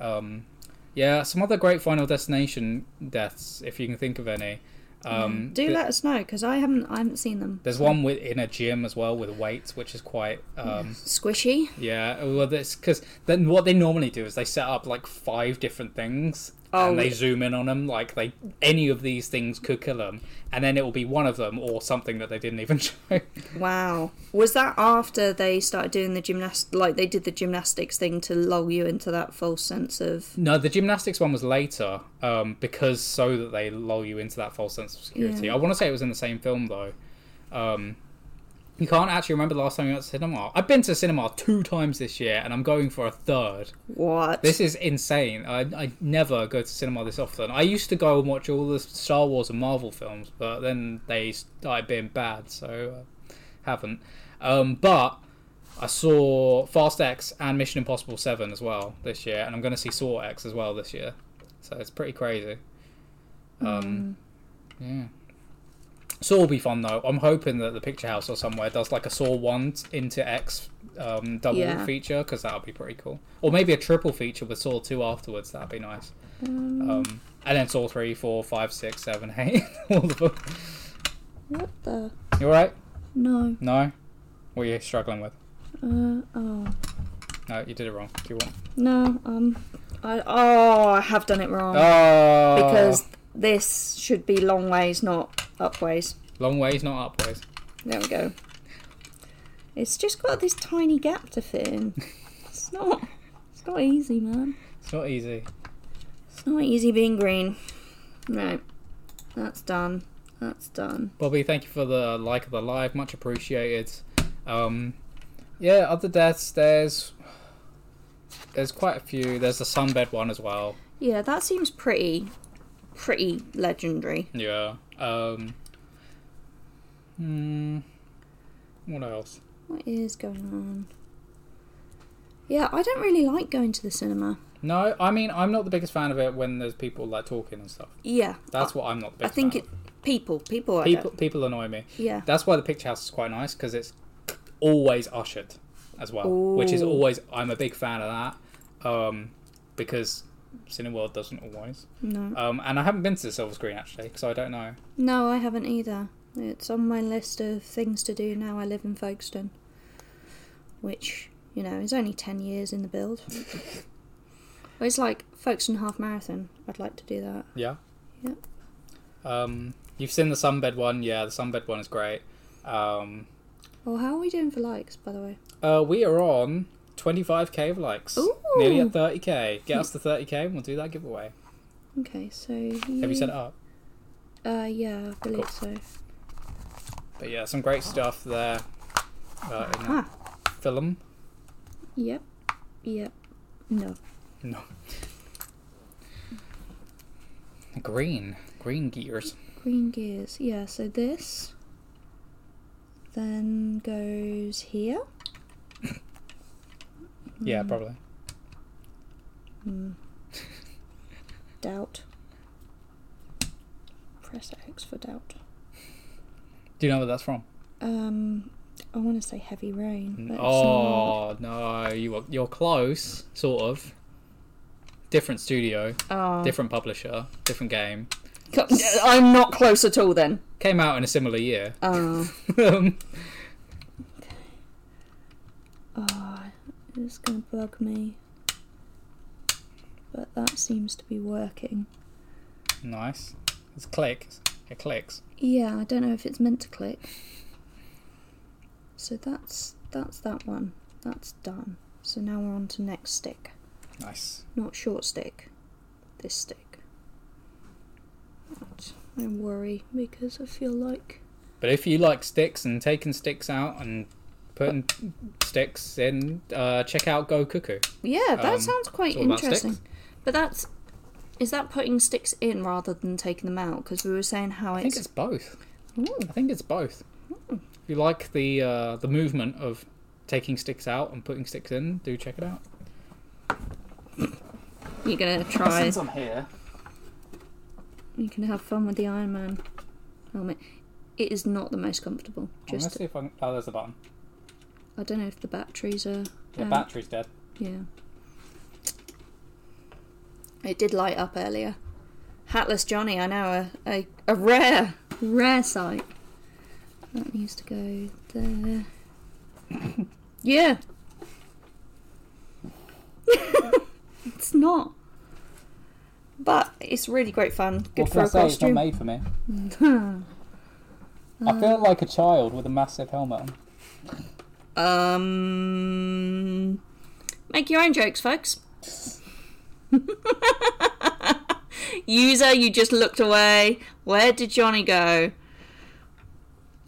Speaker 2: Um, yeah, some other great Final Destination deaths, if you can think of any. Um,
Speaker 1: Mm-hmm. do
Speaker 2: th-
Speaker 1: let us know because i haven't i haven't seen them
Speaker 2: There's one with, in a gym as well with weights, which is quite. Um,
Speaker 1: squishy
Speaker 2: yeah, well, that's because then what they normally do is they set up like five different things
Speaker 1: Oh,
Speaker 2: and they
Speaker 1: yeah.
Speaker 2: zoom in on them. Like they, any of these things could kill them, and then it will be one of them or something that they didn't even show.
Speaker 1: Wow. Was that after they started doing the gymnast like they did the gymnastics thing to lull you into that false sense of
Speaker 2: No, the gymnastics one was later, um, because so that they lull you into that false sense of security.
Speaker 1: Yeah.
Speaker 2: I want to say it was in the same film though. Um, you can't actually remember the last time you went to cinema. I've been to cinema two times this year, and I'm going for a third.
Speaker 1: what?
Speaker 2: This is insane. I, I never go to cinema this often. I used to go and watch all the Star Wars and Marvel films, but then they started being bad, so uh, haven't. Um, but I saw Fast X and Mission Impossible 7 as well this year, and I'm going to see Saw X as well this year. So it's pretty crazy. Um,
Speaker 1: Mm.
Speaker 2: Yeah. Saw will be fun though. I'm hoping that the Picture House or somewhere does like a Saw 1 into X um, double
Speaker 1: Yeah.
Speaker 2: feature because that would be pretty cool. Or maybe a triple feature with Saw 2 afterwards. That'd be nice.
Speaker 1: Mm.
Speaker 2: Um, and then Saw 3, 4, 5, 6, 7, 8. all of them.
Speaker 1: what the
Speaker 2: You alright?
Speaker 1: No.
Speaker 2: No? What are you struggling with?
Speaker 1: Uh oh.
Speaker 2: No, you did it wrong. Do you want?
Speaker 1: No, um I oh I have done it wrong.
Speaker 2: Oh!
Speaker 1: Because this should be long ways, not up ways.
Speaker 2: Long ways, not up ways.
Speaker 1: There we go. It's just got this tiny gap to fit in. It's not it's not easy, man.
Speaker 2: It's not easy.
Speaker 1: It's not easy being green. Right. That's done. That's done.
Speaker 2: Bobby, thank you for the like of the live, much appreciated. Um, yeah, other deaths. There's there's quite a few. There's the sunbed one as well.
Speaker 1: Yeah, that seems pretty, pretty legendary.
Speaker 2: Yeah. Um, hmm, what else?
Speaker 1: What is going on? Yeah, I don't really like going to the cinema.
Speaker 2: No, I mean I'm not the biggest fan of it when there's people like talking and stuff.
Speaker 1: Yeah,
Speaker 2: That's what I'm not the
Speaker 1: I
Speaker 2: biggest.
Speaker 1: think
Speaker 2: fan
Speaker 1: it. People, people, I
Speaker 2: of.
Speaker 1: don't-
Speaker 2: people people annoy me.
Speaker 1: Yeah,
Speaker 2: That's why the picture house is quite nice because it's always ushered as well, which is
Speaker 1: Ooh.
Speaker 2: always I'm a big fan of that um, because Cineworld doesn't always.
Speaker 1: no,
Speaker 2: Um, and I haven't been to the silver screen actually, so I don't know.
Speaker 1: no, I haven't either. It's on my list of things to do now. I live in Folkestone, which you know is only ten years in the build. it's like Folkestone half marathon. I'd like to do that.
Speaker 2: Yeah.
Speaker 1: Yeah.
Speaker 2: Um, you've seen the sunbed one, yeah. The sunbed one is great. Um,
Speaker 1: Well, Oh, how are we doing for likes, by the way?
Speaker 2: uh, we are on 25k of likes, nearly
Speaker 1: Ooh.
Speaker 2: at 30k. Get us to 30k, and we'll do that giveaway.
Speaker 1: Okay, so
Speaker 2: Have you set it up?
Speaker 1: Uh, yeah, I believe so.
Speaker 2: But yeah, some great stuff there uh, in that film.
Speaker 1: Ah, Yep. Yep. No.
Speaker 2: No. Green, green gears.
Speaker 1: Green gears. Yeah, so this then goes here.
Speaker 2: Yeah,
Speaker 1: Mm.
Speaker 2: probably.
Speaker 1: Hmm. doubt. Press X for doubt.
Speaker 2: Do you know where that's from?
Speaker 1: Um, I want to say heavy rain, but it's
Speaker 2: oh no, you were, you're close, sort of. Different studio,
Speaker 1: not. Oh.
Speaker 2: different publisher, different game.
Speaker 1: Co- I'm not close at all then.
Speaker 2: Came out in a similar year.
Speaker 1: Oh.
Speaker 2: Um,
Speaker 1: Oh, it's going to bug me. But that seems to be working.
Speaker 2: nice. It's clicks. It clicks.
Speaker 1: Yeah, I don't know if it's meant to click. So that's that's that one. That's done. So now we're on to next stick.
Speaker 2: Nice.
Speaker 1: Not short stick. This stick. Right. I worry because I feel like
Speaker 2: But if you like sticks and taking sticks out and putting sticks in, uh, check out Go Cuckoo.
Speaker 1: Yeah, that
Speaker 2: Um,
Speaker 1: sounds quite
Speaker 2: it's all about
Speaker 1: interesting.
Speaker 2: sticks.
Speaker 1: But that's is that putting sticks in rather than taking them out? Because we were saying how
Speaker 2: I think
Speaker 1: it's,
Speaker 2: it's both.
Speaker 1: Ooh,
Speaker 2: I think it's both.
Speaker 1: Hmm.
Speaker 2: If you like the uh, the movement of taking sticks out and putting sticks in, do check it out.
Speaker 1: you're gonna try.
Speaker 2: Since I'm here,
Speaker 1: You can have fun with the Iron Man helmet. It is not the most comfortable.
Speaker 2: I'm gonna
Speaker 1: Just
Speaker 2: see if I can. Oh, there's the button.
Speaker 1: I don't know if the batteries are. um,
Speaker 2: The
Speaker 1: out.
Speaker 2: battery's dead.
Speaker 1: Yeah. It did light up earlier. Hatless Johnny, I know, a, a, a rare, rare sight. That needs to go there. yeah. it's not. But it's really great fun. Good
Speaker 2: what
Speaker 1: for
Speaker 2: can I
Speaker 1: a
Speaker 2: say? It's not
Speaker 1: costume. Uh.
Speaker 2: made for me. I feel like a child with a massive helmet on.
Speaker 1: Um, make your own jokes, folks. User, you just looked away. Where did Johnny go?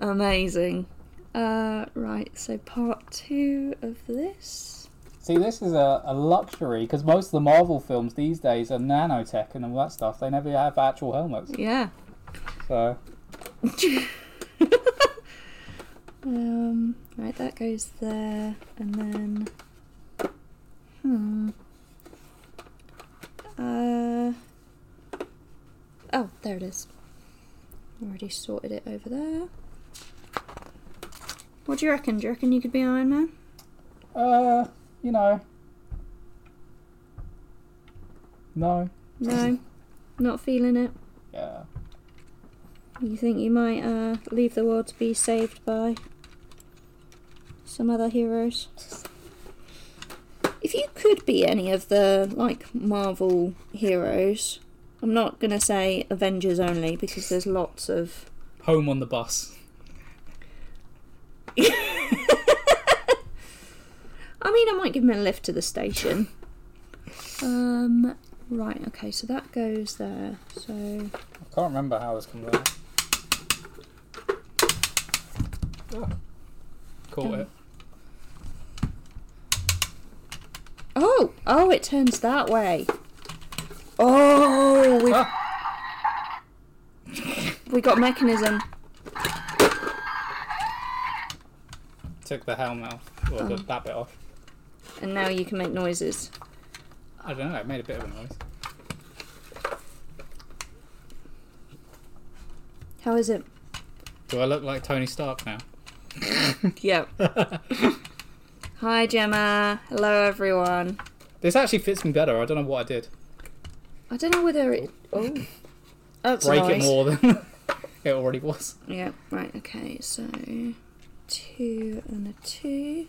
Speaker 1: Amazing. Uh, right, so part two of this.
Speaker 2: See, this is a, a luxury because most of the Marvel films these days are nanotech and all that stuff. They never have actual helmets.
Speaker 1: Yeah.
Speaker 2: So,
Speaker 1: Um, right, that goes there, and then. Hmm. Uh. Oh, there it is. Already sorted it over there. What do you reckon? Do you reckon you could be Iron Man?
Speaker 2: uh, you know. No.
Speaker 1: No. Not feeling it.
Speaker 2: Yeah.
Speaker 1: You think you might uh, leave the world to be saved by some other heroes? If you could be any of the like Marvel heroes, I'm not gonna say Avengers only because there's lots of.
Speaker 2: Home on the bus.
Speaker 1: I mean, I might give him a lift to the station. Um. Right. Okay. So that goes there. So
Speaker 2: I can't remember how this comes out. Oh. Caught it.
Speaker 1: Oh, oh, it turns that way. Oh, we
Speaker 2: Ah.
Speaker 1: we got mechanism.
Speaker 2: Took the helmet off. Well, the, that bit off.
Speaker 1: And now you can make noises.
Speaker 2: I don't know, it made a bit of a noise.
Speaker 1: How is it?
Speaker 2: Do I look like Tony Stark now?
Speaker 1: Yep. Hi, Gemma. Hello, everyone.
Speaker 2: This actually fits me better. I don't know what I did.
Speaker 1: I don't know whether it. Oh, that's
Speaker 2: Break it
Speaker 1: nice.
Speaker 2: more than it already was.
Speaker 1: Yep. Right. Okay. So two and a two.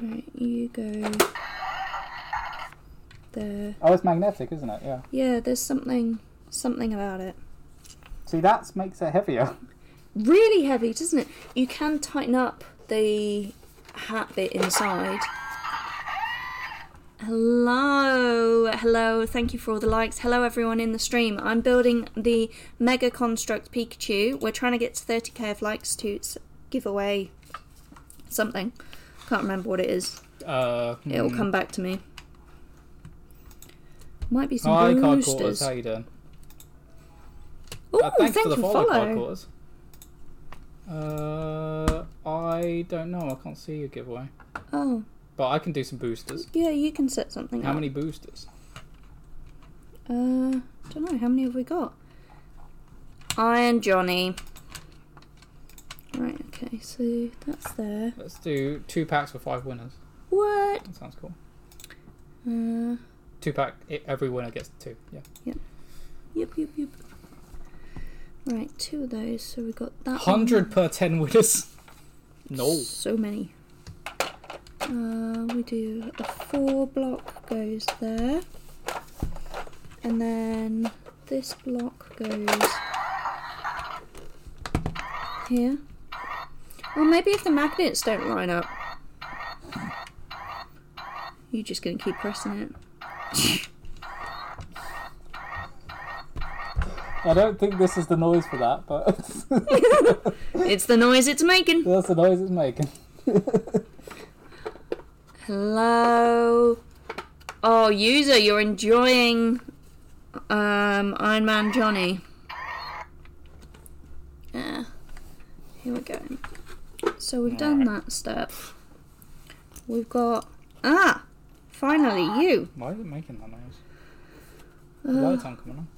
Speaker 1: Right. You go there.
Speaker 2: Oh, it's magnetic, isn't it? Yeah.
Speaker 1: Yeah. There's something something about it.
Speaker 2: See, that makes it heavier.
Speaker 1: Really heavy, doesn't it? You can tighten up the hat bit inside. Hello, hello, thank you for all the likes. Hello, everyone in the stream. I'm building the Mega Construct Pikachu. We're trying to get to 30k of likes to s- give away something. Can't remember what it is.
Speaker 2: Uh, hmm.
Speaker 1: It'll come back to me. Might be some
Speaker 2: Hi, card quarters.
Speaker 1: boosters.
Speaker 2: How you doing?
Speaker 1: Oh,
Speaker 2: Uh,
Speaker 1: thank
Speaker 2: thanks for the
Speaker 1: you
Speaker 2: follow,
Speaker 1: follow.
Speaker 2: card quarters. Uh, I don't know. I can't see your giveaway,
Speaker 1: Oh,
Speaker 2: but I can do some boosters.
Speaker 1: yeah, you can set something
Speaker 2: How
Speaker 1: up.
Speaker 2: many boosters?
Speaker 1: Uh, don't know. How many have we got? Iron Johnny. Right. Okay. So that's there.
Speaker 2: Let's do two packs for five winners.
Speaker 1: What?
Speaker 2: That sounds cool.
Speaker 1: Uh,
Speaker 2: Two pack. i every winner gets two. Yeah.
Speaker 1: yep. Yep. Yep. Right. Two of those. So we got that. one.
Speaker 2: Hundred per ten winners. No.
Speaker 1: So many. Uh, we do a four block goes there. And then this block goes here. Or maybe if the magnets don't line up. You're just going to keep pressing it.
Speaker 2: I don't think this is the noise for that, but
Speaker 1: It's the noise it's making.
Speaker 2: that's the noise it's making.
Speaker 1: Hello. Oh, user, you're enjoying um, Iron Man Johnny. Yeah. Here we go. So we've done that step. We've got ah, finally you.
Speaker 2: Why is it making that noise? The
Speaker 1: Uh.
Speaker 2: lights aren't coming on.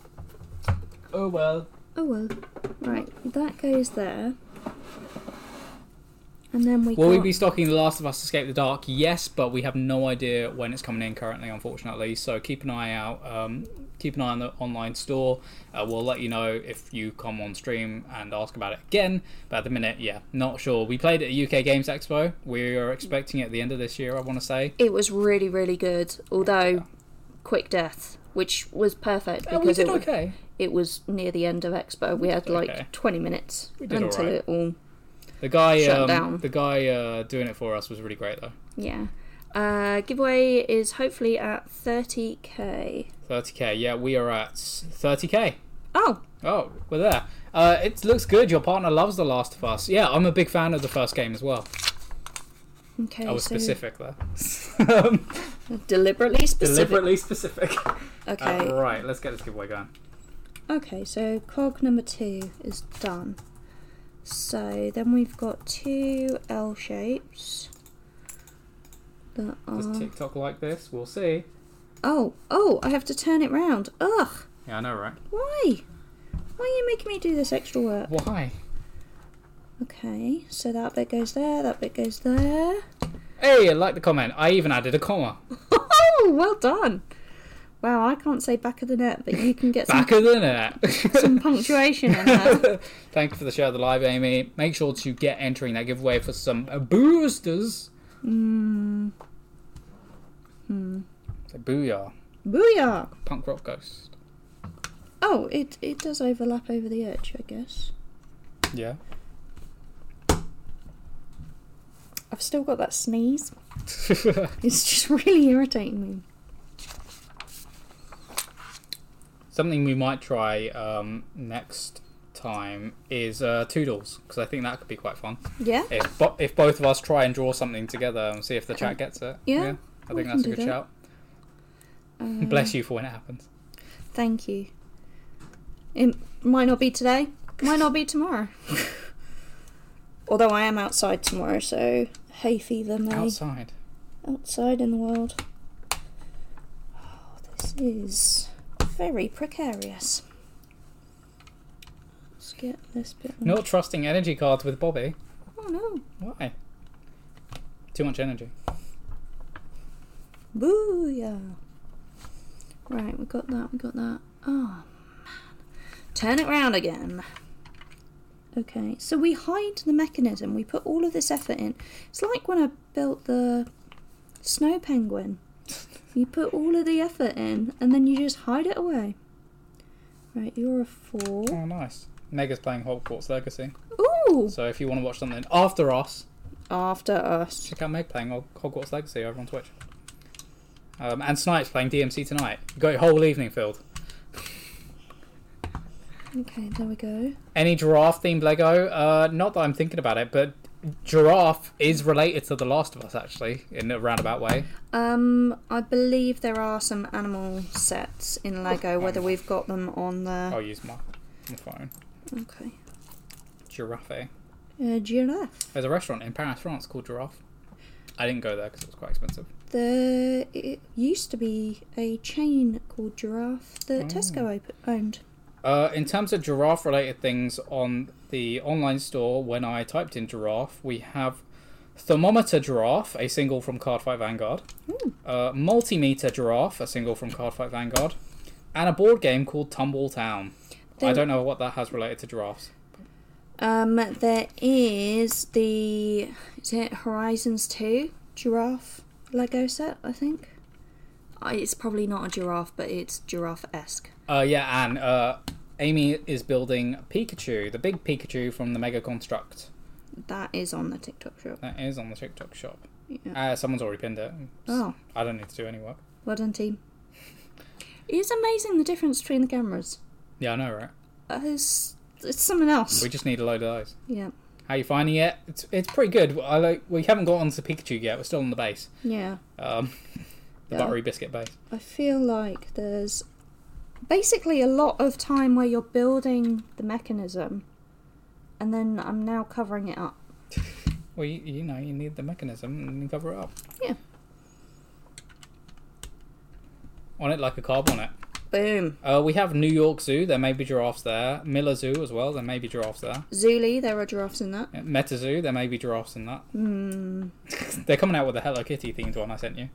Speaker 2: Oh well.
Speaker 1: Oh well. Right, that goes there. And then we
Speaker 2: Will we
Speaker 1: got-
Speaker 2: be stocking The Last of Us Escape the Dark? Yes, but we have no idea when it's coming in currently, unfortunately. So keep an eye out. Um, keep an eye on the online store. Uh, we'll let you know if you come on stream and ask about it again. But at the minute, yeah, not sure. We played at the UK Games Expo. We are expecting it at the end of this year, I want to say.
Speaker 1: it was really really good, although quick death, which was perfect
Speaker 2: Oh,
Speaker 1: because
Speaker 2: we did
Speaker 1: it was
Speaker 2: okay.
Speaker 1: it was near the end of Expo. We had like
Speaker 2: Okay.
Speaker 1: 20 minutes
Speaker 2: did
Speaker 1: until
Speaker 2: alright.
Speaker 1: it all.
Speaker 2: The guy,
Speaker 1: Shut
Speaker 2: um,
Speaker 1: down.
Speaker 2: the guy uh, doing it for us was really great though.
Speaker 1: Yeah. Uh, giveaway is hopefully at 30k.
Speaker 2: 30k. Yeah, we are at 30k.
Speaker 1: Oh,
Speaker 2: Oh, we're there. Uh, it looks good. Your partner loves The Last of Us. Yeah, I'm a big fan of the first game as well.
Speaker 1: okay.
Speaker 2: I was
Speaker 1: so
Speaker 2: Oh, specific there. Um,
Speaker 1: Deliberately specific.
Speaker 2: Deliberately specific.
Speaker 1: Okay.
Speaker 2: Uh, right, let's get this giveaway going.
Speaker 1: Okay, so cog number two is done. So then we've got two L shapes that
Speaker 2: Does
Speaker 1: are.
Speaker 2: TikTok like this? We'll see.
Speaker 1: Oh, oh, I have to turn it round. Ugh,
Speaker 2: Yeah, I know, right?
Speaker 1: why? Why are you making me do this extra work?
Speaker 2: Why?
Speaker 1: Okay, so that bit goes there, that bit goes there.
Speaker 2: Hey, I like the comment. I even added a comma.
Speaker 1: Oh, well done. Wow, I can't say back of the net, but you can get some,
Speaker 2: Back of the net.
Speaker 1: some punctuation in there.
Speaker 2: Thank you for the share of the live, Amy. Make sure to get entering that giveaway for some uh, boosters. Hmm. So booyah,
Speaker 1: Booyah!
Speaker 2: punk rock ghost.
Speaker 1: Oh, it, it does overlap over the edge, I guess.
Speaker 2: Yeah.
Speaker 1: I've still got that sneeze. It's just really irritating me.
Speaker 2: Something we might try um, next time is uh, doodles because I think that could be quite fun.
Speaker 1: Yeah?
Speaker 2: If bo- if both of us try and draw something together and see if the chat gets it.
Speaker 1: Yeah,
Speaker 2: I
Speaker 1: we can
Speaker 2: think that's a
Speaker 1: do
Speaker 2: good
Speaker 1: that.
Speaker 2: shout.
Speaker 1: Uh,
Speaker 2: Bless you for when it happens.
Speaker 1: Thank you. It might not be today, might not be tomorrow. Although I am outside tomorrow, so hay fever may.
Speaker 2: Outside.
Speaker 1: outside in the world. Oh, this is very precarious. Let's get this bit. on-
Speaker 2: Not trusting energy cards with Bobby.
Speaker 1: Oh no!
Speaker 2: Why? Too much energy.
Speaker 1: Booyah! Right, we got that. We got that. Oh man! Turn it round again. Okay, so we hide the mechanism. We put all of this effort in. It's like when I built the snow penguin. You put all of the effort in, and then you just hide it away. Right, you're a four.
Speaker 2: Oh, nice. Mega's playing Hogwarts Legacy.
Speaker 1: Ooh!
Speaker 2: So if you want to watch something after us,
Speaker 1: After us.
Speaker 2: check out Meg playing Hog- Hogwarts Legacy over on Twitch. Um, and Snipe's playing DMC tonight. You got your whole evening filled.
Speaker 1: Okay, there we go.
Speaker 2: Any giraffe themed Lego? Uh, not that I'm thinking about it, but giraffe is related to The Last of Us actually in a roundabout way.
Speaker 1: Um, I believe there are some animal sets in Lego. Whether we've got them on
Speaker 2: I'll
Speaker 1: the
Speaker 2: use my, my phone.
Speaker 1: okay,
Speaker 2: Giraffe.
Speaker 1: uh, giraffe.
Speaker 2: There's a restaurant in Paris, France called Giraffe. I didn't go there because it was quite expensive.
Speaker 1: There it used to be a chain called Giraffe
Speaker 2: Oh.
Speaker 1: that Tesco op- owned.
Speaker 2: Uh, in terms of giraffe related things on the online store, when I typed in giraffe, we have Thermometer Giraffe, a single from Card Fight Vanguard, uh, Multimeter Giraffe, a single from Card Fight Vanguard, and a board game called Tumble Town. I
Speaker 1: There-
Speaker 2: don't know what that has related to giraffes.
Speaker 1: Um, there is the is it Horizons Two Giraffe Lego set? I think. I, it's probably not a giraffe, but it's giraffe esque.
Speaker 2: Uh, yeah, and uh, Amy is building Pikachu, the big Pikachu from the Mega Construct.
Speaker 1: That is on the TikTok shop.
Speaker 2: That is on the TikTok shop.
Speaker 1: Yeah.
Speaker 2: Uh, someone's already pinned it.
Speaker 1: Oh.
Speaker 2: I don't need to do any work.
Speaker 1: Well done, team. It is amazing the difference between the cameras.
Speaker 2: Yeah, I know, right?
Speaker 1: Uh, it's, it's something else.
Speaker 2: We just need a load of those.
Speaker 1: Yeah,
Speaker 2: How you finding it? It's it's pretty good. I like we haven't got onto Pikachu yet. We're still on the base,
Speaker 1: yeah.
Speaker 2: um, the
Speaker 1: Yeah.
Speaker 2: buttery biscuit base.
Speaker 1: I feel like there's basically a lot of time where you're building the mechanism, and then I'm now covering it up.
Speaker 2: Well, you, you know you need the mechanism and you cover it up.
Speaker 1: Yeah.
Speaker 2: On it like a carb on it.
Speaker 1: Boom.
Speaker 2: Uh, we have New York Zoo. There may be giraffes there. Miller Zoo as well. There may be giraffes there.
Speaker 1: Zuli, there are giraffes in that.
Speaker 2: Meta Zoo. There may be giraffes in that.
Speaker 1: Mm.
Speaker 2: They're coming out with a Hello Kitty themed one I sent you.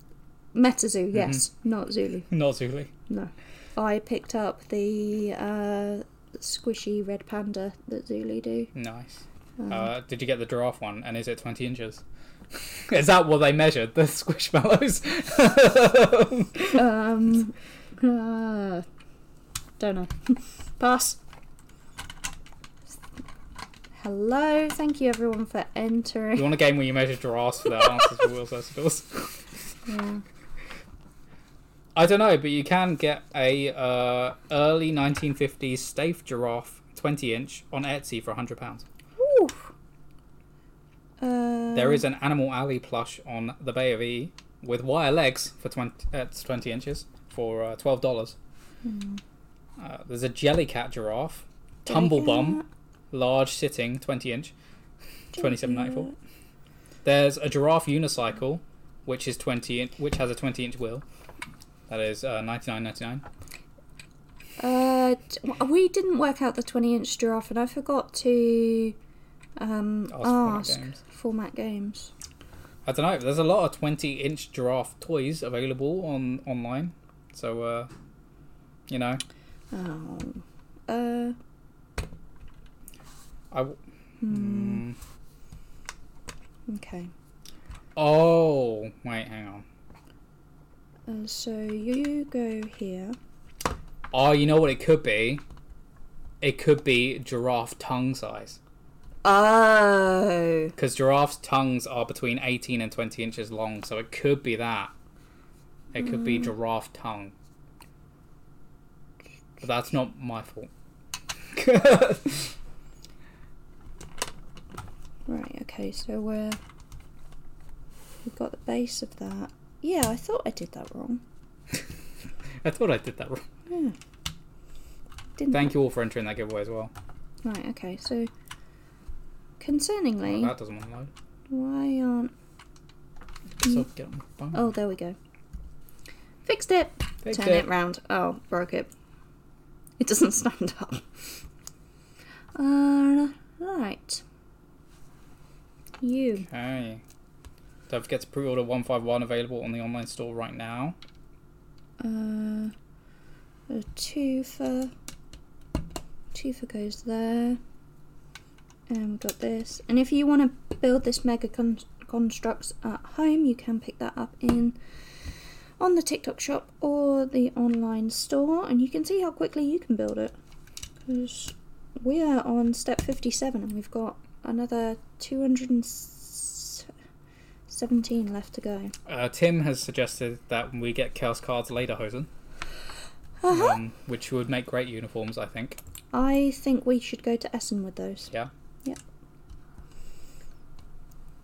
Speaker 1: Metazoo, yes, not Zulu.
Speaker 2: Not Zulu.
Speaker 1: No. I picked up the uh, squishy red panda that Zulu do.
Speaker 2: Nice.
Speaker 1: Um,
Speaker 2: Uh, did you get the giraffe one? And is it 20 inches? is that what they measured? The squishmallows?
Speaker 1: Um, uh, don't know. Pass. Hello, thank you everyone for
Speaker 2: you
Speaker 1: entering.
Speaker 2: want a game where you measure giraffes for their answers for wheels obstacles?
Speaker 1: Yeah.
Speaker 2: I don't know, but you can get a uh, early 1950s stafe giraffe 20 inch on Etsy for 100 pounds.
Speaker 1: Woo. Uh,
Speaker 2: There is an Animal Alley plush on the Bay of E with wire legs for 20, uh, it's 20 inches for uh, $12. Uh, there's a jellycat giraffe, tumble bum, large sitting, 20 inch, 27.94. There's a giraffe unicycle, which is 20 in- which has a 20 inch wheel. That is uh, 99.99.
Speaker 1: Uh, t- we didn't work out the twenty-inch giraffe, and I forgot to um,
Speaker 2: Ask Format
Speaker 1: ask,
Speaker 2: Games.
Speaker 1: format games.
Speaker 2: I don't know. There's a lot of 20 inch giraffe toys available on online, so uh, you know,
Speaker 1: Oh. Uh,
Speaker 2: I. W- Mm.
Speaker 1: okay.
Speaker 2: Oh wait, hang on.
Speaker 1: Uh, so you go here.
Speaker 2: Oh, you know what it could be? It could be giraffe tongue size.
Speaker 1: Oh.
Speaker 2: Because giraffes' tongues are between 18 and 20 inches long, so it could be that. It could
Speaker 1: Mm.
Speaker 2: be giraffe tongue. But that's not my fault.
Speaker 1: Right, okay, so we're. We've got the base of that. Yeah, I thought I did that wrong.
Speaker 2: I thought I did that wrong.
Speaker 1: Didn't
Speaker 2: Thank you all for entering that giveaway as well.
Speaker 1: I? Right, okay, so.
Speaker 2: Oh,
Speaker 1: Concerningly,
Speaker 2: that doesn't want to load.
Speaker 1: why aren't.
Speaker 2: So get on my phone.
Speaker 1: Oh, there we go. Fixed it!
Speaker 2: Fixed
Speaker 1: Turn
Speaker 2: it.
Speaker 1: it round. Oh, broke it. It doesn't stand up. Uh, right. You.
Speaker 2: Okay. Don't forget to pre order 151 available on the online store right now.
Speaker 1: Uh, a two for two for goes there, and we've got this. And if you want to build this mega con- constructs at home, you can pick that up in on the TikTok shop or the online store, and you can see how quickly you can build it. 'Cause We are on step 57 and we've got another 217 left to go.
Speaker 2: Uh, Tim has suggested that we get Chaos Cards Lederhosen,
Speaker 1: Uh-huh.
Speaker 2: um, which would make great uniforms, I think.
Speaker 1: I think we should go to Essen with those
Speaker 2: Yeah.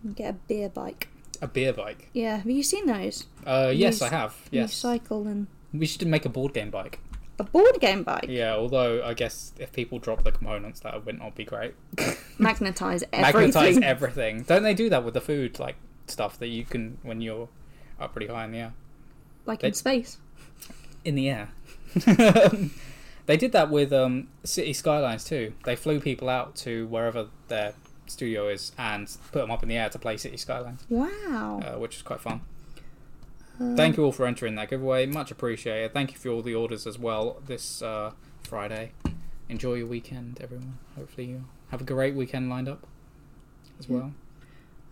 Speaker 1: and get a beer bike.
Speaker 2: A beer bike.
Speaker 1: Yeah, have you seen those?
Speaker 2: Uh, yes, I
Speaker 1: Use-
Speaker 2: have.
Speaker 1: You
Speaker 2: Yes.
Speaker 1: cycle and
Speaker 2: We should make a board game bike.
Speaker 1: a board game bike.
Speaker 2: Yeah, although I guess if people drop the components, that would not be great.
Speaker 1: Magnetize everything.
Speaker 2: Magnetize everything. Don't they do that with the food, like stuff that you can when you're up pretty high in the air?
Speaker 1: like
Speaker 2: They-
Speaker 1: in space.
Speaker 2: In the air. they did that with um, City Skylines too. They flew people out to wherever their studio is and put them up in the air to play City Skylines,
Speaker 1: Wow. Uh,
Speaker 2: uh, which is quite fun. Thank you all for entering that giveaway. Much appreciated. Thank you for all the orders as well this uh, Friday. Enjoy your weekend, everyone. Hopefully, you have a great weekend lined up as well.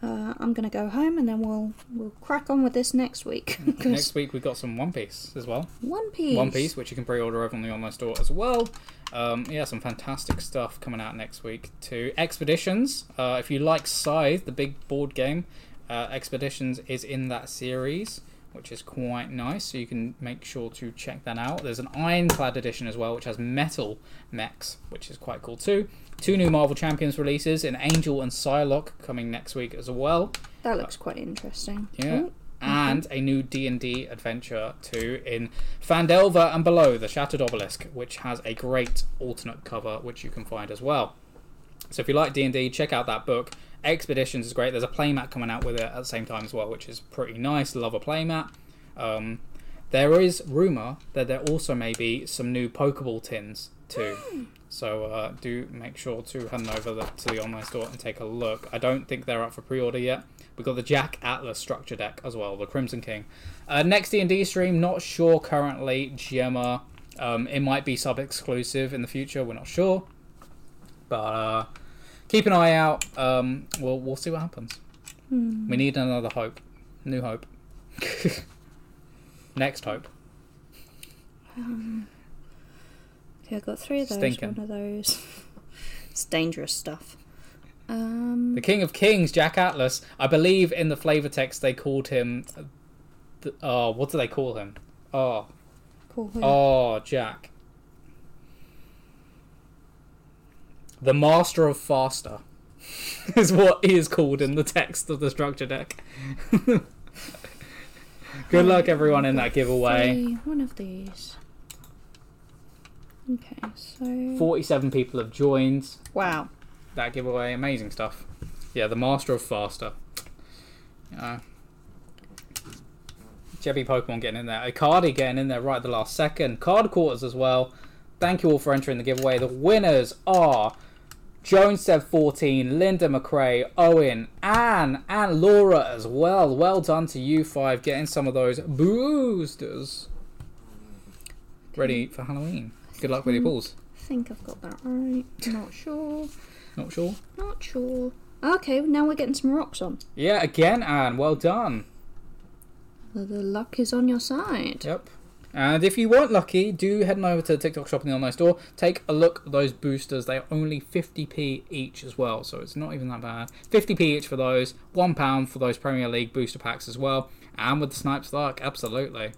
Speaker 1: Uh, I'm gonna go home and then we'll we'll crack on with this next week. 'Cause
Speaker 2: Next week, we've got some One Piece as well.
Speaker 1: One Piece.
Speaker 2: One Piece, which you can pre order over on the online store as well. Um, yeah, some fantastic stuff coming out next week too. Expeditions, uh, if you like Scythe, the big board game, uh, Expeditions is in that series, which is quite nice. So you can make sure to check that out. There's an Ironclad edition as well, which has metal mechs, which is quite cool too. Two new Marvel Champions releases, an Angel and Psylocke coming next week as well.
Speaker 1: That looks quite interesting. Oh,
Speaker 2: Yeah.
Speaker 1: Ooh,
Speaker 2: And a new D and D adventure too in Fandelva and Below the Shattered Obelisk, which has a great alternate cover which you can find as well. So if you like D and D, check out that book. Expeditions is great. There's a playmat coming out with it at the same time as well, which is pretty nice. Love a playmat. Um, there is rumor that there also may be some new Pokeball tins too. So uh, do make sure to head on over the, to the online store and take a look. I don't think they're up for pre-order yet. We've got the Jack Atlas structure deck as well, the Crimson King. Uh, next D&D stream, not sure currently. Gemma, um, it might be sub-exclusive in the future. We're not sure, but uh, keep an eye out. Um, we'll we'll see what happens. We need another hope, new hope. next hope.
Speaker 1: Okay, I got three of those.
Speaker 2: Stinking.
Speaker 1: One of those. it's dangerous stuff. Um,
Speaker 2: The King of Kings, Jack Atlas. I believe in the flavor text they called him. uh, th- Oh, what do they call him? Oh,
Speaker 1: cool.
Speaker 2: oh, Jack. The Master of Faster is what he is called in the text of the structure deck. Good luck, everyone, in that giveaway.
Speaker 1: Three, one of these. Okay, so
Speaker 2: 47 people have joined
Speaker 1: wow,
Speaker 2: that giveaway. Amazing stuff. Yeah, the Master of Faster. Uh, Jebby Pokemon getting in there. Icardi getting in there right at the last second. Card quarters as well. Thank you all for entering the giveaway. The winners are Joneseb14, Linda McRae, Owen, Anne, and Laura as well. Well done to you five getting some of those boosters ready for Halloween. Good luck with your balls.
Speaker 1: I think I've got that right. Not sure.
Speaker 2: Not sure.
Speaker 1: Not sure. Okay, now we're getting some rocks on.
Speaker 2: Yeah, again, Anne. Well done.
Speaker 1: The, the luck is on your side.
Speaker 2: Yep. And if you weren't lucky, do head on over to the TikTok shop in the online store. Take a look at those boosters. They are only 50p each as well, so it's not even that bad. 50p each for those, £1 for those Premier League booster packs as well. And with the Snipes Luck, absolutely.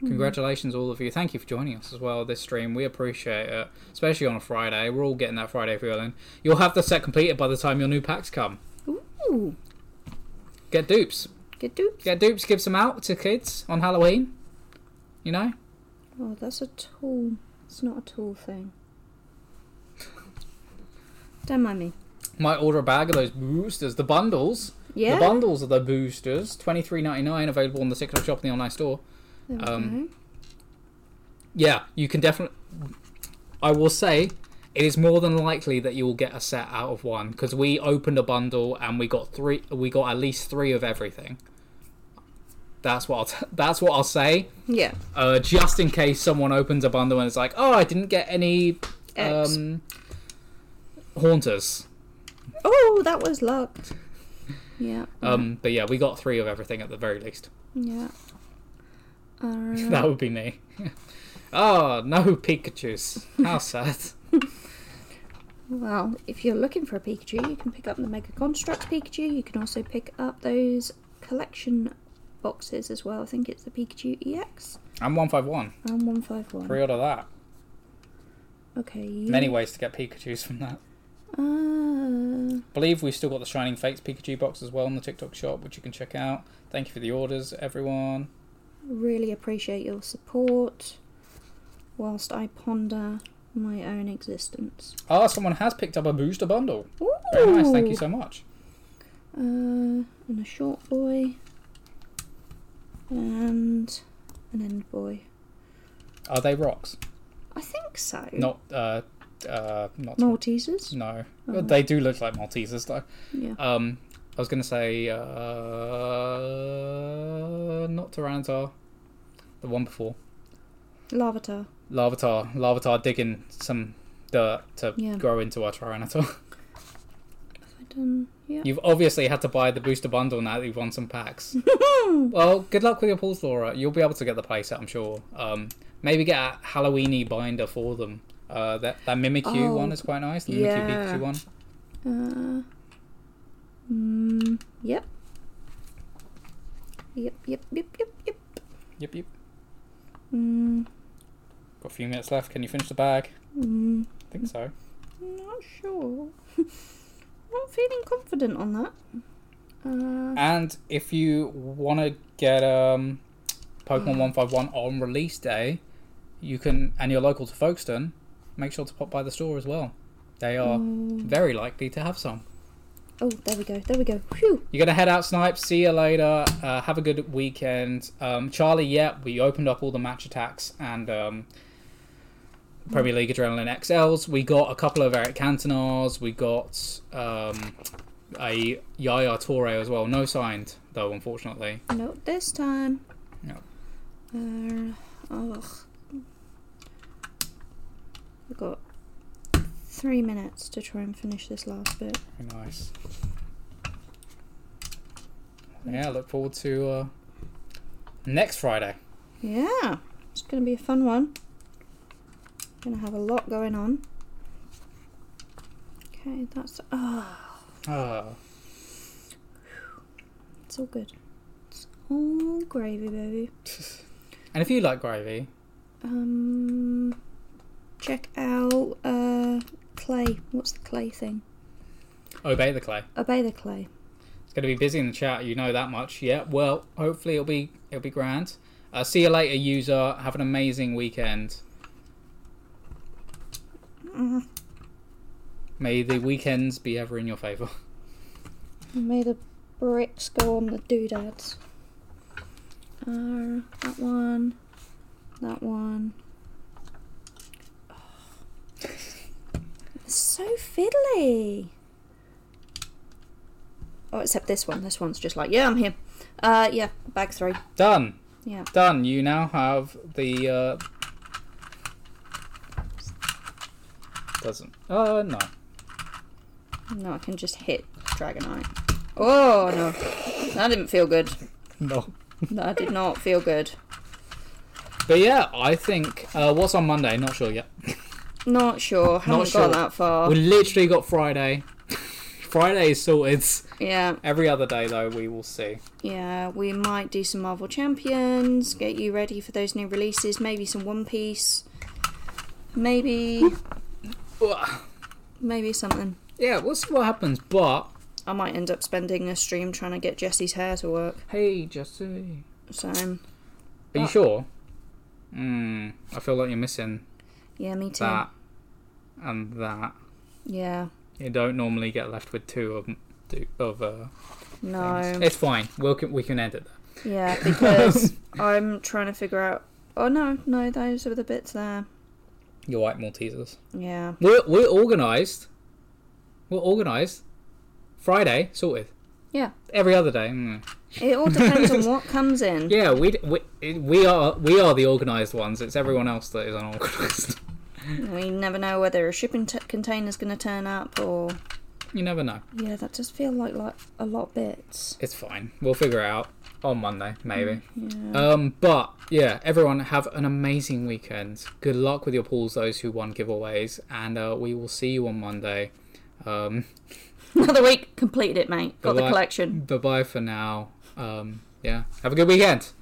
Speaker 2: Congratulations, all of you. Thank you for joining us as well this stream. We appreciate it, especially on a Friday. We're all getting that Friday feeling. You'll have the set completed by the time your new packs come.
Speaker 1: Ooh,
Speaker 2: Get dupes.
Speaker 1: get duped.
Speaker 2: Get dupes, give some out to kids on Halloween. You know?
Speaker 1: Oh, that's a tool. It's not a tool thing. Don't mind me.
Speaker 2: might order a bag of those boosters, the bundles.
Speaker 1: Yeah.
Speaker 2: The bundles of the boosters, twenty three ninety nine, available in the Six Shop and the online store.
Speaker 1: There we
Speaker 2: um, Yeah, you can definitely. I will say, it is more than likely that you will get a set out of one because we opened a bundle and we got three. We got at least three of everything. That's what I'll t- that's what I'll say.
Speaker 1: go. Yeah.
Speaker 2: Uh, just in case someone opens a bundle and it's like, oh, I didn't get any
Speaker 1: X.
Speaker 2: um, haunters.
Speaker 1: Oh, that was luck. Yeah.
Speaker 2: Um, but yeah, we got three of everything at the very least.
Speaker 1: Yeah. Uh,
Speaker 2: That would be me. oh, no Pikachu's. How sad.
Speaker 1: Well, if you're looking for a Pikachu, you can pick up the Mega Construct Pikachu. You can also pick up those collection boxes as well. I think it's the Pikachu EX
Speaker 2: I'm 151.
Speaker 1: and 151.
Speaker 2: Pre order that.
Speaker 1: Okay. You...
Speaker 2: Many ways to get Pikachu's from that.
Speaker 1: Uh,
Speaker 2: believe we've still got the Shining Fates Pikachu box as well in the TikTok shop, which you can check out. Thank you for the orders, everyone.
Speaker 1: really appreciate your support whilst I ponder my own existence.
Speaker 2: Ah, someone has picked up a booster bundle.
Speaker 1: Ooh!
Speaker 2: Very nice, thank you so much.
Speaker 1: Uh, and a short boy. And an end boy.
Speaker 2: Are they rocks?
Speaker 1: I think so.
Speaker 2: Not, uh, uh, not.
Speaker 1: Maltesers?
Speaker 2: No,
Speaker 1: Oh.
Speaker 2: they do look like Maltesers though.
Speaker 1: Yeah.
Speaker 2: Um, I was gonna say, uh, not Tyranitar, the one before.
Speaker 1: Lavatar.
Speaker 2: Larvitar, Larvitar digging some dirt to
Speaker 1: Yeah.
Speaker 2: grow into our Tyranitar.
Speaker 1: Have I done? Yeah.
Speaker 2: You've obviously had to buy the booster bundle now that you've won some packs. Well, good luck with your pulls, Laura. You'll be able to get the playset, I'm sure. Um, maybe get a Halloweeny binder for them. Uh, that that Mimikyu
Speaker 1: Oh,
Speaker 2: one is quite nice. The Mimikyu
Speaker 1: yeah.
Speaker 2: Pikachu one.
Speaker 1: Uh, mm, yep. Yep, yep, yep, yep, yep.
Speaker 2: Yep, yep.
Speaker 1: Mm,
Speaker 2: Got a few minutes left. Can you finish the bag?
Speaker 1: mm,
Speaker 2: I think so.
Speaker 1: not sure. not feeling confident on that. Uh,
Speaker 2: And if you want to get um,
Speaker 1: Mm.
Speaker 2: Pokemon 151 on release day, you can, and you're local to Folkestone, make sure to pop by the store as well. They are
Speaker 1: oh,
Speaker 2: very likely to have some.
Speaker 1: oh, there we go, there we go. Phew.
Speaker 2: You're gonna head out, Snipe. See you later. Uh, have a good weekend, um, Charlie. Yeah, we opened up all the match attacks and um, Premier League Adrenaline XLs. We got a couple of Eric Cantonars. We got um, a Yaya Torre as well. No signed though, unfortunately.
Speaker 1: Not this time.
Speaker 2: No.
Speaker 1: Uh, ugh. We've got three minutes to try and finish this last bit.
Speaker 2: Very nice. Yeah, look forward to uh, next Friday.
Speaker 1: Yeah, it's going to be a fun one. Going to have a lot going on. Okay, that's ah,
Speaker 2: Oh,
Speaker 1: it's all good. It's all gravy, baby.
Speaker 2: and if you like gravy,
Speaker 1: Um, check out uh clay. What's the clay thing?
Speaker 2: obey the clay.
Speaker 1: Obey the clay.
Speaker 2: It's going to be busy in the chat. You know that much. Yeah. Well, hopefully it'll be it'll be grand. Uh, see you later, user. Have an amazing weekend.
Speaker 1: Mm,
Speaker 2: May the weekends be ever in your favour.
Speaker 1: May the bricks go on the doodads. Uh, that one, that one. It's so fiddly. Oh, except this one. This one's just like, yeah, I'm here. Uh, yeah, bag three.
Speaker 2: Done.
Speaker 1: Yeah.
Speaker 2: Done. You now have the. Uh... Doesn't. Uh no.
Speaker 1: No, I can just hit Dragonite. Oh no, that didn't feel good.
Speaker 2: No.
Speaker 1: That did not feel good.
Speaker 2: But yeah, I think uh, what's on Monday? Not sure yet.
Speaker 1: Not sure. Haven't
Speaker 2: Not
Speaker 1: got
Speaker 2: sure.
Speaker 1: that far.
Speaker 2: We literally got Friday. Friday is sorted.
Speaker 1: Yeah,
Speaker 2: Every other day though, we will see.
Speaker 1: yeah. We might do some Marvel Champions. Get you ready for those new releases. Maybe some One Piece. Maybe,
Speaker 2: Ugh.
Speaker 1: maybe something.
Speaker 2: Yeah, we'll see what happens. But
Speaker 1: I might end up spending a stream trying to get Jesse's hair to work.
Speaker 2: hey, Jesse.
Speaker 1: So,
Speaker 2: Are you
Speaker 1: But-
Speaker 2: sure? Mm, I feel like you're missing
Speaker 1: yeah, me too.
Speaker 2: that and that.
Speaker 1: Yeah.
Speaker 2: You don't normally get left with two of do- of uh,
Speaker 1: No.
Speaker 2: things. It's fine. We'll can, we can end it. There.
Speaker 1: Yeah, because I'm trying to figure out. Oh no, no, those are the bits there.
Speaker 2: You're white Maltesers.
Speaker 1: Yeah,
Speaker 2: We're we're organised. We're organised. Friday sorted.
Speaker 1: Yeah.
Speaker 2: Every other day. Mm.
Speaker 1: it all depends on what comes in.
Speaker 2: Yeah, we, d- we we are we are the organised ones. It's everyone else that is unorganised.
Speaker 1: We never know whether a shipping t- container's going to turn up or.
Speaker 2: you never know.
Speaker 1: Yeah, that does feel like like a lot of bits.
Speaker 2: It's fine. We'll figure it out. on Monday, maybe.
Speaker 1: Mm-hmm. Yeah.
Speaker 2: Um, but yeah, everyone have an amazing weekend. Good luck with your pools, those who won giveaways, and uh, we will see you on Monday. Um,
Speaker 1: Another week completed it, mate. Got the
Speaker 2: Bye-bye.
Speaker 1: collection.
Speaker 2: bye bye for now. Um, yeah, have a good weekend.